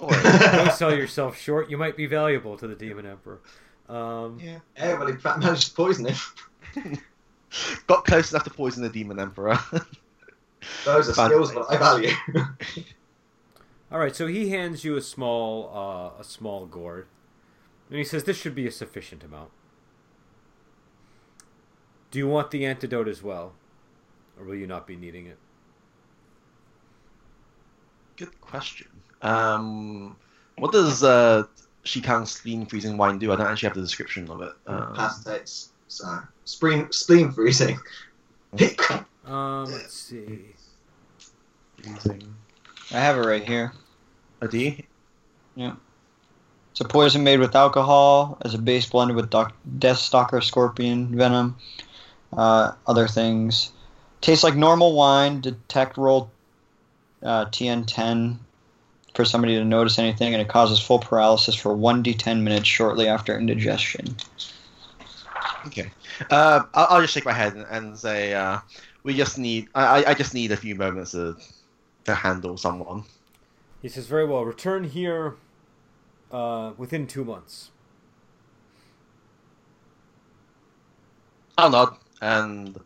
[SPEAKER 1] Or,
[SPEAKER 2] Don't sell yourself short. You might be valuable to the demon emperor. Um,
[SPEAKER 1] yeah.
[SPEAKER 3] Yeah, well, he managed to poison him.
[SPEAKER 1] Got close enough to poison the Demon Emperor. <laughs>
[SPEAKER 3] Those are
[SPEAKER 1] Fun.
[SPEAKER 3] skills that I
[SPEAKER 1] <laughs>
[SPEAKER 3] value.
[SPEAKER 2] All right, so he hands you a small, uh, a small gourd, and he says, "This should be a sufficient amount." Do you want the antidote as well, or will you not be needing it?
[SPEAKER 1] Good question. Um, what does uh, Shikang Spleen Freezing Wine do? I don't actually have the description of it. Uh,
[SPEAKER 3] Past dates. So, spleen, spleen freezing. Pick.
[SPEAKER 2] Um, let's see.
[SPEAKER 1] freezing.
[SPEAKER 7] I have it right here.
[SPEAKER 1] A D?
[SPEAKER 7] It's a poison made with alcohol as a base blended with doc- Death Stalker, Scorpion, Venom, uh, other things. Tastes like normal wine. Detect roll uh, TN10 for somebody to notice anything, and it causes full paralysis for 1d10 minutes shortly after indigestion.
[SPEAKER 1] Okay. Uh, I'll, I'll just shake my head and, and say uh, we just need. I, I- I just need a few moments to to handle someone.
[SPEAKER 2] He says, "Very well. Return here uh, within two months."
[SPEAKER 1] I'll nod and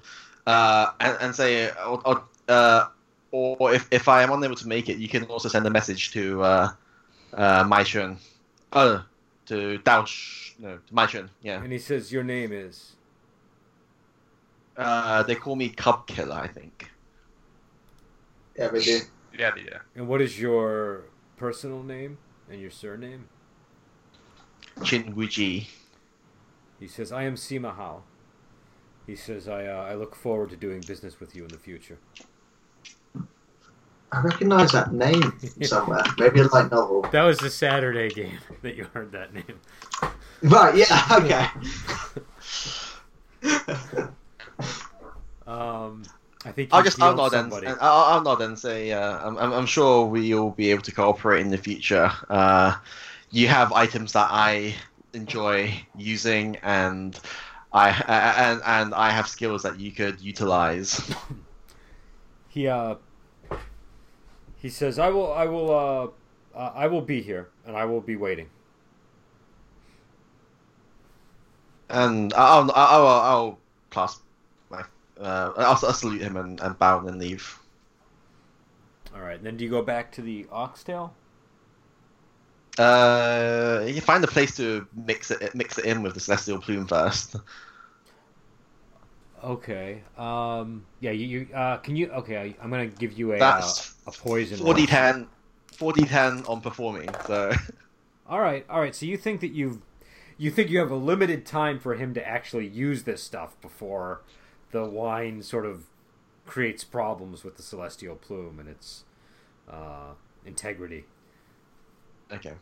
[SPEAKER 1] uh, and, and say, or, or, uh, or if, if I am unable to make it, you can also send a message to uh, uh, Mai Shun. Oh, to Dao. Sh- No, to Mai Shun. Yeah.
[SPEAKER 2] And he says, "Your name is."
[SPEAKER 1] Uh, they call me Cub Killer, I think.
[SPEAKER 3] Yeah, we do.
[SPEAKER 4] yeah, they do.
[SPEAKER 2] And what is your personal name and your surname?
[SPEAKER 1] Chin Wuji.
[SPEAKER 2] He says, "I am Sima Hao." He says, "I uh, I look forward to doing business with you in the future."
[SPEAKER 3] I recognise that name from somewhere. Maybe a light novel.
[SPEAKER 2] That was the Saturday game <laughs> that you heard that name.
[SPEAKER 3] Right, yeah, <laughs> okay. <laughs>
[SPEAKER 2] Um, I think
[SPEAKER 1] I'll
[SPEAKER 2] you
[SPEAKER 1] just I'll
[SPEAKER 2] healed
[SPEAKER 1] nod and,
[SPEAKER 2] somebody.
[SPEAKER 1] and I'll, I'll nod and say uh, I'm, I'm I'm sure we'll be able to cooperate in the future. Uh, you have items that I enjoy using, and I a- a- and and I have skills that you could utilize.
[SPEAKER 2] He uh, he says, "I will, I will, uh, uh, I will be here, and I will be waiting."
[SPEAKER 1] And I'll I'll I'll, I'll clasp my uh, I'll, I'll salute him and, and bow and leave.
[SPEAKER 2] All right. then do you go back to the oxtail?
[SPEAKER 1] Uh, you find a place to mix it mix it in with the celestial plume first.
[SPEAKER 2] Okay. Um. Yeah. You. you uh, can you? Okay. I, I'm gonna give you a uh,
[SPEAKER 1] That's
[SPEAKER 2] a poison. roll.
[SPEAKER 1] 4d10, 4d10 on performing. So. <laughs>
[SPEAKER 2] All right, all right. So you think that you've you think you have a limited time for him to actually use this stuff before the wine sort of creates problems with the celestial plume and its uh, integrity.
[SPEAKER 1] Okay.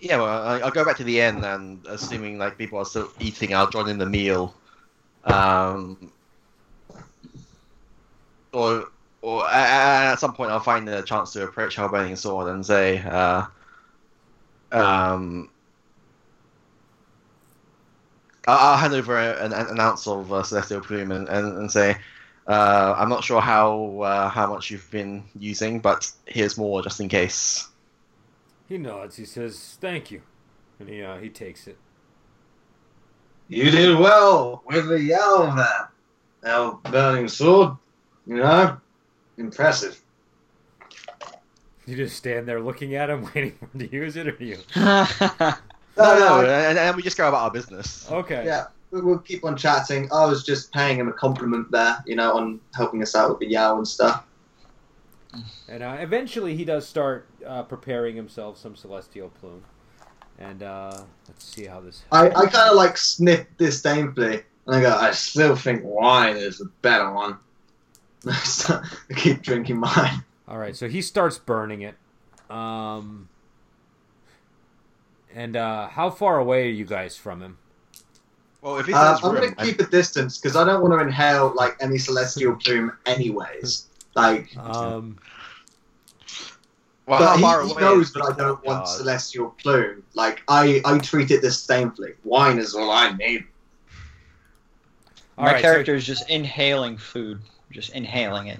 [SPEAKER 1] Yeah, well, I- I'll go back to the end, and assuming like people are still eating, I'll join in the meal. Um, or or a- a- at some point, I'll find a chance to approach her burning sword and say, uh, um, I- I'll hand over an, an an ounce of uh, celestial plume and, and, and say, uh, I'm not sure how uh, how much you've been using, but here's more just in case.
[SPEAKER 2] He nods. He says, "Thank you," and he uh, he takes it.
[SPEAKER 3] You did well with the yell there. Now, burning sword, you know, impressive.
[SPEAKER 2] <laughs> You just stand there looking at him, <laughs> waiting for him to use it, or you?
[SPEAKER 3] No, no, I-
[SPEAKER 1] and, and we just go about our business.
[SPEAKER 2] Okay.
[SPEAKER 3] yeah, we- we'll keep on chatting. I was just paying him a compliment there, you know, on helping us out with the yell and stuff.
[SPEAKER 2] And uh, eventually, he does start uh, preparing himself some celestial plume. And uh, let's see how this.
[SPEAKER 3] I, I kind of like sniff disdainfully, and I go, I still think wine is the better one. <laughs> So, I keep drinking mine.
[SPEAKER 2] All right, so he starts burning it. Um, and uh, how far away are you guys from him?
[SPEAKER 1] Well, if he's in
[SPEAKER 3] Uh,
[SPEAKER 1] his
[SPEAKER 3] I'm
[SPEAKER 1] room,
[SPEAKER 3] going to keep a distance because I don't want to inhale like any celestial plume, anyways. Like,
[SPEAKER 2] Um,
[SPEAKER 1] well,
[SPEAKER 3] but
[SPEAKER 1] how
[SPEAKER 3] he,
[SPEAKER 1] far
[SPEAKER 3] he
[SPEAKER 1] away
[SPEAKER 3] knows
[SPEAKER 1] is
[SPEAKER 3] that I don't want
[SPEAKER 1] God?
[SPEAKER 3] celestial plume. Like I, I treat it disdainfully. Wine is all I need.
[SPEAKER 2] all
[SPEAKER 7] My
[SPEAKER 2] right,
[SPEAKER 7] character is just inhaling food, just inhaling it.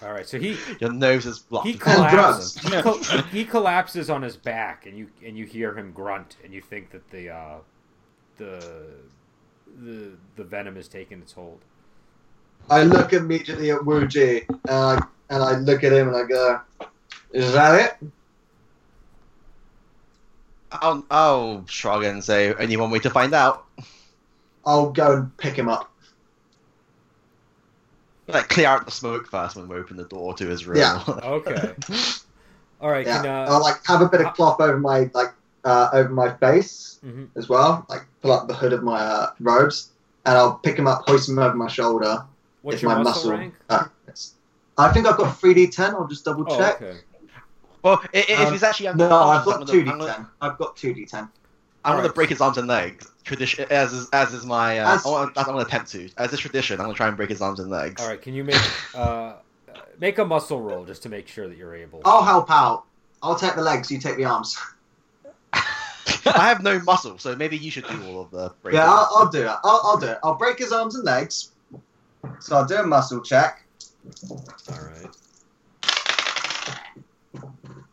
[SPEAKER 2] So, all right, so he
[SPEAKER 1] Your nose is blocked.
[SPEAKER 3] <laughs>
[SPEAKER 2] he
[SPEAKER 3] And
[SPEAKER 2] collapses.
[SPEAKER 7] drugs.
[SPEAKER 2] He, co- he collapses on his back, and you and you hear him grunt, and you think that the uh, the the the venom has taken its hold.
[SPEAKER 3] I look immediately at Wuji and I, and I look at him and I go, "Is that it?"
[SPEAKER 1] I'll, I'll shrug oh, and say, only one way to find out.
[SPEAKER 3] I'll go and pick him up.
[SPEAKER 1] Like, clear out the smoke first when we open the door to his room.
[SPEAKER 3] Yeah. <laughs>
[SPEAKER 2] Okay. All right.
[SPEAKER 3] Yeah,
[SPEAKER 2] Can,
[SPEAKER 3] I'll
[SPEAKER 2] uh,
[SPEAKER 3] like have a bit of cloth over my like uh, over my face
[SPEAKER 1] Mm-hmm.
[SPEAKER 2] Mhm.
[SPEAKER 3] as well. Like pull up the hood of my uh, robes and I'll pick him up, hoist him over my shoulder.
[SPEAKER 2] what's
[SPEAKER 3] if
[SPEAKER 2] your
[SPEAKER 3] my
[SPEAKER 2] muscle
[SPEAKER 3] muscle-
[SPEAKER 2] rank?
[SPEAKER 3] Uh, yes. I think I've got 3d10. I'll just double
[SPEAKER 2] Oh,
[SPEAKER 3] check.
[SPEAKER 2] okay.
[SPEAKER 1] <laughs> well, i- i- if
[SPEAKER 3] Um,
[SPEAKER 1] he's actually
[SPEAKER 3] No, I've got
[SPEAKER 1] unconscious, I'm
[SPEAKER 3] 2d10.
[SPEAKER 1] gonna- I'm gonna-
[SPEAKER 3] I've got 2d10.
[SPEAKER 1] I'm gonna
[SPEAKER 2] Alright.
[SPEAKER 1] break his arms and legs. Tradition, as is, as is my, uh,
[SPEAKER 3] As-
[SPEAKER 1] I wanna- that's what I'm gonna attempt to. As a tradition, I'm gonna try and break his arms and legs.
[SPEAKER 2] All right. Can you make uh, make a muscle roll just to make sure that you're able?
[SPEAKER 3] I'll help out. I'll take the legs, you take the arms.
[SPEAKER 1] <laughs> I have no muscle, so maybe you should do all of the breaking.
[SPEAKER 3] Yeah, I'll, I'll do it. I'll, I'll do it. I'll break his arms and legs. So I'll do a muscle check.
[SPEAKER 2] All right.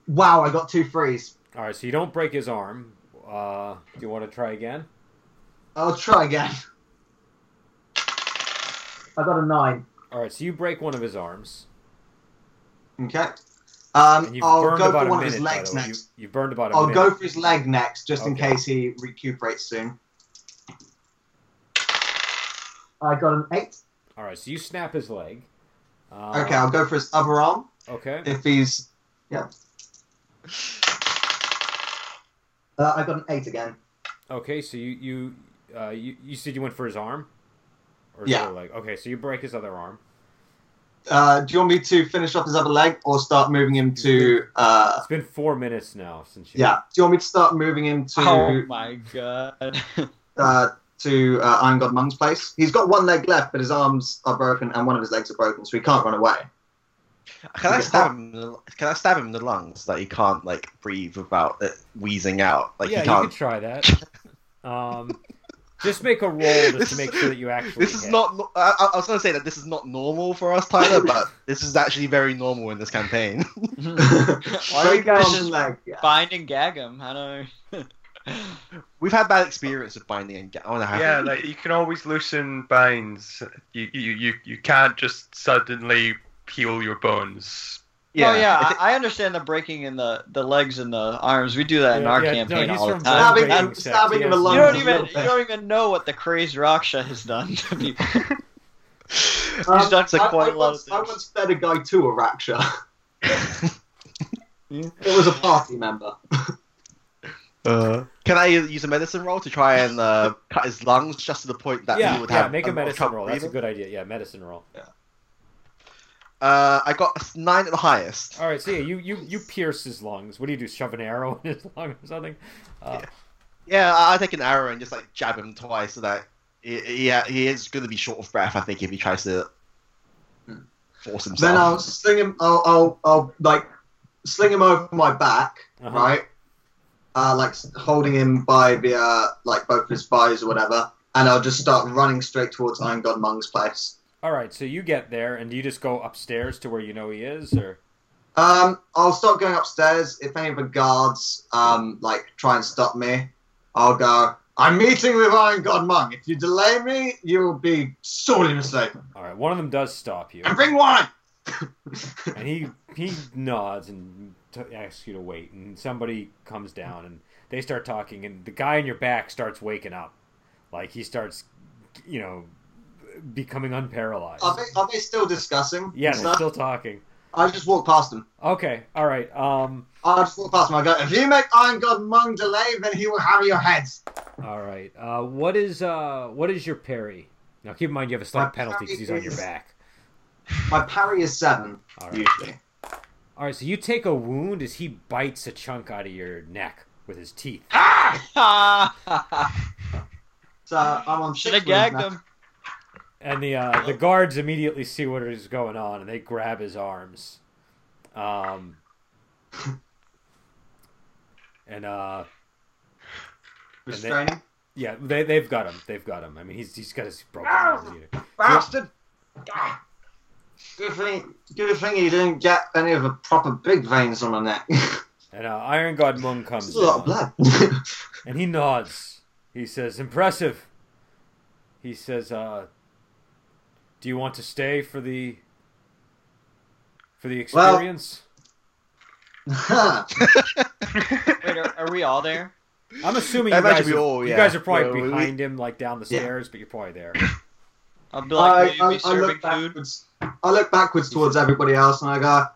[SPEAKER 3] Wow, I got two threes.
[SPEAKER 2] All right. So you don't break his arm. Uh, do you want to try again?
[SPEAKER 3] I'll try again. I got a nine.
[SPEAKER 2] All right. So you break one of his arms.
[SPEAKER 3] Okay.
[SPEAKER 2] And
[SPEAKER 3] Um,
[SPEAKER 2] you've
[SPEAKER 3] I'll
[SPEAKER 2] burned
[SPEAKER 3] go
[SPEAKER 2] about
[SPEAKER 3] for
[SPEAKER 2] a
[SPEAKER 3] one
[SPEAKER 2] minute.
[SPEAKER 3] of his
[SPEAKER 2] by
[SPEAKER 3] legs
[SPEAKER 2] the way. You,
[SPEAKER 3] next.
[SPEAKER 2] you've burned about a
[SPEAKER 3] I'll
[SPEAKER 2] minute.
[SPEAKER 3] go for his leg next, just in
[SPEAKER 2] Okay.
[SPEAKER 3] case he recuperates soon. I got an eight.
[SPEAKER 2] All right. So you snap his leg. Uh,
[SPEAKER 3] Okay, I'll go for his other arm
[SPEAKER 2] Okay.
[SPEAKER 3] if he's. Yeah. Uh, I got an eight again.
[SPEAKER 2] Okay. So you you, uh, you you said you went for his arm. Or his
[SPEAKER 3] Yeah.
[SPEAKER 2] other leg. Okay. So you break his other arm.
[SPEAKER 3] Uh, do you want me to finish off his other leg or start moving him to? Uh,
[SPEAKER 2] It's been four minutes now since you.
[SPEAKER 3] yeah. Do you want me to start moving him to
[SPEAKER 7] oh my god.
[SPEAKER 3] uh, to uh, Iron God Monk's place? He's got one leg left, but his arms are broken and one of his legs are broken, so he can't run away. <laughs>
[SPEAKER 1] Can I stab him? in the- Can I stab him in the lungs so that he can't like breathe without it wheezing out? Like
[SPEAKER 2] yeah,
[SPEAKER 1] he
[SPEAKER 2] you
[SPEAKER 1] can't.
[SPEAKER 2] could try
[SPEAKER 3] <laughs>
[SPEAKER 2] that. Um, just make a roll
[SPEAKER 1] This
[SPEAKER 2] just to
[SPEAKER 1] is-
[SPEAKER 2] make sure that you actually.
[SPEAKER 1] This is
[SPEAKER 2] hit.
[SPEAKER 1] not. no- I, I was going to say that this is not normal for us, Tyler,
[SPEAKER 2] <laughs>
[SPEAKER 1] but this is actually very normal in this campaign. <laughs>
[SPEAKER 7] <laughs> Why are you
[SPEAKER 3] Break arms
[SPEAKER 7] guys
[SPEAKER 3] and
[SPEAKER 7] just
[SPEAKER 3] leg. Yeah.
[SPEAKER 7] <laughs> bind and gag him? I don't know.
[SPEAKER 1] We've had bad experience with binding and. ga- Oh,
[SPEAKER 3] Uh-huh.
[SPEAKER 1] no,
[SPEAKER 4] Yeah,
[SPEAKER 1] <laughs>
[SPEAKER 4] like you can always loosen binds. You you you, you can't just suddenly heal your bones.
[SPEAKER 7] Oh
[SPEAKER 1] I
[SPEAKER 7] yeah,
[SPEAKER 1] thi-
[SPEAKER 7] I, I understand the breaking in the the legs and the arms. We do that in
[SPEAKER 2] Yeah,
[SPEAKER 7] our
[SPEAKER 2] yeah, no,
[SPEAKER 7] campaign
[SPEAKER 2] he's
[SPEAKER 7] all the
[SPEAKER 2] from
[SPEAKER 7] time.
[SPEAKER 3] Stabbing,
[SPEAKER 2] That-
[SPEAKER 3] him, stabbing him alone.
[SPEAKER 7] you
[SPEAKER 3] is
[SPEAKER 7] don't
[SPEAKER 3] a
[SPEAKER 7] even
[SPEAKER 3] little
[SPEAKER 7] you
[SPEAKER 3] bit.
[SPEAKER 7] don't even know what the crazed Raksha has done <laughs> to people.
[SPEAKER 3] Um,
[SPEAKER 7] done
[SPEAKER 3] I,
[SPEAKER 7] quite
[SPEAKER 3] I
[SPEAKER 7] a lot of
[SPEAKER 3] once, I
[SPEAKER 7] things.
[SPEAKER 3] once fed a guy to a Raksha.
[SPEAKER 7] Yeah.
[SPEAKER 3] It was a party member.
[SPEAKER 1] Uh, Can I use a medicine roll to try and uh, cut his lungs just to the point that
[SPEAKER 2] yeah,
[SPEAKER 1] he would
[SPEAKER 2] yeah.
[SPEAKER 1] have
[SPEAKER 2] Make a
[SPEAKER 1] more
[SPEAKER 2] medicine
[SPEAKER 1] trouble
[SPEAKER 2] roll. That's a
[SPEAKER 1] breathing?
[SPEAKER 2] good idea. Yeah, medicine roll.
[SPEAKER 1] Uh, I got a nine at the highest.
[SPEAKER 2] All right, so yeah, you you you pierce his lungs. What do you do? Shove an arrow <laughs> in his lung or something? Uh,
[SPEAKER 1] Yeah, I I take an arrow and just like jab him twice so that he, he, uh, he is going to be short of breath. I think if he tries to force himself.
[SPEAKER 3] Then I'll sling him. I'll, I'll, I'll like sling him over my back,
[SPEAKER 2] uh-huh.
[SPEAKER 3] right? Uh, like s- holding him by the uh, like both his thighs or whatever, and I'll just start running straight towards Iron God Mung's place.
[SPEAKER 2] All right, so you get there, and do you just go upstairs to where you know he is, or
[SPEAKER 3] Um, I'll start going upstairs. If any of the guards um, like try and stop me, I'll go. I'm meeting with Iron God Mung. If you delay me, you will be sorely mistaken.
[SPEAKER 2] all right, one of them does stop you,
[SPEAKER 3] And bring wine.
[SPEAKER 2] and he he nods and t- asks you to wait, and somebody comes down, and they start talking, and the guy in your back starts waking up, like he starts, you know, becoming unparalyzed.
[SPEAKER 3] Are they, are they still discussing? and
[SPEAKER 2] yeah, they're
[SPEAKER 3] stuff?
[SPEAKER 2] still talking.
[SPEAKER 3] I just walk past them.
[SPEAKER 2] Okay, all right. Um,
[SPEAKER 3] I just walk past him. I go, if you make Iron God Mung delay, then he will have your heads.
[SPEAKER 2] All right. Uh, what is uh, what is your parry? Now, keep in mind you have a
[SPEAKER 3] My
[SPEAKER 2] slight penalty because
[SPEAKER 3] parry
[SPEAKER 2] he's on your
[SPEAKER 3] is-
[SPEAKER 2] back.
[SPEAKER 3] My parry is seven,
[SPEAKER 2] All right.
[SPEAKER 3] usually.
[SPEAKER 2] All right. So you take a wound as he bites a chunk out of your neck with his teeth.
[SPEAKER 3] So I'm on
[SPEAKER 7] Should
[SPEAKER 3] six.
[SPEAKER 7] have gagged
[SPEAKER 3] wounds now.
[SPEAKER 7] him.
[SPEAKER 2] And the uh, the guards immediately see what is going on, and they grab his arms.
[SPEAKER 3] <laughs>
[SPEAKER 2] Um, and uh,
[SPEAKER 3] Restraining.
[SPEAKER 2] yeah, they they've got him. They've got him. I mean, he's he's got his broken arms. Either.
[SPEAKER 3] Bastard! Ah. Good thing, good thing you didn't get any of the proper big veins on the neck. <laughs>
[SPEAKER 2] And uh, Iron God Mung comes.
[SPEAKER 3] There's a lot of
[SPEAKER 2] down.
[SPEAKER 3] blood.
[SPEAKER 2] And he nods. He says, Impressive. He says, uh, Do you want to stay for the for the
[SPEAKER 3] Well-
[SPEAKER 2] experience?
[SPEAKER 3] <laughs>
[SPEAKER 7] Wait, are, are we all there?
[SPEAKER 2] I'm assuming
[SPEAKER 1] I
[SPEAKER 2] you
[SPEAKER 1] imagine
[SPEAKER 2] guys,
[SPEAKER 1] we
[SPEAKER 2] are,
[SPEAKER 1] all,
[SPEAKER 2] you
[SPEAKER 1] yeah.
[SPEAKER 2] guys are probably
[SPEAKER 1] We- we-
[SPEAKER 2] behind him, like down the
[SPEAKER 3] Yeah.
[SPEAKER 2] stairs, but you're probably there.
[SPEAKER 7] I'll be
[SPEAKER 3] <laughs>
[SPEAKER 7] like,
[SPEAKER 3] I,
[SPEAKER 7] will
[SPEAKER 3] I, I
[SPEAKER 7] you be serving
[SPEAKER 3] look
[SPEAKER 7] food?
[SPEAKER 3] backwards. I look backwards towards everybody else, and I go,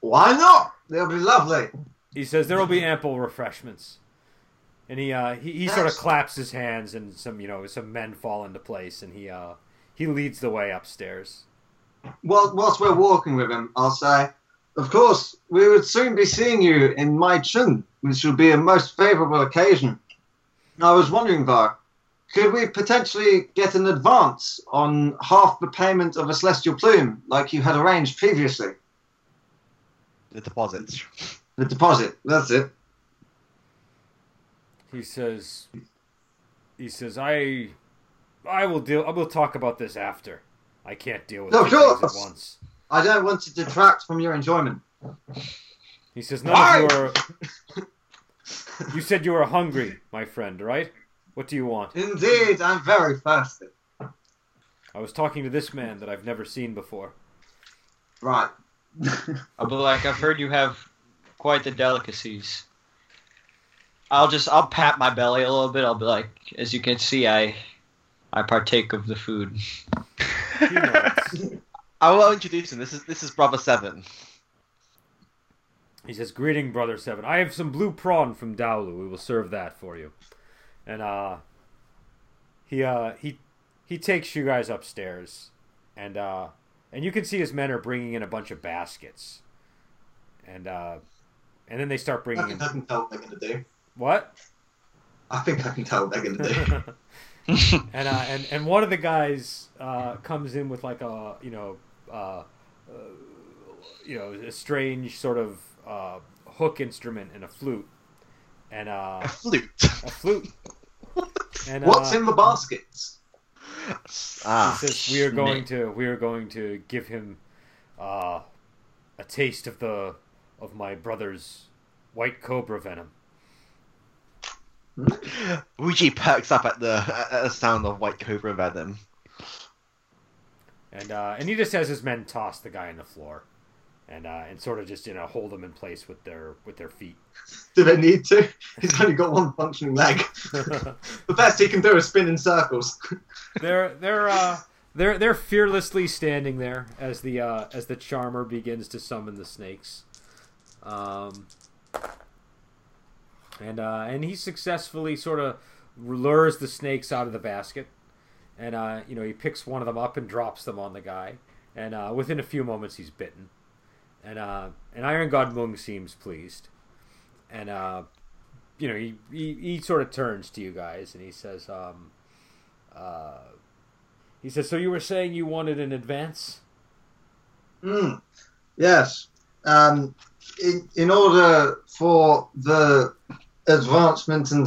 [SPEAKER 3] "Why not? They'll be lovely."
[SPEAKER 2] He says, There will be ample refreshments. And he, uh, he, he sort of
[SPEAKER 3] Nice.
[SPEAKER 2] claps his hands, and some, you know, some men fall into place, and he, uh, he leads the way upstairs.
[SPEAKER 3] While, whilst we're walking with him, I'll say, Of course, we would soon be seeing you in Mai Chun, which will be a most favourable occasion. I was wondering, though, could we potentially get an advance on half the payment of a celestial plume, like you had arranged previously?
[SPEAKER 1] the deposits.
[SPEAKER 3] The deposit, that's it.
[SPEAKER 2] he says he says i i will deal i will talk about this after i can't deal with
[SPEAKER 3] No,
[SPEAKER 2] two things
[SPEAKER 3] sure.
[SPEAKER 2] at once
[SPEAKER 3] I don't want to detract from your enjoyment.
[SPEAKER 2] he says none of you are you said you were hungry my friend right what do you want
[SPEAKER 3] Indeed, I'm very thirsty.
[SPEAKER 2] i was talking to this man that i've never seen before
[SPEAKER 3] Right.
[SPEAKER 7] I'll be like, I've heard you have quite the delicacies. I'll just, I'll pat my belly a little bit. I'll be like, as you can see, I, I partake of the food.
[SPEAKER 2] he nods.
[SPEAKER 1] I will introduce him. This is this is Brother Seven.
[SPEAKER 2] he says greeting brother seven i have some blue prawn from Dowlu. we will serve that for you and uh he uh he he takes you guys upstairs and uh and you can see his men are bringing in a bunch of baskets and uh and then they start
[SPEAKER 3] I
[SPEAKER 2] bringing in
[SPEAKER 3] think I can tell what they're going to do.
[SPEAKER 2] what
[SPEAKER 3] I think I can tell what they're going to do.
[SPEAKER 2] <laughs> and uh and and one of the guys uh comes in with like a you know uh, uh you know a strange sort of uh hook instrument and a flute and uh
[SPEAKER 1] A flute.
[SPEAKER 2] a
[SPEAKER 3] <laughs>
[SPEAKER 2] flute and
[SPEAKER 3] What's
[SPEAKER 2] uh,
[SPEAKER 3] in the baskets?
[SPEAKER 1] Ah,
[SPEAKER 2] He says we are going to we are going to give him uh, a taste of the of my brother's white cobra venom.
[SPEAKER 1] Uji perks up at the at the sound of White Cobra Venom.
[SPEAKER 2] And uh, and he just has his men toss the guy on the floor, and uh, and sort of just you know hold him in place with their with their feet. <laughs>
[SPEAKER 3] Do they need to? <laughs> He's only got one functioning leg. The best he can do is spin in circles.
[SPEAKER 2] they're they're uh, they're they're fearlessly standing there as the uh, as the charmer begins to summon the snakes. Um, and uh, and he successfully sort of lures the snakes out of the basket, and uh, you know he picks one of them up and drops them on the guy, and uh, within a few moments he's bitten, and uh, and Iron God Mung seems pleased, and uh, you know he, he he sort of turns to you guys and he says um, uh, he says so you were saying you wanted an advance.
[SPEAKER 3] Mm, yes. Um, in, in order for the advancement and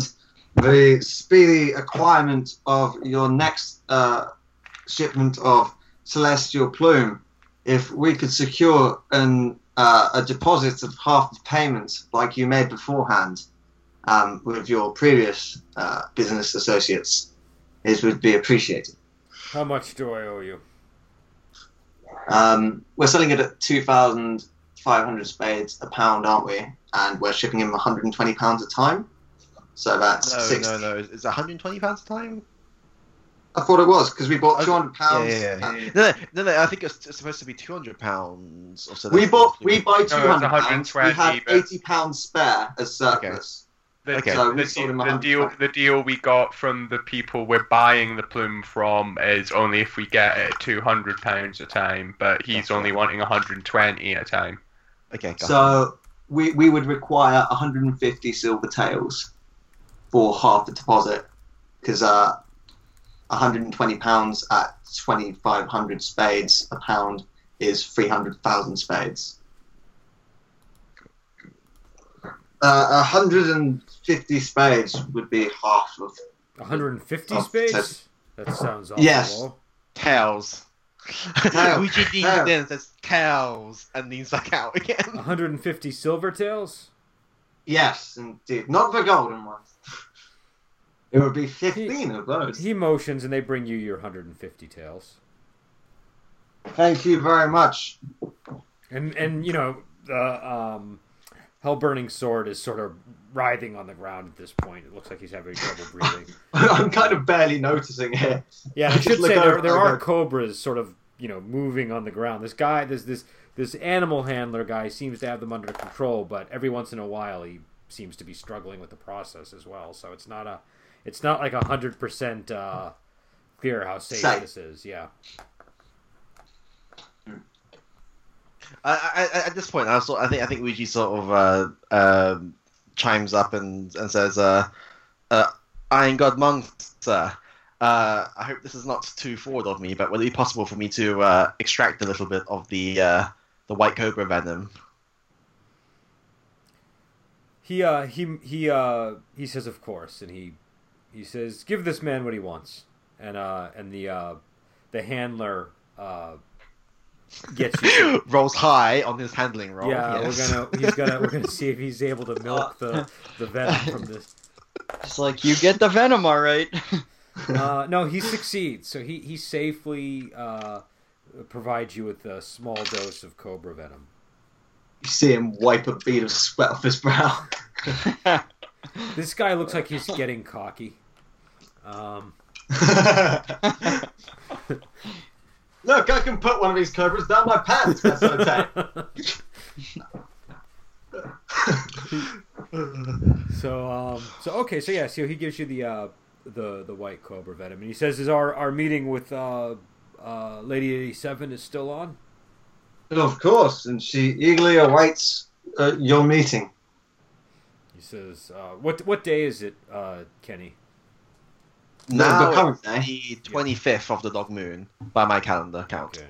[SPEAKER 3] the speedy acquirement of your next uh, shipment of celestial plume, if we could secure an, uh, a deposit of half the payment like you made beforehand um, with your previous uh, business associates, it would be appreciated.
[SPEAKER 2] How much do I owe you?
[SPEAKER 3] Um, we're selling it at 2,500 spades a pound, aren't we? And we're shipping him 120 pounds a time. So that's
[SPEAKER 1] No,
[SPEAKER 3] 60.
[SPEAKER 1] no, no. It's, it's 120 pounds a time.
[SPEAKER 3] I thought it was because we bought 200
[SPEAKER 1] Oh, Yeah,
[SPEAKER 3] pounds.
[SPEAKER 1] yeah, yeah.
[SPEAKER 3] and-
[SPEAKER 1] No, no, no, no, I think it's it's supposed to be 200 pounds or so.
[SPEAKER 3] We
[SPEAKER 1] That's-
[SPEAKER 3] bought we buy
[SPEAKER 4] it's
[SPEAKER 3] 200 pounds. We had
[SPEAKER 4] 120, but-
[SPEAKER 3] 80 pounds spare as surplus.
[SPEAKER 4] The,
[SPEAKER 1] Okay.
[SPEAKER 3] So we
[SPEAKER 4] the,
[SPEAKER 3] sold
[SPEAKER 4] de-
[SPEAKER 3] him
[SPEAKER 4] the
[SPEAKER 3] 100
[SPEAKER 4] deal,
[SPEAKER 3] times.
[SPEAKER 4] the deal we got from the people we're buying the plume from is only if we get it at two hundred pounds a time, but he's
[SPEAKER 1] That's
[SPEAKER 4] only wanting one hundred and twenty at a time.
[SPEAKER 1] Okay, got it.
[SPEAKER 3] So we we would require 150 silver tails for half the deposit because uh, 120 pounds at 2,500 spades a pound is 300,000 spades. Uh, 150 spades would be half of
[SPEAKER 2] 150
[SPEAKER 3] Oh,
[SPEAKER 2] space?
[SPEAKER 3] that's-
[SPEAKER 2] That sounds awful.
[SPEAKER 3] Yes.
[SPEAKER 1] tails.
[SPEAKER 3] Tails.
[SPEAKER 1] Which it is
[SPEAKER 3] Tails.
[SPEAKER 1] then says tails and leans back out again.
[SPEAKER 2] 150 silver tails?
[SPEAKER 3] Yes, indeed. Not the golden ones. It would be 15 of those.
[SPEAKER 2] He motions and they bring you your 150 tails.
[SPEAKER 3] Thank you very much. <laughs>
[SPEAKER 2] And and you know, the um hell burning sword is sort of writhing on the ground at this point. It looks like he's having trouble breathing.
[SPEAKER 3] I'm kind of barely noticing it.
[SPEAKER 2] Yeah, I
[SPEAKER 3] Just
[SPEAKER 2] should
[SPEAKER 3] look
[SPEAKER 2] say there,
[SPEAKER 3] over-
[SPEAKER 2] there are
[SPEAKER 3] over.
[SPEAKER 2] cobras sort of, you know, moving on the ground. This guy, this this this animal handler guy seems to have them under control, but every once in a while he seems to be struggling with the process as well. So it's not a it's not like a 100% uh clear how safe
[SPEAKER 3] Safe.
[SPEAKER 2] this is. Yeah.
[SPEAKER 1] I, I, at this point, I, sort I think I think Luigi sort of uh, um chimes up and and says, uh, uh, "Iron God Monk, sir. Uh, I hope this is not too forward of me, but would it be possible for me to uh, extract a little bit of the uh, the white cobra venom?"
[SPEAKER 2] He uh he he uh he says of course and he he says give this man what he wants and uh and the uh the handler uh gets you
[SPEAKER 1] Rolls high on his handling roll.
[SPEAKER 2] Yeah,
[SPEAKER 1] yes.
[SPEAKER 2] we're gonna he's gonna we're gonna see if he's able to milk the the venom from this.
[SPEAKER 7] It's like you get the venom, all right. <laughs>
[SPEAKER 2] Uh, no, he succeeds. So he he safely uh, provides you with a small dose of cobra venom.
[SPEAKER 3] You see him wipe a bead of sweat off his brow.
[SPEAKER 2] This guy looks like he's getting cocky. Um,
[SPEAKER 3] <laughs> Look, I can put one of these cobras down my pants. That's <laughs> okay.
[SPEAKER 2] <laughs> so um, so okay, so yeah, so he gives you the uh, the the white cobra venom, and he says, "Is our our meeting with uh, uh, Lady eighty seven is still on?"
[SPEAKER 3] of course, and she eagerly awaits uh, your meeting.
[SPEAKER 2] He says, uh, "What what day is it, uh, Kenny?"
[SPEAKER 1] Now
[SPEAKER 3] the current
[SPEAKER 1] it's the
[SPEAKER 3] day.
[SPEAKER 1] twenty fifth of the dog moon by my calendar count.
[SPEAKER 2] Okay.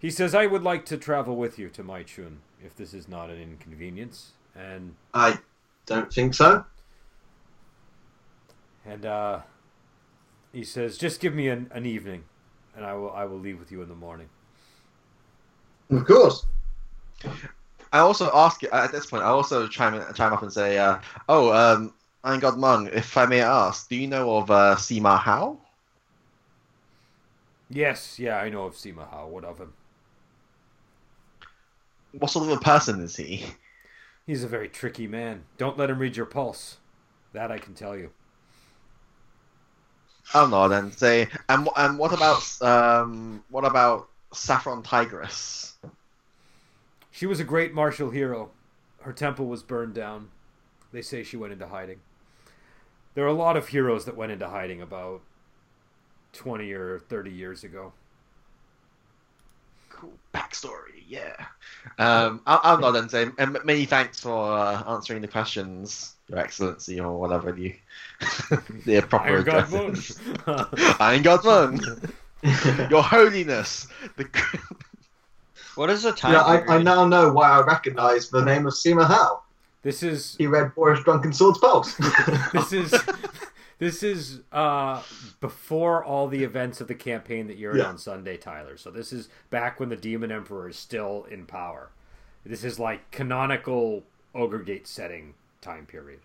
[SPEAKER 2] He says, I would like to travel with you to Maichun, if this is not an inconvenience. And
[SPEAKER 3] I don't think so.
[SPEAKER 2] and uh, he says, just give me an, an evening, and I will I will leave with you in the morning.
[SPEAKER 3] Of course.
[SPEAKER 1] I also ask at this point. I also chime chime up and say, uh, "Oh, um, Iron God Mung, if I may ask, do you know of uh, Sima Hao?
[SPEAKER 2] Yes, yeah, I know of Sima Hao. What of him?
[SPEAKER 1] What sort of a person is he? <laughs>
[SPEAKER 2] He's a very tricky man. Don't let him read your pulse. That I can tell you.
[SPEAKER 1] I don't know." Then say, "And wh- and what about um, what about Saffron Tigress?
[SPEAKER 2] She was a great martial hero. Her temple was burned down. They say she went into hiding. There are a lot of heroes that went into hiding about 20 or 30 years ago.
[SPEAKER 1] Cool backstory, yeah. Um, I, I'm not done saying. And many thanks for uh, answering the questions, Your Excellency, or whatever you. <laughs> the proper
[SPEAKER 2] Iron God
[SPEAKER 1] address. is. <laughs>
[SPEAKER 2] Moon.
[SPEAKER 1] Iron God Moon. Your Holiness. The.
[SPEAKER 7] What is the time?
[SPEAKER 3] Yeah, I, I
[SPEAKER 7] period?
[SPEAKER 3] now know why I recognise the name of Seema Howe.
[SPEAKER 2] <laughs> this is
[SPEAKER 3] He read Boris Drunken Sword's <laughs> Pulse.
[SPEAKER 2] this is <laughs> this is uh, before all the events of the campaign that you're in
[SPEAKER 3] Yeah.
[SPEAKER 2] on Sunday, Tyler. So this is back when the Demon Emperor is still in power. This is like canonical Ogre Gate setting time period.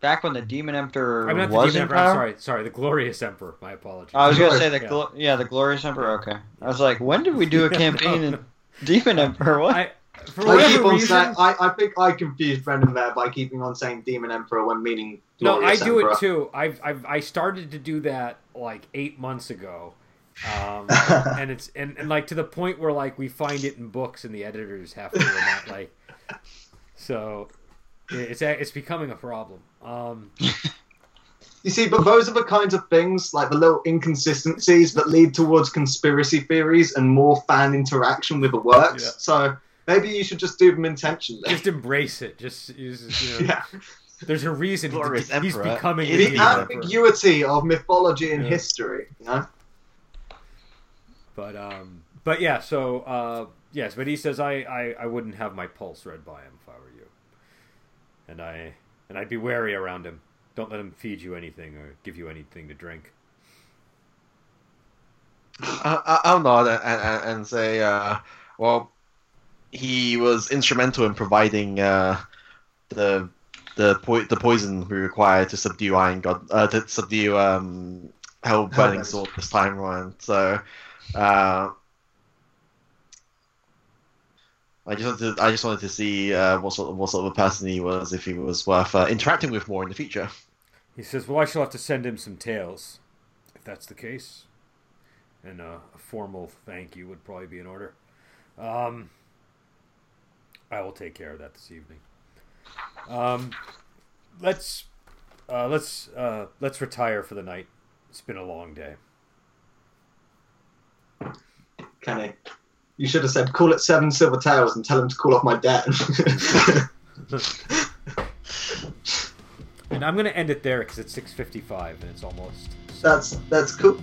[SPEAKER 7] Back when the Demon Emperor
[SPEAKER 2] I'm not the
[SPEAKER 7] was
[SPEAKER 2] Demon
[SPEAKER 7] in
[SPEAKER 2] Emperor.
[SPEAKER 7] power. Uh,
[SPEAKER 2] I'm sorry, sorry, the Glorious Emperor. My apologies.
[SPEAKER 7] I was gonna say the
[SPEAKER 2] Yeah.
[SPEAKER 7] glo- yeah the glorious emperor. Okay, I was like, when did
[SPEAKER 2] <laughs>
[SPEAKER 7] we do a campaign in demon emperor? What?
[SPEAKER 2] I, for
[SPEAKER 3] I keep
[SPEAKER 2] whatever
[SPEAKER 3] on
[SPEAKER 2] reason,
[SPEAKER 3] saying, I, I think I confused Brendan there by keeping on saying Demon Emperor when meaning
[SPEAKER 2] No, I
[SPEAKER 3] Glorious
[SPEAKER 2] do
[SPEAKER 3] Emperor.
[SPEAKER 2] it too. I've, I've I started to do that like eight months ago,
[SPEAKER 1] <laughs>
[SPEAKER 2] um, and it's and, and like to the point where like we find it in books and the editors have to remind, like, so it- it's a- it's becoming a problem. Um,
[SPEAKER 3] You see, but those are the kinds of things, like the little inconsistencies that lead towards conspiracy theories and more fan interaction with the works.
[SPEAKER 2] Yeah.
[SPEAKER 3] So maybe you should just do them intentionally.
[SPEAKER 2] just embrace it. Just, just,
[SPEAKER 3] <laughs>
[SPEAKER 1] <laughs>
[SPEAKER 2] you know,
[SPEAKER 3] yeah.
[SPEAKER 2] there's a reason
[SPEAKER 1] Glorious
[SPEAKER 2] he's
[SPEAKER 1] Emperor
[SPEAKER 2] becoming
[SPEAKER 1] is
[SPEAKER 2] the
[SPEAKER 3] The
[SPEAKER 1] Demon
[SPEAKER 2] Demon Emperor.
[SPEAKER 3] ambiguity of mythology and
[SPEAKER 2] Yeah.
[SPEAKER 3] history. You know?
[SPEAKER 2] But um, but yeah. So uh, yes, but he says I, I I wouldn't have my pulse read by him if I were you, and I and I'd be wary around him. Don't let him feed you anything or give you anything to drink.
[SPEAKER 1] I, I- I'll nod and, and, and say, uh, well, he was instrumental in providing uh, the the po- the poison we require to subdue Iron God uh, to subdue um, Hell Burning
[SPEAKER 3] Hellbent.
[SPEAKER 1] Sword this time around. So, uh, I just wanted to, I just wanted to see uh, what sort of, what sort of a person he was, if he was worth uh, interacting with more in the future.
[SPEAKER 2] He says, "Well, I shall have to send him some tales, if that's the case, and uh, a formal thank you would probably be in order." Um, I will take care of that this evening. Um, let's uh, let's uh, let's retire for the night. It's been a long day.
[SPEAKER 3] Kenny. You should have said, call it Seven Silver Tails and tell him to call off my debt. <laughs>
[SPEAKER 2] And I'm going to end it there because it's 6:55 and it's almost.
[SPEAKER 3] that's that's cool.